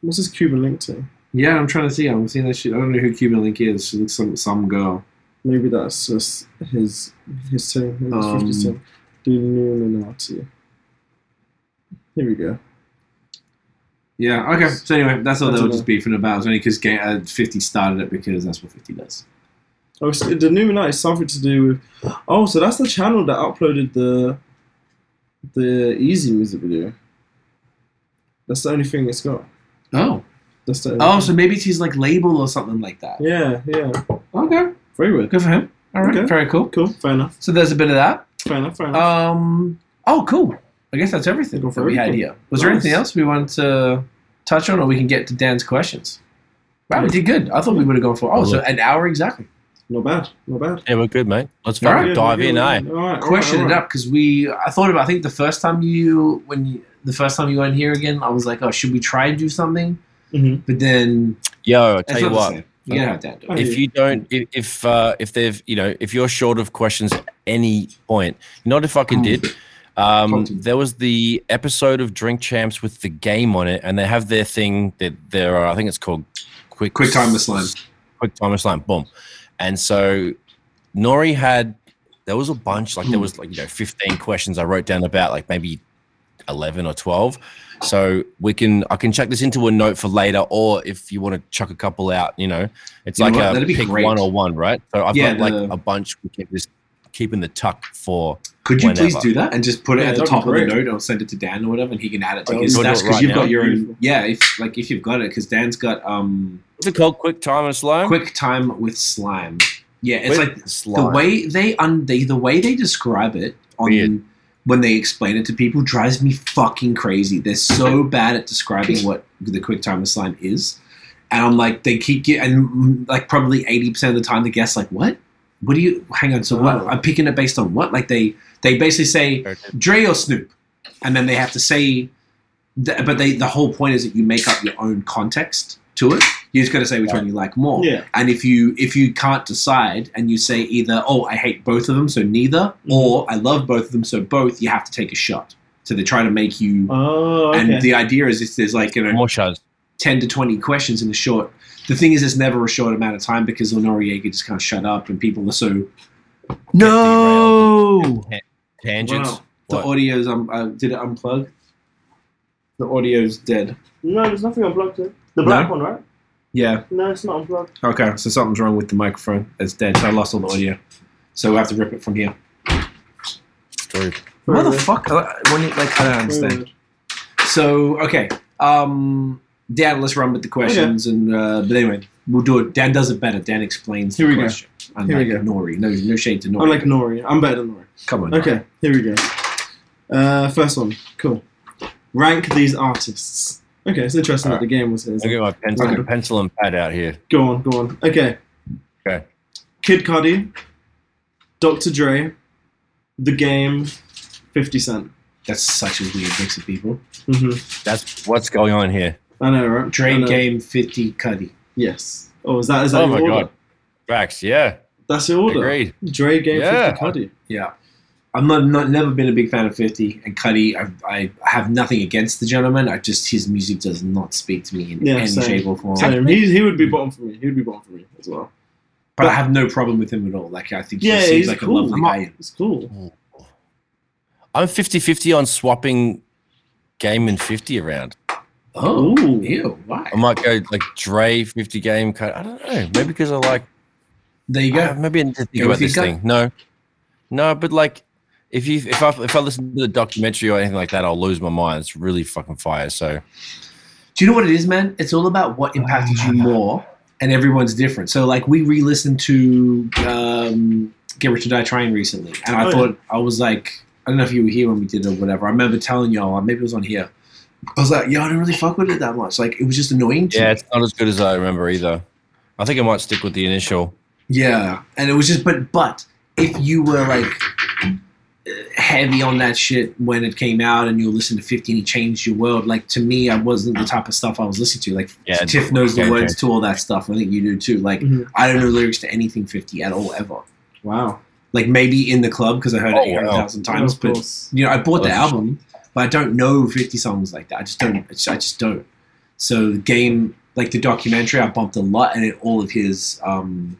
[SPEAKER 2] What's this Cuban link to?
[SPEAKER 3] Yeah, I'm trying to see. I'm seeing that shit. I don't know who Cuban Link is. She looks some some girl.
[SPEAKER 2] Maybe that's just his his thing. Maybe it's
[SPEAKER 3] Um,
[SPEAKER 2] 50 Cent. The Illuminati. Here we go.
[SPEAKER 3] Yeah. Okay. So anyway, that's all
[SPEAKER 2] That's
[SPEAKER 3] they were
[SPEAKER 2] all.
[SPEAKER 3] just beefing about. It was only because uh, Fifty started it because that's what Fifty does.
[SPEAKER 2] Oh, it's, the Illuminati is something to do with. Oh, so that's the channel that uploaded the the Easy music video. That's the only thing it's got.
[SPEAKER 3] Oh.
[SPEAKER 2] That's the only
[SPEAKER 3] Oh,
[SPEAKER 2] thing.
[SPEAKER 3] so maybe it's his like label or something like that.
[SPEAKER 2] yeah, yeah.
[SPEAKER 3] Okay.
[SPEAKER 2] Very weird.
[SPEAKER 3] Good for him. All right.
[SPEAKER 2] Okay.
[SPEAKER 3] Very cool.
[SPEAKER 2] Cool. Fair enough.
[SPEAKER 3] So there's a bit of that.
[SPEAKER 2] Fair enough. Fair enough.
[SPEAKER 3] Um. Oh, cool. I guess that's everything
[SPEAKER 2] Go
[SPEAKER 3] that
[SPEAKER 2] for
[SPEAKER 3] we had
[SPEAKER 2] everything.
[SPEAKER 3] here. Was there
[SPEAKER 2] Nice.
[SPEAKER 3] anything else we wanted to touch on, or we can get to Dan's questions? Wow, we did good. I thought we would have gone for oh, so an hour exactly.
[SPEAKER 2] not bad. Not bad.
[SPEAKER 1] Yeah, we're good, mate. Let's
[SPEAKER 3] All right.
[SPEAKER 1] fucking
[SPEAKER 2] Yeah,
[SPEAKER 1] dive
[SPEAKER 2] yeah,
[SPEAKER 1] in,
[SPEAKER 2] yeah.
[SPEAKER 1] eh?
[SPEAKER 2] All right, all
[SPEAKER 3] Question
[SPEAKER 2] right,
[SPEAKER 3] it up because we. I thought about. I think the first time you when you, the first time you went here again, I was like, oh, should we try and do something?
[SPEAKER 2] Mhm.
[SPEAKER 3] But then
[SPEAKER 1] Yo, I
[SPEAKER 3] it's
[SPEAKER 1] tell you
[SPEAKER 3] not the
[SPEAKER 1] what.
[SPEAKER 3] same. you gotta have Dan do it.
[SPEAKER 2] Okay.
[SPEAKER 1] if you don't if if, uh, if they've you know if you're short of questions at any point you know what i fucking did um,
[SPEAKER 3] Content.
[SPEAKER 1] there was the episode of drink champs with the game on it and they have their thing that there are i think it's called quick
[SPEAKER 3] Quick time with slime.
[SPEAKER 1] quick timer slam boom and so nori had there was a bunch
[SPEAKER 3] Hmm.
[SPEAKER 1] like there was like you know 15 questions i wrote down about like maybe 11 or 12 so we can i can chuck this into a note for later or if you want to chuck a couple out you know it's
[SPEAKER 3] You know
[SPEAKER 1] like
[SPEAKER 3] what?
[SPEAKER 1] a
[SPEAKER 3] That'd be
[SPEAKER 1] pick
[SPEAKER 3] great.
[SPEAKER 1] one or one right so i've
[SPEAKER 3] Yeah,
[SPEAKER 1] got like
[SPEAKER 3] the-
[SPEAKER 1] a bunch we keep this keeping the tuck for
[SPEAKER 3] Could you please
[SPEAKER 1] whenever.
[SPEAKER 3] do that and just put it
[SPEAKER 2] Yeah,
[SPEAKER 3] at the
[SPEAKER 2] that'd
[SPEAKER 3] top
[SPEAKER 2] be
[SPEAKER 3] of the
[SPEAKER 2] great.
[SPEAKER 3] note or send it to Dan or whatever, and he can add it to
[SPEAKER 2] Oh,
[SPEAKER 3] his
[SPEAKER 1] we'll do
[SPEAKER 3] stats
[SPEAKER 1] it
[SPEAKER 3] because
[SPEAKER 1] right
[SPEAKER 3] you've
[SPEAKER 1] now.
[SPEAKER 3] got your
[SPEAKER 2] Beautiful.
[SPEAKER 3] own. Yeah, if like if you've got it, because Dan's got um
[SPEAKER 1] what's it called quick time and slow
[SPEAKER 3] quick time with slime. Yeah, it's like
[SPEAKER 1] slime.
[SPEAKER 3] the way they un they, the way they describe it on
[SPEAKER 1] Weird.
[SPEAKER 3] when they explain it to people drives me fucking crazy. They're so bad at describing what the quick time with slime is, and I'm like they keep get and mm, like probably eighty percent of the time the guests like what. What do you hang on? So what?
[SPEAKER 2] Oh.
[SPEAKER 3] I'm picking it based on what? Like they they basically say Dre or Snoop, and then they have to say. Th- but they the whole point is that you make up your own context to it. You just got to say which one you like more.
[SPEAKER 2] Yeah.
[SPEAKER 3] And if you if you can't decide, and you say either oh I hate both of them so neither,
[SPEAKER 2] Mm-hmm.
[SPEAKER 3] or I love both of them so both, you have to take a shot. So they try to make you.
[SPEAKER 2] Oh, okay.
[SPEAKER 3] And the idea is if there's like you know
[SPEAKER 1] more shows
[SPEAKER 3] 10 to 20 questions in the short. The thing is, it's never a short amount of time because Noriega just can't shut up and people are so.
[SPEAKER 1] No! tangents
[SPEAKER 2] Wow.
[SPEAKER 3] The
[SPEAKER 1] What?
[SPEAKER 3] audio's. Um, uh, did it unplug? The audio's dead.
[SPEAKER 2] No, there's nothing unplugged here. The
[SPEAKER 3] No?
[SPEAKER 2] black one, right?
[SPEAKER 3] Yeah.
[SPEAKER 2] No, it's not unplugged.
[SPEAKER 3] Okay. So something's wrong with the microphone. It's dead. So I lost all the audio. So we have to rip it from here.
[SPEAKER 1] Story.
[SPEAKER 2] Very weird.
[SPEAKER 3] fuck? uh, When you, like, I don't
[SPEAKER 2] Very
[SPEAKER 3] understand.
[SPEAKER 2] weird.
[SPEAKER 3] So okay, um, Dan, let's run with the questions, and uh, but anyway, we'll do it. Dan does it better. Dan explains
[SPEAKER 2] Here
[SPEAKER 3] the
[SPEAKER 2] we go.
[SPEAKER 3] question.
[SPEAKER 2] Here we
[SPEAKER 3] Unlike Nori, no, no shade to Nori.
[SPEAKER 2] I'm like Nori. I'm better than Nori.
[SPEAKER 3] Come on.
[SPEAKER 2] Okay, here we go. Uh, first one. Cool. Rank these artists. Okay, it's interesting that the game was here.
[SPEAKER 1] i get my pencil,
[SPEAKER 2] Okay.
[SPEAKER 1] pencil and pad out here.
[SPEAKER 2] Go on, go on. Okay.
[SPEAKER 1] Okay.
[SPEAKER 2] Kid Cudi, Dr. Dre, The Game, 50 Cent.
[SPEAKER 3] That's such a weird mix of people.
[SPEAKER 2] Mm-hmm.
[SPEAKER 1] That's what's going on here.
[SPEAKER 2] I know, right? I
[SPEAKER 3] Drain
[SPEAKER 2] know.
[SPEAKER 3] game fifty cuddy.
[SPEAKER 2] Yes. Oh, is that is that
[SPEAKER 1] oh
[SPEAKER 2] your
[SPEAKER 1] my
[SPEAKER 2] order?
[SPEAKER 1] god. Facts, yeah.
[SPEAKER 2] That's your order.
[SPEAKER 1] Agreed.
[SPEAKER 2] Dre game
[SPEAKER 1] Yeah.
[SPEAKER 2] 50 Cuddy.
[SPEAKER 3] Yeah. I'm not, not never been a big fan of fifty and Cuddy. I, I have nothing against the gentleman. I just his music does not speak to me in
[SPEAKER 2] Yeah,
[SPEAKER 3] any
[SPEAKER 2] same.
[SPEAKER 3] shape or form.
[SPEAKER 2] Same. He, he would be bottom for me. He would be bottom for me as well.
[SPEAKER 3] But I have no problem with him at all. Like I think he
[SPEAKER 2] Yeah,
[SPEAKER 3] seems
[SPEAKER 2] he's
[SPEAKER 3] like a
[SPEAKER 2] cool.
[SPEAKER 3] lovely guy.
[SPEAKER 2] It's cool.
[SPEAKER 1] I'm 50 50 on swapping game and 50 around.
[SPEAKER 3] Oh,
[SPEAKER 2] Ooh.
[SPEAKER 3] ew! Why?
[SPEAKER 2] Um,
[SPEAKER 1] I might go like Dre 50 game. Kind I don't know. Maybe because I like.
[SPEAKER 3] There you
[SPEAKER 1] Yeah.
[SPEAKER 3] go.
[SPEAKER 1] maybe I need to think
[SPEAKER 3] Go
[SPEAKER 1] about
[SPEAKER 3] with your
[SPEAKER 1] this
[SPEAKER 3] gut.
[SPEAKER 1] thing. No. No, but like if you if I if I listen to the documentary or anything like that, I'll lose my mind. It's really fucking fire. So
[SPEAKER 3] Do you know what it is, man? It's all about what impacted you more, and everyone's different. So, like, we re-listened to um, "Get Rich or Die Trying" recently, and I
[SPEAKER 2] Oh, yeah.
[SPEAKER 3] thought I was like, I don't know if you were here when we did it or whatever. I remember telling y'all, or maybe it was on here. I was like, yo, I didn't really fuck with it that much. Like, it was just annoying. To
[SPEAKER 1] yeah,
[SPEAKER 3] me.
[SPEAKER 1] it's not as good as I remember either. I think I might stick with the initial.
[SPEAKER 3] Yeah, and it was just but but if you were like heavy on that shit when it came out and you listened to 50 and it changed your world like to me I wasn't the type of stuff I was listening to like
[SPEAKER 1] Yeah,
[SPEAKER 3] Tiff knows the
[SPEAKER 1] game
[SPEAKER 3] words to all that stuff I think you do too like
[SPEAKER 2] Mhm.
[SPEAKER 3] I don't know lyrics to anything 50 at all ever
[SPEAKER 2] Wow.
[SPEAKER 3] like maybe in the club because I heard
[SPEAKER 1] Oh,
[SPEAKER 3] it
[SPEAKER 1] wow.
[SPEAKER 3] 800,000 times
[SPEAKER 2] of
[SPEAKER 3] but
[SPEAKER 2] course.
[SPEAKER 3] you know I bought the
[SPEAKER 1] Oh,
[SPEAKER 3] album but I don't know 50 songs like that I just don't I just- I just don't so the game like the documentary I bumped a lot and it, all of his um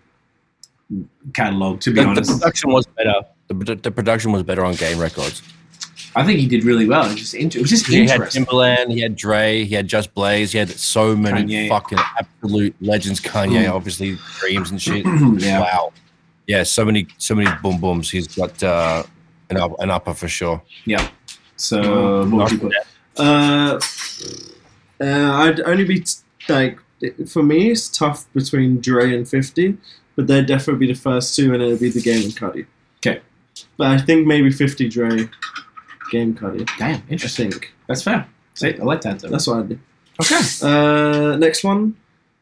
[SPEAKER 3] catalog to be
[SPEAKER 1] The, the
[SPEAKER 3] honest
[SPEAKER 1] production was better. The, produ- the production was better on Game Records.
[SPEAKER 3] I think he did really well. It was just, inter- it was just
[SPEAKER 1] He had
[SPEAKER 3] interesting.
[SPEAKER 1] Timberland, he had Dre, he had Just Blaze, he had so many
[SPEAKER 3] Kanye.
[SPEAKER 1] fucking absolute legends. Kanye,
[SPEAKER 3] Mm.
[SPEAKER 1] obviously, Dreams and shit.
[SPEAKER 3] [clears throat] yeah.
[SPEAKER 1] Wow. Yeah, so many, so many boom booms. He's got uh, an, up, an upper for sure.
[SPEAKER 3] So what would you put?
[SPEAKER 2] Uh, Uh, I'd only be t- like for me, it's tough between Dre and Fifty, but they'd definitely be the first two, and it'd be the Game and Cuddy.
[SPEAKER 3] 'Kay.
[SPEAKER 2] but I think maybe Fifty Dre, Game Cuddy.
[SPEAKER 3] Damn,
[SPEAKER 2] I
[SPEAKER 3] interesting.
[SPEAKER 2] think
[SPEAKER 3] That's fair. See, I like that though.
[SPEAKER 2] that's what I'd do.
[SPEAKER 3] okay.
[SPEAKER 2] Uh, next one,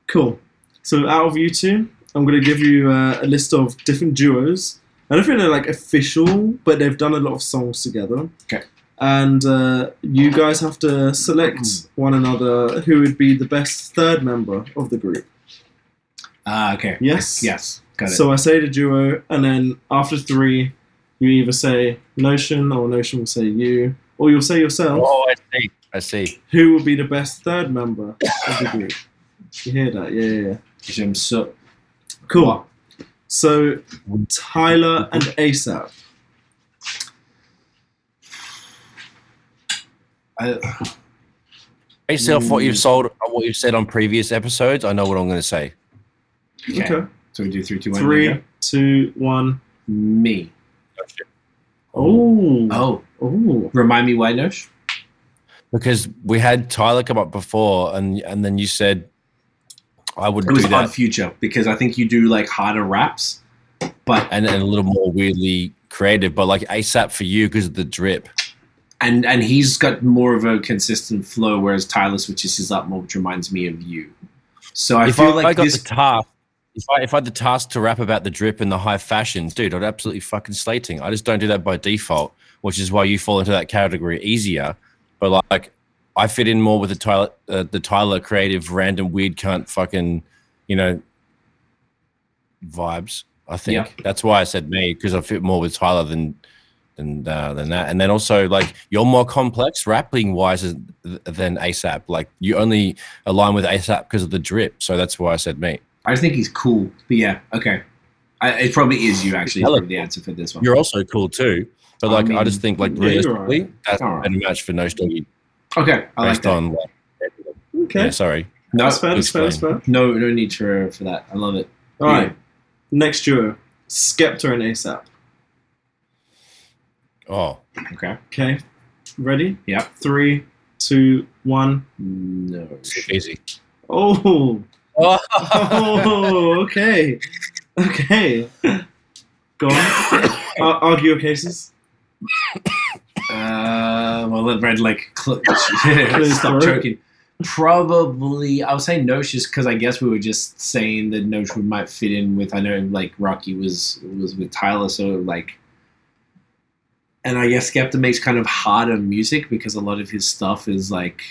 [SPEAKER 2] cool. So out of you two, I'm gonna give you uh, a list of different duos. I don't think they're like official, but they've done a lot of songs together.
[SPEAKER 3] Okay.
[SPEAKER 2] And uh, you guys have to select
[SPEAKER 3] Hmm.
[SPEAKER 2] one another who would be the best third member of the group.
[SPEAKER 3] Ah, okay.
[SPEAKER 2] Yes.
[SPEAKER 3] Yes. Got it.
[SPEAKER 2] So I say the duo, and then after three, you either say Notion or Notion will say you, or you'll say yourself.
[SPEAKER 1] Oh, I see. I see.
[SPEAKER 2] Who will be the best third member of the group? You hear that? Yeah, yeah, yeah.
[SPEAKER 3] Jim, so
[SPEAKER 2] Cool. So Tyler and ASAP.
[SPEAKER 3] I,
[SPEAKER 1] Based off what
[SPEAKER 3] Mm.
[SPEAKER 1] you've sold, uh, what you've said on previous episodes, I know what I'm going to say.
[SPEAKER 3] okay. So we do three, two, one.
[SPEAKER 2] Three,
[SPEAKER 3] here
[SPEAKER 2] two, one.
[SPEAKER 3] we go. Me.
[SPEAKER 2] Oh.
[SPEAKER 3] Oh,
[SPEAKER 2] Oh.
[SPEAKER 3] remind me why, Nosh?
[SPEAKER 1] Because we had Tyler come up before, and and then you said I would
[SPEAKER 3] It was
[SPEAKER 1] do that,
[SPEAKER 3] Odd Future because I think you do like harder raps, but
[SPEAKER 1] and, and a little more weirdly creative, but like ASAP for you because of the drip.
[SPEAKER 3] and and he's got more of a consistent flow, whereas Tyler switches his up more, which reminds me of you. So I
[SPEAKER 1] if
[SPEAKER 3] feel
[SPEAKER 1] I,
[SPEAKER 3] like
[SPEAKER 1] I got
[SPEAKER 3] this.
[SPEAKER 1] the task, if I, if I had the task to rap about the drip and the high fashion, dude, I'd absolutely fucking slating. I just don't do that by default, which is why you fall into that category easier. But like, I fit in more with the Tyler, uh, the Tyler creative, random weird cunt, fucking, you know, vibes. I think
[SPEAKER 3] Yeah.
[SPEAKER 1] that's why I said me because I fit more with Tyler than. than uh, than that, and then also like you're more complex rapping wise than ASAP. Like you only align with ASAP because of the drip, so that's why I said me.
[SPEAKER 3] I just think he's cool. But yeah, okay. I, it probably is you actually. Is
[SPEAKER 1] Hello.
[SPEAKER 3] probably the answer for this one.
[SPEAKER 1] You're also cool too. But
[SPEAKER 3] I
[SPEAKER 1] like, I,
[SPEAKER 3] mean,
[SPEAKER 1] just think like
[SPEAKER 2] yeah, you're all
[SPEAKER 1] realistically, that's
[SPEAKER 3] All right.
[SPEAKER 1] a match for No Story
[SPEAKER 3] Okay, I like
[SPEAKER 1] based
[SPEAKER 3] that.
[SPEAKER 1] on like,
[SPEAKER 2] Okay.
[SPEAKER 1] yeah, sorry.
[SPEAKER 3] no,
[SPEAKER 2] That's fair. That's fair. That's fair.
[SPEAKER 3] no, no need for for that. I love it.
[SPEAKER 2] All right. Next duo, Skepta and ASAP.
[SPEAKER 1] Oh,
[SPEAKER 3] Okay.
[SPEAKER 2] Okay. Ready?
[SPEAKER 3] Yep.
[SPEAKER 2] Three, two, one.
[SPEAKER 3] No. shit.
[SPEAKER 1] easy.
[SPEAKER 2] Oh.
[SPEAKER 1] Oh,
[SPEAKER 2] Oh. [laughs] Okay. Okay. Go on. Ar- argue your cases.
[SPEAKER 3] Uh, well, let Red like cl- [laughs]
[SPEAKER 2] Close
[SPEAKER 3] stop
[SPEAKER 2] throat.
[SPEAKER 3] choking. Probably, I would say Nosh just because I guess we were just saying that Nosh would might fit in with. I know like Rocky was was with Tyler, so like, and I guess Skepta makes kind of harder music because a lot of his stuff is like,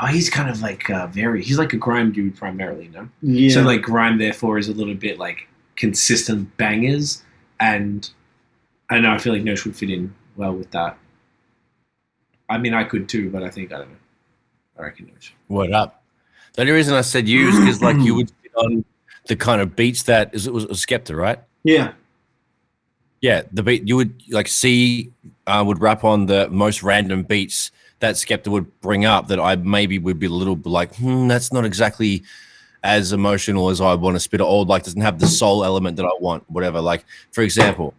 [SPEAKER 3] oh, he's kind of like uh, very, he's like a grime dude primarily, no?
[SPEAKER 2] Yeah.
[SPEAKER 3] So like grime therefore is a little bit like consistent bangers, and I don't know I feel like Nosh would fit in well with that. I mean I could too, but I think I don't know. I reckon Nosh.
[SPEAKER 1] what up? The only reason I said you is because like you would fit on the kind of beats that is it was, it was Skepta, right?
[SPEAKER 2] yeah.
[SPEAKER 1] Yeah, the beat you would like see uh, would rap on the most random beats that Skepta would bring up that I maybe would be a little bit like, hmm, that's not exactly as emotional as I want to spit it all. Like, doesn't have the soul element that I want, whatever. Like, for example,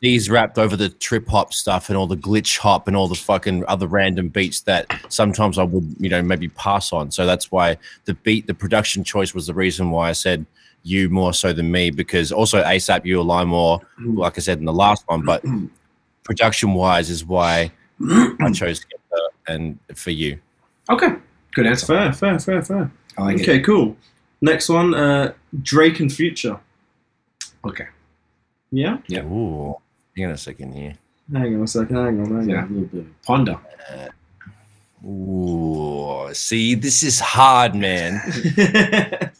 [SPEAKER 1] these rapped over the trip hop stuff and all the glitch hop and all the fucking other random beats that sometimes I would, you know, maybe pass on. So that's why the beat, the production choice was the reason why I said you more so than me because also ASAP you align more like I said in the last one, [clears throat] but production wise is why [clears throat] I chose Skepta and for you.
[SPEAKER 3] Okay. Good answer.
[SPEAKER 2] Fair. Fair. Fair. Fair.
[SPEAKER 3] I like
[SPEAKER 2] okay.
[SPEAKER 3] it.
[SPEAKER 2] Cool. Next one, uh, Drake and Future.
[SPEAKER 3] Okay.
[SPEAKER 2] Yeah.
[SPEAKER 3] Yeah.
[SPEAKER 1] Ooh. Hang on a second here.
[SPEAKER 2] Hang on a second. Hang on. Hang
[SPEAKER 3] Yeah, a
[SPEAKER 2] on. [laughs]
[SPEAKER 3] little bit of ponder.
[SPEAKER 1] Ooh. See, this is hard, man. this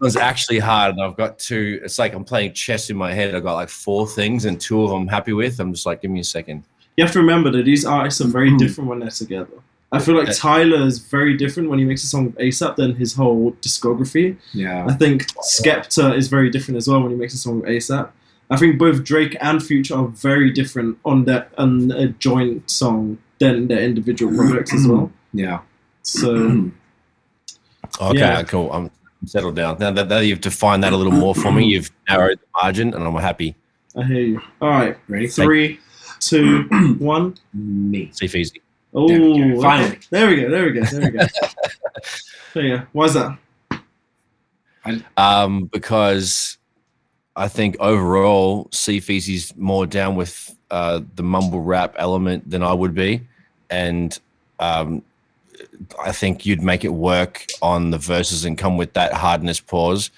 [SPEAKER 1] one's actually hard. And I've got two. It's like I'm playing chess in my head. I've got like four things and two of them I'm happy with. I'm just like, give me a second.
[SPEAKER 2] you have to remember that these artists are very different when they're together. I feel like
[SPEAKER 1] Yeah.
[SPEAKER 2] Tyler is very different when he makes a song with ASAP than his whole discography.
[SPEAKER 3] Yeah.
[SPEAKER 2] I think Skepta is very different as well when he makes a song with ASAP. I think both Drake and Future are very different on that on a joint song than their individual projects as well.
[SPEAKER 3] Yeah. [clears throat]
[SPEAKER 2] So
[SPEAKER 1] Okay, uh,
[SPEAKER 2] Yeah.
[SPEAKER 1] cool. I'm settled down. Now that, that you've defined that a little more [clears throat] for me, you've narrowed the margin and I'm happy.
[SPEAKER 2] I hear you. All right,
[SPEAKER 3] Ready? [clears throat]
[SPEAKER 2] three, two, one.
[SPEAKER 3] Me.
[SPEAKER 1] Safe easy.
[SPEAKER 2] Oh,
[SPEAKER 3] There we go,
[SPEAKER 2] okay.
[SPEAKER 3] finally.
[SPEAKER 2] There we go. There we go. There
[SPEAKER 3] [laughs]
[SPEAKER 2] we go. there you go. Why's that?
[SPEAKER 1] um, because I think overall, C Feezy's more down with uh, the mumble rap element than I would be, and um, I think you'd make it work on the verses and come with that hardness pause.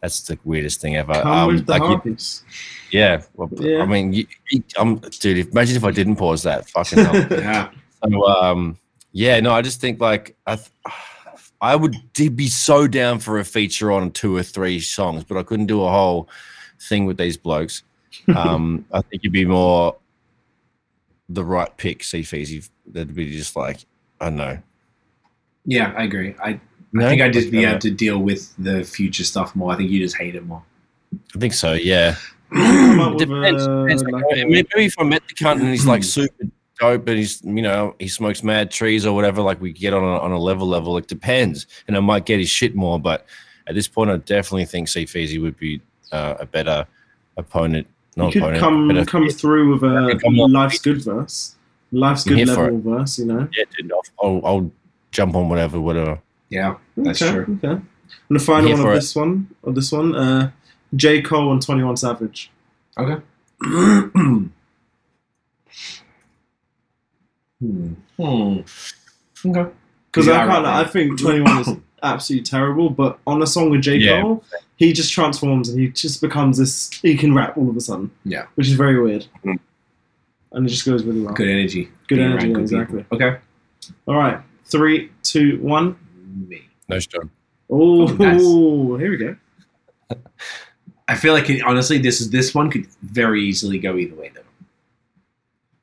[SPEAKER 1] That's the weirdest thing
[SPEAKER 3] Uh,
[SPEAKER 1] ever.
[SPEAKER 2] Come
[SPEAKER 1] um,
[SPEAKER 2] with the
[SPEAKER 1] like you-
[SPEAKER 3] [laughs]
[SPEAKER 2] harpies.
[SPEAKER 1] yeah, well,
[SPEAKER 2] Yeah.
[SPEAKER 1] I mean, you, you- um, dude, if- imagine if I didn't pause that. Fucking hell.
[SPEAKER 3] Yeah.
[SPEAKER 1] So, um, yeah, no, I just think like I, th- I would d- be so down for a feature on two or three songs, but I couldn't do a whole thing with
[SPEAKER 3] [laughs]
[SPEAKER 1] these blokes. Um, I think you'd be more the right pick, C Feezy. That'd be just like I don't know.
[SPEAKER 3] Yeah, I agree. I, I think I'd just be able to deal with the future stuff more. I think you just hate it more.
[SPEAKER 1] I think so. Yeah.
[SPEAKER 2] Come up with
[SPEAKER 1] Depends. depends.
[SPEAKER 2] a,
[SPEAKER 1] Like,
[SPEAKER 2] uh, like, a-
[SPEAKER 1] maybe if I met the cunt and he's like super dope, and he's you know he smokes mad trees or whatever. Like we get on a, on a level level. It depends, and I might get his shit more. But at this point, I definitely think C Feezy would be uh, a better opponent.
[SPEAKER 2] you
[SPEAKER 1] Not
[SPEAKER 2] could
[SPEAKER 1] opponent.
[SPEAKER 2] come
[SPEAKER 1] better-
[SPEAKER 2] come through with a
[SPEAKER 1] Yeah, come on.
[SPEAKER 2] life's good verse, life's
[SPEAKER 1] I'm
[SPEAKER 2] good
[SPEAKER 1] here for
[SPEAKER 2] level verse. You know.
[SPEAKER 1] yeah, dude, I'll, I'll, I'll jump on whatever, whatever.
[SPEAKER 3] Yeah, that's
[SPEAKER 2] okay,
[SPEAKER 3] true.
[SPEAKER 2] Okay. And the final
[SPEAKER 1] here
[SPEAKER 2] one
[SPEAKER 1] for
[SPEAKER 2] of
[SPEAKER 1] it.
[SPEAKER 2] this one of this one, uh, J Cole and Twenty One Savage.
[SPEAKER 3] Okay. hmm. Hmm. Okay.
[SPEAKER 2] Because
[SPEAKER 3] Yeah,
[SPEAKER 2] I
[SPEAKER 3] right,
[SPEAKER 2] can't. I
[SPEAKER 3] right.
[SPEAKER 2] think Twenty One is absolutely terrible, but on a song with J
[SPEAKER 1] Yeah.
[SPEAKER 2] Cole, he just transforms and he just becomes this. He can rap all of a sudden.
[SPEAKER 3] Yeah.
[SPEAKER 2] Which is very weird.
[SPEAKER 1] Mm.
[SPEAKER 2] And it just goes really well.
[SPEAKER 3] Good energy.
[SPEAKER 2] Good
[SPEAKER 3] Being
[SPEAKER 2] energy,
[SPEAKER 3] around
[SPEAKER 2] yeah,
[SPEAKER 3] people.
[SPEAKER 2] exactly.
[SPEAKER 3] Okay.
[SPEAKER 2] All right, three, two, one.
[SPEAKER 3] Me.
[SPEAKER 1] No joke.
[SPEAKER 2] Oh,
[SPEAKER 3] nice.
[SPEAKER 2] here we go.
[SPEAKER 3] I feel like it, honestly, this is this one could very easily go either way though.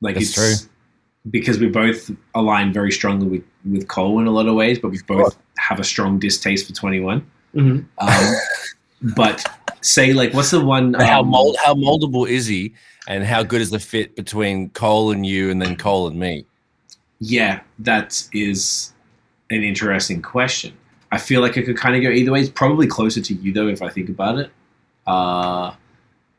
[SPEAKER 3] Like
[SPEAKER 1] That's
[SPEAKER 3] it's because we both align very strongly with with Cole in a lot of ways, but we both have a strong distaste for Twenty One.
[SPEAKER 2] hmm
[SPEAKER 3] Um, but say like, what's the one?
[SPEAKER 1] But how
[SPEAKER 3] um,
[SPEAKER 1] mold, how moldable is he, and how good is the fit between Cole and you, and then Cole and me?
[SPEAKER 3] Yeah, that is an interesting question. I feel like it could kind of go either way. It's probably closer to you though, if I think about it. Uh,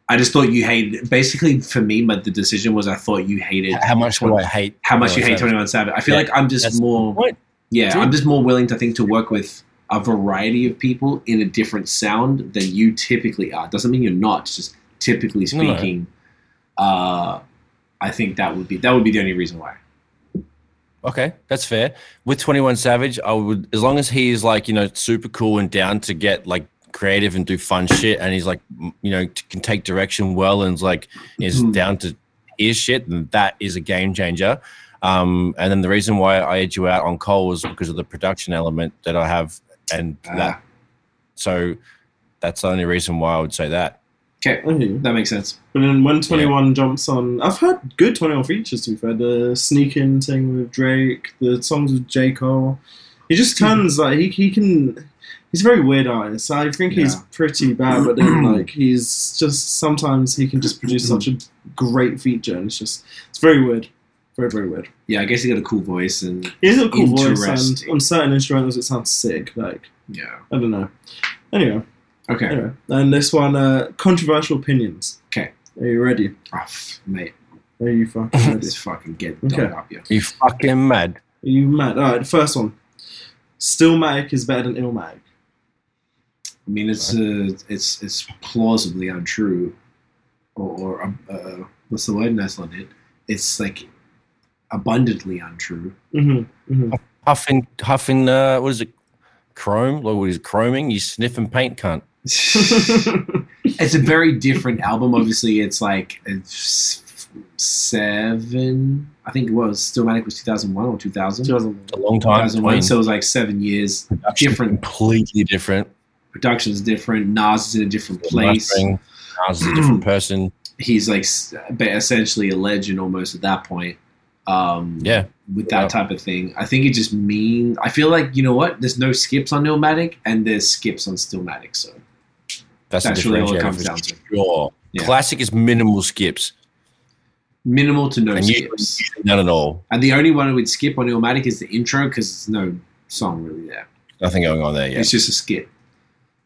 [SPEAKER 3] I just thought you hated. Basically, for me, my, the decision was I thought you hated
[SPEAKER 1] How much do I hate?
[SPEAKER 3] how much you hate
[SPEAKER 1] Savage?
[SPEAKER 3] Twenty One Savage. I feel
[SPEAKER 1] Oh, Yeah,
[SPEAKER 3] like I'm just
[SPEAKER 1] that's
[SPEAKER 3] more
[SPEAKER 1] What?
[SPEAKER 3] yeah,
[SPEAKER 1] Dude.
[SPEAKER 3] I'm just more willing to think to work with a variety of people in a different sound than you typically are. Doesn't mean you're not. it's Just typically
[SPEAKER 1] No, no.
[SPEAKER 3] speaking, uh, I think that would be that would be the only reason why.
[SPEAKER 1] Okay, that's fair. With 21 Savage, I would, as long as he is like, you know, super cool and down to get like creative and do fun shit, and he's like, m- you know, t- can take direction well and is like, is
[SPEAKER 3] Mhm.
[SPEAKER 1] down to his shit, then that is a game changer. Um, and then the reason why I edge you out on Cole was because of the production element that I have, and
[SPEAKER 3] Uh,
[SPEAKER 1] that. So that's the only reason why I would say that.
[SPEAKER 3] okay,
[SPEAKER 2] I hear you.
[SPEAKER 3] that makes sense.
[SPEAKER 2] But then when Twenty One jumps on, I've heard good Twenty One features. To be fair, the sneaking thing with Drake, the songs with J Cole, he just turns like he he can. He's a very weird artist. I think he's
[SPEAKER 3] Yeah.
[SPEAKER 2] pretty bad, but [clears throat] then like he's just sometimes he can just produce such a great feature, and it's just it's very weird, very very weird.
[SPEAKER 3] Yeah, I guess he got a cool voice and
[SPEAKER 2] He has a cool voice, and
[SPEAKER 3] Interesting.
[SPEAKER 2] on certain instrumentals it sounds sick. Like
[SPEAKER 3] yeah.
[SPEAKER 2] I don't know. Anyway,
[SPEAKER 3] Okay.
[SPEAKER 2] anyway, and this one, uh, controversial opinions.
[SPEAKER 3] Okay.
[SPEAKER 2] Are you ready?
[SPEAKER 3] Oh, f- mate,
[SPEAKER 2] Are you fucking [laughs] ready?
[SPEAKER 3] let's fucking get
[SPEAKER 2] Okay.
[SPEAKER 3] done up here.
[SPEAKER 1] You fucking mad.
[SPEAKER 2] Are you mad? All right, the first one. Stillmatic is better than Illmatic.
[SPEAKER 3] I mean, it's uh, it's it's plausibly untrue, or, or um, uh, what's the word? That's not it. It's like abundantly untrue.
[SPEAKER 2] Mm-hmm. mm-hmm.
[SPEAKER 1] Huffing, huffing, uh, what is it? Chrome? Like, what is it, chroming? You sniffing paint, cunt.
[SPEAKER 3] it's
[SPEAKER 2] [laughs]
[SPEAKER 3] a very different album. Obviously, it's like it's seven. I think it was Stillmatic was two thousand one or two thousand. Two
[SPEAKER 1] It's a long time.
[SPEAKER 3] thousand one.
[SPEAKER 1] between.
[SPEAKER 3] So it was like seven years. Different
[SPEAKER 1] completely different
[SPEAKER 3] production's different. Nas is in a different place. Hmm.
[SPEAKER 1] mastering. Nas is a different person.
[SPEAKER 3] he's like s- ba- essentially a legend almost at that point. Um,
[SPEAKER 1] Yeah,
[SPEAKER 3] with that
[SPEAKER 1] Yeah.
[SPEAKER 3] type of thing, I think it just mean. I feel like you know what? There's no skips on Illmatic, and there's skips on Stillmatic. So
[SPEAKER 1] that's,
[SPEAKER 3] That's
[SPEAKER 1] a
[SPEAKER 3] really
[SPEAKER 1] differentiator
[SPEAKER 3] all it comes
[SPEAKER 1] for
[SPEAKER 3] down to.
[SPEAKER 1] Sure.
[SPEAKER 3] Yeah.
[SPEAKER 1] Classic is minimal skips
[SPEAKER 3] minimal to no
[SPEAKER 1] and usually
[SPEAKER 3] skips.
[SPEAKER 1] none at all.
[SPEAKER 3] And the only one I would skip on Illmatic is the intro because there's no song really there.
[SPEAKER 1] Nothing going on there yet.
[SPEAKER 3] It's uh, just a skip.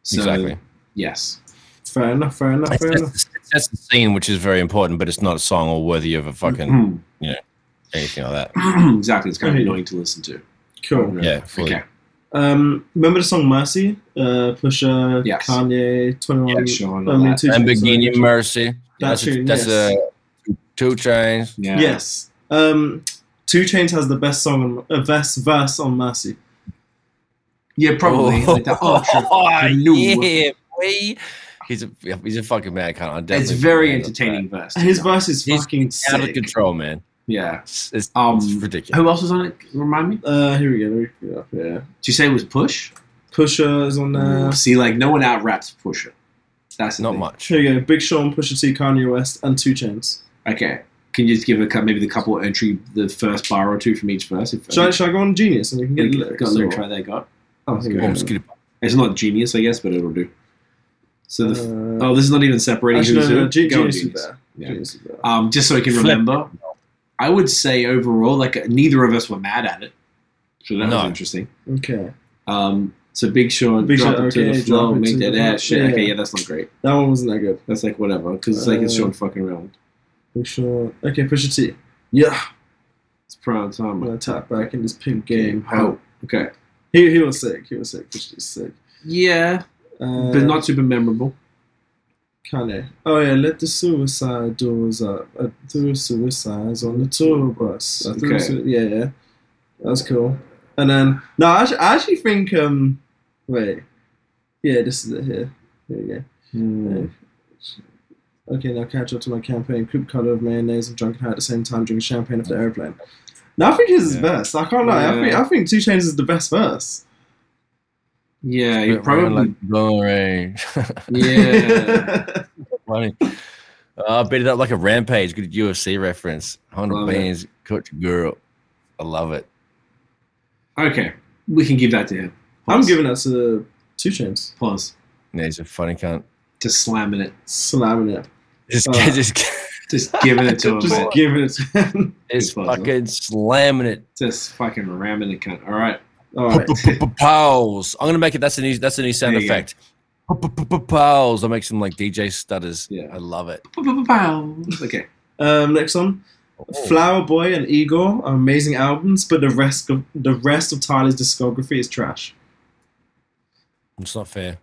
[SPEAKER 3] So,
[SPEAKER 1] exactly.
[SPEAKER 3] Yes.
[SPEAKER 2] Fair enough, fair enough,
[SPEAKER 1] It
[SPEAKER 2] fair enough.
[SPEAKER 1] sets, it sets the scene, which is very important, but it's not a song or worthy of a fucking.
[SPEAKER 3] Hmm. [clears throat]
[SPEAKER 1] Yeah. anything like that.
[SPEAKER 3] exactly. It's kind of
[SPEAKER 2] Mhm.
[SPEAKER 3] annoying to listen to.
[SPEAKER 2] Cool.
[SPEAKER 1] Yeah, fully.
[SPEAKER 3] Okay.
[SPEAKER 2] Um, remember the song Mercy? Uh, Pusha,
[SPEAKER 3] Yes.
[SPEAKER 2] Kanye, 21.
[SPEAKER 3] Yeah, sure. I know
[SPEAKER 2] I mean,
[SPEAKER 3] that.
[SPEAKER 2] two
[SPEAKER 1] Lamborghini
[SPEAKER 2] Mercy.
[SPEAKER 1] Mercy. That's a,
[SPEAKER 2] tune,
[SPEAKER 1] that's
[SPEAKER 2] yes.
[SPEAKER 1] a two chains.
[SPEAKER 3] Yeah.
[SPEAKER 2] Yes. Um, Two Chains has the best song, on, uh, best verse on Mercy.
[SPEAKER 3] Yeah, probably.
[SPEAKER 1] Oh,
[SPEAKER 3] Like
[SPEAKER 1] [laughs]
[SPEAKER 3] that ultra new.
[SPEAKER 1] yeah, boy. He's a he's a fucking mad cunt. I
[SPEAKER 3] It's
[SPEAKER 1] definitely
[SPEAKER 3] very
[SPEAKER 1] fucking
[SPEAKER 3] entertaining verse.
[SPEAKER 2] His verse is
[SPEAKER 1] He's
[SPEAKER 2] fucking
[SPEAKER 1] love that. Out of
[SPEAKER 2] sick.
[SPEAKER 1] control, man.
[SPEAKER 3] Yeah.
[SPEAKER 1] It's, it's, it's
[SPEAKER 3] Um,
[SPEAKER 1] ridiculous.
[SPEAKER 3] who else was on it? Remind me. Did
[SPEAKER 2] Uh, here we go. Let me pick it up. Yeah.
[SPEAKER 3] you say it was Push?
[SPEAKER 2] Pusha is on there.
[SPEAKER 3] See, like no one out raps Pusher. That's the
[SPEAKER 1] Not
[SPEAKER 3] thing.
[SPEAKER 1] much.
[SPEAKER 2] Here we go. Big Sean, Pusha T, Kanye West, and Two Chains.
[SPEAKER 3] Okay. Can you just give a cou- maybe the couple entry, the first bar or two from each verse? If
[SPEAKER 2] Should I, should I go on Genius and we can get
[SPEAKER 3] Got
[SPEAKER 2] lyrics?
[SPEAKER 3] a lyric
[SPEAKER 2] or-
[SPEAKER 3] right there, got.
[SPEAKER 2] Oh, here we
[SPEAKER 1] Oh,
[SPEAKER 2] go.
[SPEAKER 1] mosquito.
[SPEAKER 3] It's not genius, I guess, but it'll do. So the f-
[SPEAKER 2] Uh,
[SPEAKER 3] oh, this is not even separating
[SPEAKER 2] Actually,
[SPEAKER 3] who's
[SPEAKER 2] no, no,
[SPEAKER 3] who.
[SPEAKER 2] no, Ge-
[SPEAKER 3] Go on,
[SPEAKER 2] Genius is there.
[SPEAKER 3] Yeah.
[SPEAKER 2] Genius is there.
[SPEAKER 3] Um, just so I can
[SPEAKER 1] Flip.
[SPEAKER 3] remember, I would say overall, like neither of us were mad at it. So that was
[SPEAKER 1] No.
[SPEAKER 3] interesting.
[SPEAKER 2] Okay.
[SPEAKER 3] Um, so Big Sean,
[SPEAKER 2] Big
[SPEAKER 3] drop
[SPEAKER 2] Sean,
[SPEAKER 3] it to
[SPEAKER 2] okay,
[SPEAKER 3] the flow,
[SPEAKER 2] drop it
[SPEAKER 3] make
[SPEAKER 2] to
[SPEAKER 3] that
[SPEAKER 2] the-
[SPEAKER 3] ass shit.
[SPEAKER 2] yeah.
[SPEAKER 3] Okay, yeah, that's not great.
[SPEAKER 2] That one wasn't that good.
[SPEAKER 3] That's like whatever, because it's like it's
[SPEAKER 2] Uh,
[SPEAKER 3] Sean fucking around.
[SPEAKER 2] Big Sean. Okay, Pusha T. Yeah.
[SPEAKER 3] It's prime time.
[SPEAKER 2] I'm
[SPEAKER 3] like,
[SPEAKER 2] gonna tap back in this pimp game.
[SPEAKER 3] Oh, okay.
[SPEAKER 2] He, he was sick. He was sick. Pusha T's sick.
[SPEAKER 3] Yeah,
[SPEAKER 2] Uh,
[SPEAKER 3] but not super memorable.
[SPEAKER 2] Kanye. Oh yeah, let the suicide doors up. I threw suicides on the tour bus. I threw
[SPEAKER 3] Okay.
[SPEAKER 2] sui- yeah, yeah, that's cool. And then no, I actually, I actually think um, wait, yeah, this is it here. Here we go. Hmm. Okay, now catch up to my campaign. Coop color of mayonnaise and drunken high at the same time, drinking champagne off the airplane. Now I think his is
[SPEAKER 1] Yeah.
[SPEAKER 2] best. I can't lie. I think I think Two Chains is the best verse.
[SPEAKER 3] Yeah, you
[SPEAKER 1] Bit round
[SPEAKER 3] probably.
[SPEAKER 1] like blowing rain.
[SPEAKER 3] [laughs] Yeah,
[SPEAKER 1] Funny. Uh, I beat it up like a rampage. Good UFC reference. Hundred
[SPEAKER 3] Love it.
[SPEAKER 1] bands, coach girl. I love it.
[SPEAKER 3] okay, we can give that to him.
[SPEAKER 2] [laughs] I'm
[SPEAKER 3] Pause.
[SPEAKER 2] giving that to Two Chains.
[SPEAKER 3] pause.
[SPEAKER 1] Yeah, he's a funny cunt.
[SPEAKER 3] Just slamming it.
[SPEAKER 2] Slamming it.
[SPEAKER 1] Just,
[SPEAKER 2] Uh,
[SPEAKER 1] just,
[SPEAKER 3] Just giving it
[SPEAKER 2] [laughs]
[SPEAKER 3] to him.
[SPEAKER 2] Just
[SPEAKER 3] mate.
[SPEAKER 2] giving it. to him. [laughs]
[SPEAKER 1] just
[SPEAKER 3] puzzle.
[SPEAKER 1] fucking slamming it.
[SPEAKER 3] Just fucking ramming the cunt. All right.
[SPEAKER 2] All right.
[SPEAKER 1] Pals. I'm gonna make it. That's a new. That's a new sound
[SPEAKER 3] There you go.
[SPEAKER 1] effect. Pals. I make some like DJ stutters.
[SPEAKER 3] Yeah.
[SPEAKER 1] I love it.
[SPEAKER 3] Pow. Okay.
[SPEAKER 2] Um, next one,
[SPEAKER 1] Oh.
[SPEAKER 2] Flower Boy and Igor are amazing albums, but the rest of the rest of Tyler's discography is trash.
[SPEAKER 1] It's not fair.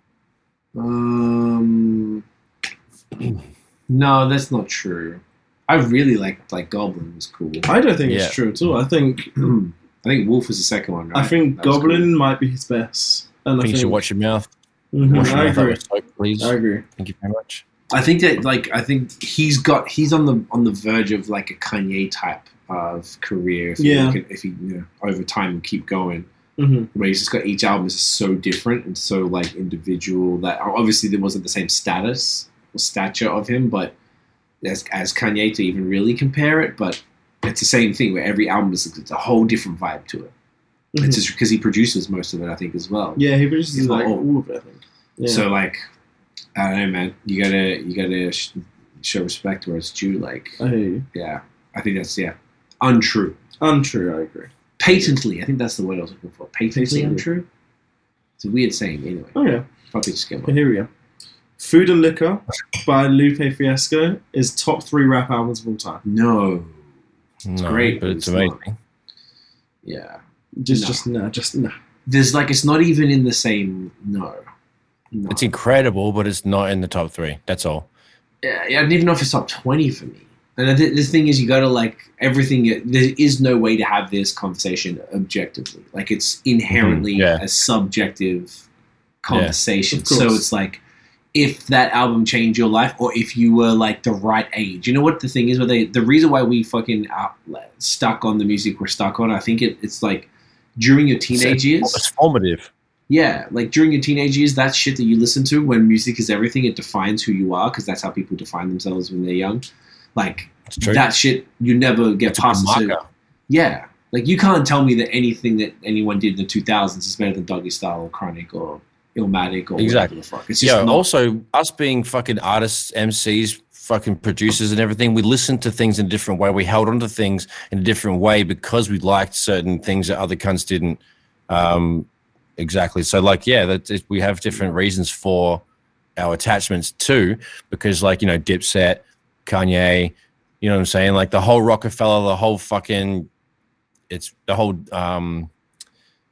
[SPEAKER 3] Um. No, that's not true. I really liked like Goblin was cool. [clears throat]
[SPEAKER 2] I don't think
[SPEAKER 1] Yeah.
[SPEAKER 2] it's true at all. I think
[SPEAKER 3] I think Wolf was the second one. Right?
[SPEAKER 2] I think
[SPEAKER 3] That was
[SPEAKER 2] Goblin
[SPEAKER 3] cool.
[SPEAKER 2] might be his best. And
[SPEAKER 1] I
[SPEAKER 2] I
[SPEAKER 1] think you
[SPEAKER 2] think,
[SPEAKER 1] should watch your mouth.
[SPEAKER 2] Mhm,
[SPEAKER 1] Wash your
[SPEAKER 2] I
[SPEAKER 1] mouth over
[SPEAKER 2] agree.
[SPEAKER 1] soap, please.
[SPEAKER 2] I agree.
[SPEAKER 1] Thank you very much.
[SPEAKER 3] I think that like I think he's got he's on the on the verge of like a Kanye type of career. If
[SPEAKER 2] Yeah.
[SPEAKER 3] You look at- if he you know, over time keep going.
[SPEAKER 2] hmm
[SPEAKER 3] where he's just got each album is just so different and so like individual that obviously there wasn't the same status or stature of him, but as, as Kanye to even really compare it, but it's the same thing where every album is it's a whole different vibe to it.
[SPEAKER 2] Mhm.
[SPEAKER 3] It's just because he produces most of it, I think, as well.
[SPEAKER 2] yeah, he produces
[SPEAKER 3] He's not
[SPEAKER 2] like
[SPEAKER 3] old.
[SPEAKER 2] all of it. I think. Yeah.
[SPEAKER 3] So like, I don't know, man. You gotta you gotta sh- show respect where it's due. Like,
[SPEAKER 2] I hear you.
[SPEAKER 3] yeah, I think that's yeah, untrue,
[SPEAKER 2] Untrue. I agree.
[SPEAKER 3] patently. I think that's the word I was looking for. Patently
[SPEAKER 2] Patently.
[SPEAKER 3] untrue. It's a weird saying, anyway.
[SPEAKER 2] Oh yeah.
[SPEAKER 3] Probably just get one.
[SPEAKER 2] Okay, here we go. Food and Liquor by Lupe Fiasco is top three rap albums of all time.
[SPEAKER 3] No.
[SPEAKER 1] It's
[SPEAKER 3] great,
[SPEAKER 1] but
[SPEAKER 3] but
[SPEAKER 1] it's
[SPEAKER 3] it's not.
[SPEAKER 1] amazing.
[SPEAKER 3] Yeah.
[SPEAKER 2] Just,
[SPEAKER 3] No.
[SPEAKER 2] just no, just no.
[SPEAKER 3] There's like it's not even in the same. No. no.
[SPEAKER 1] It's e- incredible, but it's not in the top three. That's all.
[SPEAKER 3] yeah, I don't even know if it's top twenty for me. And I thi- the thing is, you got to like everything. uh, There is no way to have this conversation objectively. Like it's inherently
[SPEAKER 1] Mhm, yeah.
[SPEAKER 3] a subjective conversation.
[SPEAKER 2] of
[SPEAKER 3] so
[SPEAKER 2] course.
[SPEAKER 3] it's like if that album changed your life, or if you were like the right age. You know what the thing is? Where they the reason why we fucking are like, stuck on the music we're stuck on. I think it, it's like during your teenage years.
[SPEAKER 1] It's formative.
[SPEAKER 3] Yeah, like during your teenage years, that shit that you listen to when music is everything, it defines who you are because that's how people define themselves when they're young. Like
[SPEAKER 1] It's true.
[SPEAKER 3] that shit, you never get
[SPEAKER 1] It's a
[SPEAKER 3] past. it. So-
[SPEAKER 1] marker.
[SPEAKER 3] yeah, like you can't tell me that anything that anyone did in the 2000s is better than Doggy Style or Chronic or Illmatic or
[SPEAKER 1] Exactly.
[SPEAKER 3] whatever the fuck. It's just
[SPEAKER 1] Yeah.
[SPEAKER 3] not.
[SPEAKER 1] Also, us being fucking artists, MCs, fucking producers, and everything, we listened to things in a different way. We held on to things in a different way because we liked certain things that other cunts didn't. Um, exactly. So, like, yeah, that it, we have different reasons for our attachments too, because, like, you know, Dipset, Kanye, You know what I'm saying? Like the whole Rockefeller, the whole fucking, it's the whole um,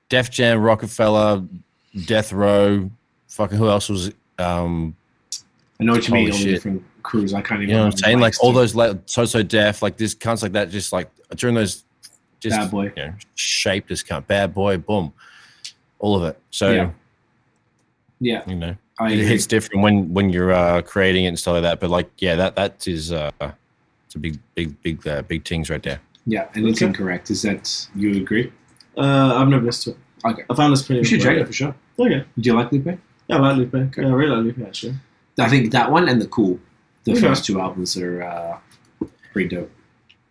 [SPEAKER 1] Def Jam, Rockefeller, Death Row, fucking who else was? Um,
[SPEAKER 3] I know what you
[SPEAKER 1] Holy
[SPEAKER 3] mean. All the
[SPEAKER 1] shit.
[SPEAKER 3] different crews. I can't even.
[SPEAKER 1] you know what I'm saying? Like
[SPEAKER 3] names,
[SPEAKER 1] all
[SPEAKER 3] dude.
[SPEAKER 1] those le- so so deaf, like this cunts like that, just like during those, just
[SPEAKER 3] bad boy.
[SPEAKER 1] you know, shaped this cunt, bad boy, boom, all of it. So
[SPEAKER 3] Yeah. Yeah,
[SPEAKER 1] you know.
[SPEAKER 3] I
[SPEAKER 1] it
[SPEAKER 3] agree.
[SPEAKER 1] hits different when when you're uh, creating it and stuff like that. But like, yeah, that that is uh, it's a big big big uh, big things right there.
[SPEAKER 3] yeah, and it's
[SPEAKER 2] Okay.
[SPEAKER 3] incorrect. Is that you agree?
[SPEAKER 2] Uh, I've never listened to it.
[SPEAKER 3] Okay.
[SPEAKER 2] I found this pretty
[SPEAKER 3] You should check
[SPEAKER 2] enjoyable.
[SPEAKER 3] it for sure.
[SPEAKER 2] Okay.
[SPEAKER 3] Do you like Lupe?
[SPEAKER 2] Yeah, I like Lupe. Yeah, I really like Lupe, actually.
[SPEAKER 3] I think that one and the Cool, the
[SPEAKER 2] Okay.
[SPEAKER 3] first two albums are uh, pretty dope.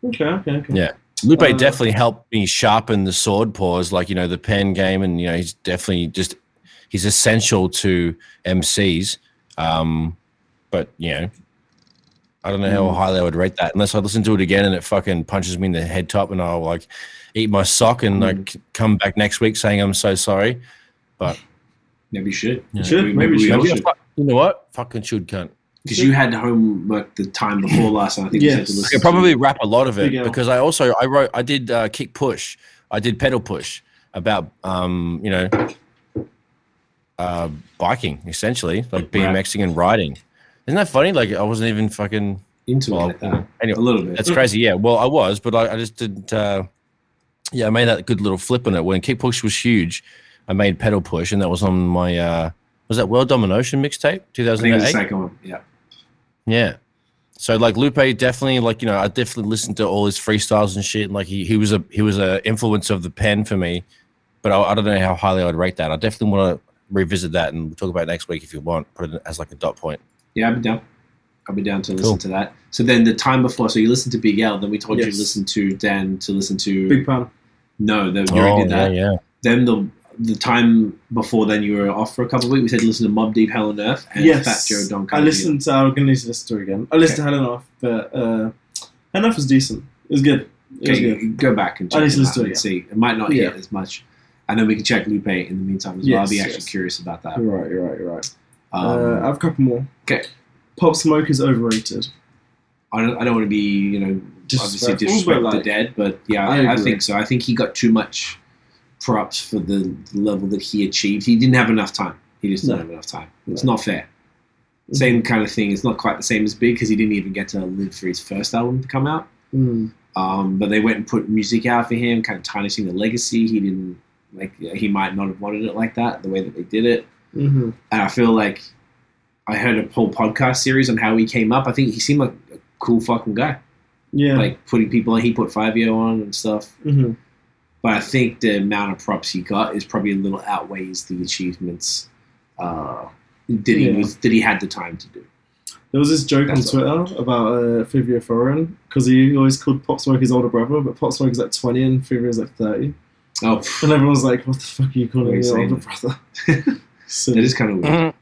[SPEAKER 2] Okay, okay, okay.
[SPEAKER 1] Yeah. Lupe
[SPEAKER 2] Uh,
[SPEAKER 1] definitely helped me sharpen the sword paws, like you know the pen game, and you know he's definitely just he's essential to MCs. Um, but you know, I don't know how highly I would rate that unless I listen to it again and it fucking punches me in the head top, and I'll like eat my sock and like c- come back next week saying I'm so sorry.
[SPEAKER 3] Maybe you should.
[SPEAKER 1] Yeah.
[SPEAKER 2] Should, maybe we
[SPEAKER 3] all
[SPEAKER 1] Maybe I
[SPEAKER 3] should.
[SPEAKER 1] fu- you know what? Fucking should cunt.
[SPEAKER 3] Because you had homework the time before last, and I think you said
[SPEAKER 2] Yes.
[SPEAKER 3] to
[SPEAKER 1] I
[SPEAKER 3] listen.
[SPEAKER 1] could probably wrap a lot of it
[SPEAKER 2] Big L.
[SPEAKER 1] because I also I wrote I did uh, kick push I did pedal push about um you know uh biking essentially like
[SPEAKER 3] Right.
[SPEAKER 1] BMXing and riding isn't that funny like I wasn't even fucking
[SPEAKER 3] to- into
[SPEAKER 1] well,
[SPEAKER 3] it like that.
[SPEAKER 1] anyway
[SPEAKER 3] a little bit.
[SPEAKER 1] that's crazy yeah well I was but I, I just didn't uh yeah I made that good little flip on it when kick push was huge I made pedal push and that was on my uh was that World Domination mixtape
[SPEAKER 3] I think it was the
[SPEAKER 1] 2008
[SPEAKER 3] second one. Yeah.
[SPEAKER 1] yeah. So like Lupe definitely like you know I definitely listened to all his freestyles and shit and like he, he was a he was a influence of the pen for me, but I, I don't know how highly I'd rate that. I definitely want to revisit that and we'll talk about it next week if you want. Put it as like a dot point.
[SPEAKER 3] Yeah, I'll be down. I'll be down to listen
[SPEAKER 1] Cool.
[SPEAKER 3] to that. So then the time before, so you listened to Big L, then we told you
[SPEAKER 2] Yes.
[SPEAKER 3] to listen to Dan, to listen to.
[SPEAKER 2] Big pun.
[SPEAKER 3] no, the, you already did that.
[SPEAKER 1] Oh, yeah, yeah.
[SPEAKER 3] Then the the time before then you were off for a couple of weeks. We said listen to Mob Deep, Hell on Earth, and
[SPEAKER 2] yes.
[SPEAKER 3] Fat Joe Don
[SPEAKER 2] I
[SPEAKER 3] Carter.
[SPEAKER 2] listened to, I'm going to need to listen to it again. I listened to Helen Off, but uh, Helen Off was decent. It was good. It was
[SPEAKER 3] Okay,
[SPEAKER 2] good.
[SPEAKER 3] you go back and
[SPEAKER 2] I
[SPEAKER 3] check
[SPEAKER 2] just
[SPEAKER 3] them out
[SPEAKER 2] listened to it,
[SPEAKER 3] and
[SPEAKER 2] yeah.
[SPEAKER 3] see. It might not
[SPEAKER 2] Yeah.
[SPEAKER 3] hit as much, and then we can check Lupe in the meantime as well. I'll
[SPEAKER 2] Yes,
[SPEAKER 3] be actually
[SPEAKER 2] yes.
[SPEAKER 3] curious about that.
[SPEAKER 2] You're right, you're right, you're right. uh, I
[SPEAKER 3] Um,
[SPEAKER 2] have a couple more.
[SPEAKER 3] 'kay.
[SPEAKER 2] Pop Smoke is overrated.
[SPEAKER 3] I don't, I don't want to be you know obviously
[SPEAKER 2] Disrespectful,
[SPEAKER 3] disrespect
[SPEAKER 2] but,
[SPEAKER 3] the
[SPEAKER 2] like,
[SPEAKER 3] dead, but yeah, I,
[SPEAKER 2] I
[SPEAKER 3] I
[SPEAKER 2] agree.
[SPEAKER 3] think so. I think he got too much props for the level that he achieved. He didn't have enough time. He just didn't
[SPEAKER 2] No.
[SPEAKER 3] have enough time.
[SPEAKER 2] No. Mm-hmm.
[SPEAKER 3] It's not fair. Same kind of thing. It's not quite the same as Big because he didn't even get to live for his first album to come out.
[SPEAKER 2] Mm.
[SPEAKER 3] Um, but they went and put music out for him, kind of tarnishing the legacy. He didn't like. He might not have wanted it like that, the way that they did it.
[SPEAKER 2] hmm
[SPEAKER 3] And I feel like I heard a whole podcast series on how he came up. I think he seemed like a cool fucking guy,
[SPEAKER 2] Yeah.
[SPEAKER 3] like putting people. He put Five Yo on and stuff.
[SPEAKER 2] hmm
[SPEAKER 3] But I think the amount of props he got is probably a little outweighs the achievements uh, that he
[SPEAKER 2] Yeah.
[SPEAKER 3] was that he had the time to do.
[SPEAKER 2] There was this joke
[SPEAKER 3] That's
[SPEAKER 2] on Twitter about uh, Fabio Foreign because he always called Pop Smoke his older brother, but Pop Smoke is like 20 and Fabio is like 30.
[SPEAKER 3] Oh, pff,
[SPEAKER 2] And everyone was like, what the fuck are you calling
[SPEAKER 3] What are you
[SPEAKER 2] me your
[SPEAKER 3] saying?
[SPEAKER 2] older brother?
[SPEAKER 3] [laughs]
[SPEAKER 2] [laughs] so,
[SPEAKER 3] that is kind of
[SPEAKER 2] Mm-hmm.
[SPEAKER 3] weird.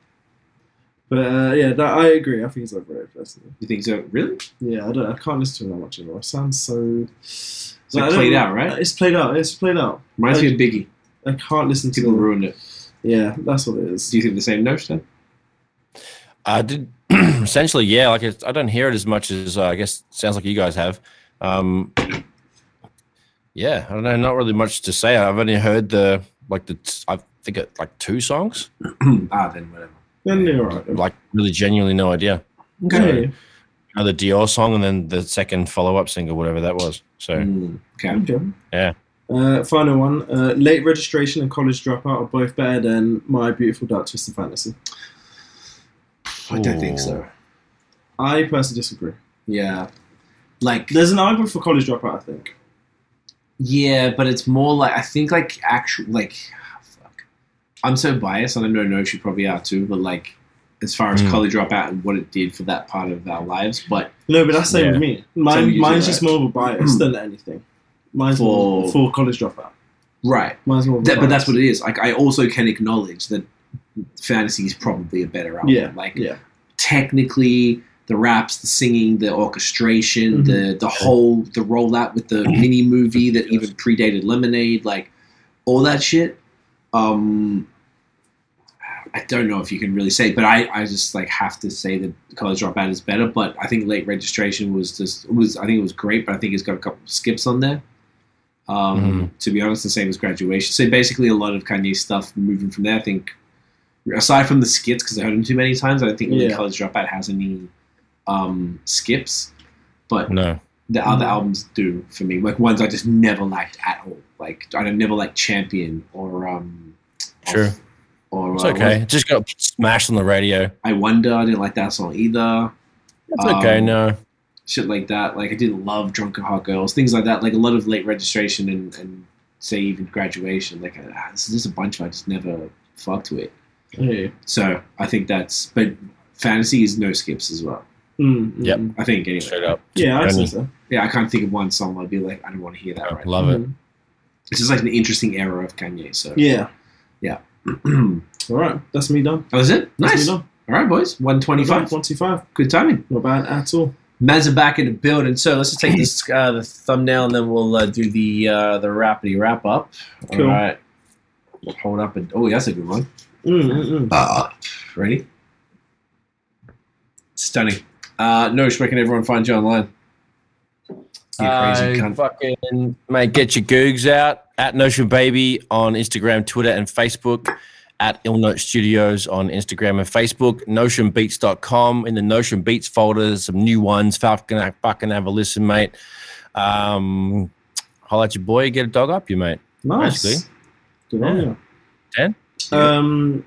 [SPEAKER 2] but uh, yeah, that, I agree. I think he's overrated personally.
[SPEAKER 3] You think so? Really?
[SPEAKER 2] Yeah, I, don't, I can't listen to him that much anymore. It sounds so. It's
[SPEAKER 3] like played out, right?
[SPEAKER 2] It's played out. It's played out.
[SPEAKER 3] Reminds me of Biggie.
[SPEAKER 2] I can't listen to
[SPEAKER 3] People
[SPEAKER 2] him.
[SPEAKER 3] ruined it.
[SPEAKER 2] Yeah, that's what it is.
[SPEAKER 3] Do you think the same notion?
[SPEAKER 1] I did [clears throat] essentially yeah. Like it's, I don't hear it as much as uh, I guess it sounds like you guys have. Um, yeah, I don't know. Not really much to say. I've only heard the like the t- I think it, like two songs.
[SPEAKER 3] [clears throat] ah, then whatever.
[SPEAKER 2] Then you're right.
[SPEAKER 1] Like really genuinely no idea.
[SPEAKER 3] uh,
[SPEAKER 2] Okay.
[SPEAKER 1] know, the Dior song and then the second follow up single, whatever that was. So
[SPEAKER 3] Mm, okay.
[SPEAKER 2] Okay.
[SPEAKER 1] Yeah.
[SPEAKER 2] Uh, final one. Uh, late registration and college dropout are both better than My Beautiful Dark Twisted Fantasy.
[SPEAKER 3] I don't think so.
[SPEAKER 1] Ooh.
[SPEAKER 2] I personally disagree.
[SPEAKER 3] Yeah. Like
[SPEAKER 2] There's an argument for college dropout, I think.
[SPEAKER 3] Yeah, but it's more like I think like actual like fuck. I'm so biased, and I don't know if you probably are too, but like as far as
[SPEAKER 1] Mm.
[SPEAKER 3] college dropout and what it did for that part of our lives, but
[SPEAKER 2] No, but that's same
[SPEAKER 1] Yeah.
[SPEAKER 2] with me.
[SPEAKER 3] Same with
[SPEAKER 2] Mine,
[SPEAKER 3] you,
[SPEAKER 2] mine's
[SPEAKER 3] right.
[SPEAKER 2] just more of a bias than anything. Mine's
[SPEAKER 3] For-
[SPEAKER 2] more for college dropout.
[SPEAKER 3] right.
[SPEAKER 2] Mine's more. Of a
[SPEAKER 3] That, but that's
[SPEAKER 2] bias.
[SPEAKER 3] what it is. Like I also can acknowledge that fantasy is probably a better album.
[SPEAKER 2] Yeah,
[SPEAKER 3] Like
[SPEAKER 2] yeah.
[SPEAKER 3] technically the raps, the singing, the orchestration,
[SPEAKER 2] Mhm.
[SPEAKER 3] the the whole the rollout with the mini movie that even predated Lemonade, like all that shit. Um I don't know if you can really say, but I, I just like have to say that college dropout is better. But I think late registration was just was I think it was great, but I think it's got a couple skips on there. Um, To be honest, the same as graduation. So basically, a lot of Kanye stuff moving from there. I think aside from the skits, because I heard them too many times, I don't think really
[SPEAKER 2] Yeah.
[SPEAKER 3] college dropout has any um, skips. But
[SPEAKER 1] No.
[SPEAKER 3] the other
[SPEAKER 2] Mhm.
[SPEAKER 1] Mm-hmm.
[SPEAKER 3] albums do for me. Like ones I just never liked at all. Like I don't never like Champion or um or-
[SPEAKER 1] Sure.
[SPEAKER 3] or
[SPEAKER 1] It's
[SPEAKER 3] uh,
[SPEAKER 1] okay. It just got smashed on the radio.
[SPEAKER 3] I Wonder. I didn't like that song either.
[SPEAKER 1] It's okay.
[SPEAKER 3] Um,
[SPEAKER 1] No.
[SPEAKER 3] Shit like that. Like I didn't love Drunken Hot Girls. Things like that. Like a lot of late registration and, and say even graduation. Like ah, this is just a bunch of I just never fucked with.
[SPEAKER 2] Hey.
[SPEAKER 3] So I think that's. But fantasy is no skips as well.
[SPEAKER 2] Mm, mm,
[SPEAKER 1] Yep.
[SPEAKER 2] mm.
[SPEAKER 3] I think anyway.
[SPEAKER 1] Straight up.
[SPEAKER 2] Yeah, I'd say
[SPEAKER 1] Brandon.
[SPEAKER 2] so.
[SPEAKER 3] Yeah, I can't think of one song I'd be like I don't want to hear that.
[SPEAKER 1] Oh,
[SPEAKER 3] right. now.
[SPEAKER 1] Love it.
[SPEAKER 2] Mhm.
[SPEAKER 3] It's just like an interesting era of Kanye. So [clears throat]
[SPEAKER 2] Yeah.
[SPEAKER 3] that
[SPEAKER 2] All right. That's me done.
[SPEAKER 3] was it.
[SPEAKER 2] That's
[SPEAKER 3] Nice.
[SPEAKER 2] me
[SPEAKER 3] All
[SPEAKER 2] done.
[SPEAKER 3] right, boys. One twenty-five.
[SPEAKER 2] 125.
[SPEAKER 3] Good timing.
[SPEAKER 2] Not bad at all.
[SPEAKER 3] Maz are back in the building, so let's just take [clears throat] this uh, the thumbnail and then we'll uh, do the uh, the rapidy wrap up.
[SPEAKER 2] Cool.
[SPEAKER 3] All right, hold up and oh, that's a good one.
[SPEAKER 2] Mm, mm, mm.
[SPEAKER 3] Ah. Ready? Stunning. Uh, Noosh, where can everyone find you online? You crazy
[SPEAKER 1] Uh,
[SPEAKER 3] cunt.
[SPEAKER 1] Fucking mate, get your googs out at Notion Baby on Instagram, Twitter, and Facebook. At Ill Note Studios on Instagram and Facebook, NotionBeats.com in the Notion Beats folder. There's some new ones. Falcon, I fucking have a listen, mate. Um, holla at your boy. Get a dog up, you mate.
[SPEAKER 2] Nice.
[SPEAKER 1] Basically.
[SPEAKER 2] Good on
[SPEAKER 1] Yeah.
[SPEAKER 2] you.
[SPEAKER 1] Dan?
[SPEAKER 2] Um,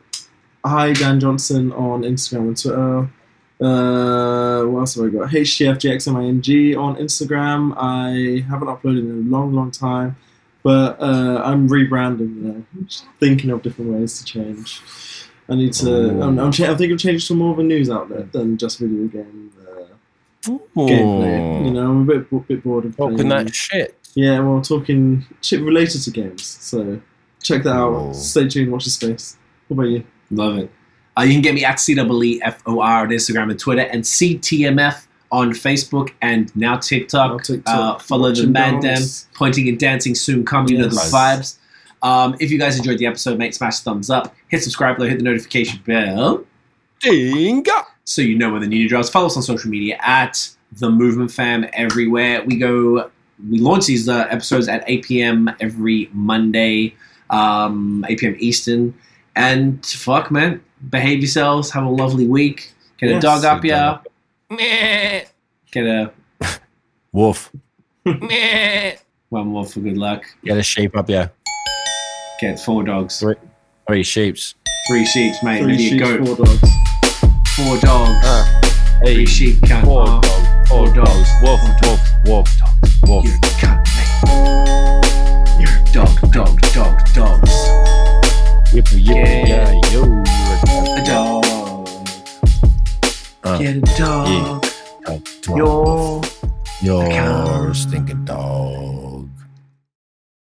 [SPEAKER 2] hi, Dan Johnson on Instagram and Twitter. Uh, what else have I got? HTFGXMING on Instagram. I haven't uploaded in a long, long time, but uh, I'm rebranding now. I'm just thinking of different ways to change. I need to. I'm, I'm cha- I think I've changed to more of a news outlet than just video game uh, gameplay. You know, I'm a bit, bo- bit bored of
[SPEAKER 1] Talking
[SPEAKER 2] playing-
[SPEAKER 1] that shit.
[SPEAKER 2] Yeah, well, talking shit related to games. So check that out.
[SPEAKER 1] Ooh.
[SPEAKER 2] Stay tuned. Watch the space. What about you?
[SPEAKER 3] Love it. Uh, you can get me at E CWEFOR on Instagram and Twitter and CTMF on Facebook and now
[SPEAKER 2] Now
[SPEAKER 3] TikTok.
[SPEAKER 2] TikTok.
[SPEAKER 3] Uh, follow the
[SPEAKER 2] Watching
[SPEAKER 3] Mad Dam,
[SPEAKER 2] dance.
[SPEAKER 3] pointing and dancing soon come. You know the
[SPEAKER 2] Yes.
[SPEAKER 3] vibes. Um, if you guys enjoyed the episode, mate, smash thumbs up, hit subscribe, below, hit the notification bell
[SPEAKER 1] Dinga.
[SPEAKER 3] so you know when the new new drops. Follow us on social media at the Movement Fam everywhere. We go, we launch these uh, episodes at 8 p.m. every Monday, um, 8 p.m. Eastern. And fuck, man, behave yourselves. Have a lovely week. Get
[SPEAKER 2] Yes.
[SPEAKER 3] a dog up
[SPEAKER 1] Get a
[SPEAKER 3] ya.
[SPEAKER 1] dog
[SPEAKER 4] Meh,
[SPEAKER 3] Get a
[SPEAKER 1] Wolf.
[SPEAKER 4] meh.
[SPEAKER 3] one more for good luck.
[SPEAKER 1] Get a sheep up, yeah.
[SPEAKER 3] Get four dogs,
[SPEAKER 1] Three. Three sheeps.
[SPEAKER 3] three sheep, mate.
[SPEAKER 2] Three
[SPEAKER 3] maybe
[SPEAKER 2] sheep,
[SPEAKER 3] a goat.
[SPEAKER 2] four dogs.
[SPEAKER 3] Four, dogs,
[SPEAKER 1] Uh,
[SPEAKER 3] three sheep, cunt.
[SPEAKER 1] Four
[SPEAKER 3] Oh,
[SPEAKER 1] dogs. uh, Four dogs. Wolf. Wolf. Wolf. Wolf.
[SPEAKER 3] You're a cunt, mate. You're a dog, dog, dog, dog. 嗯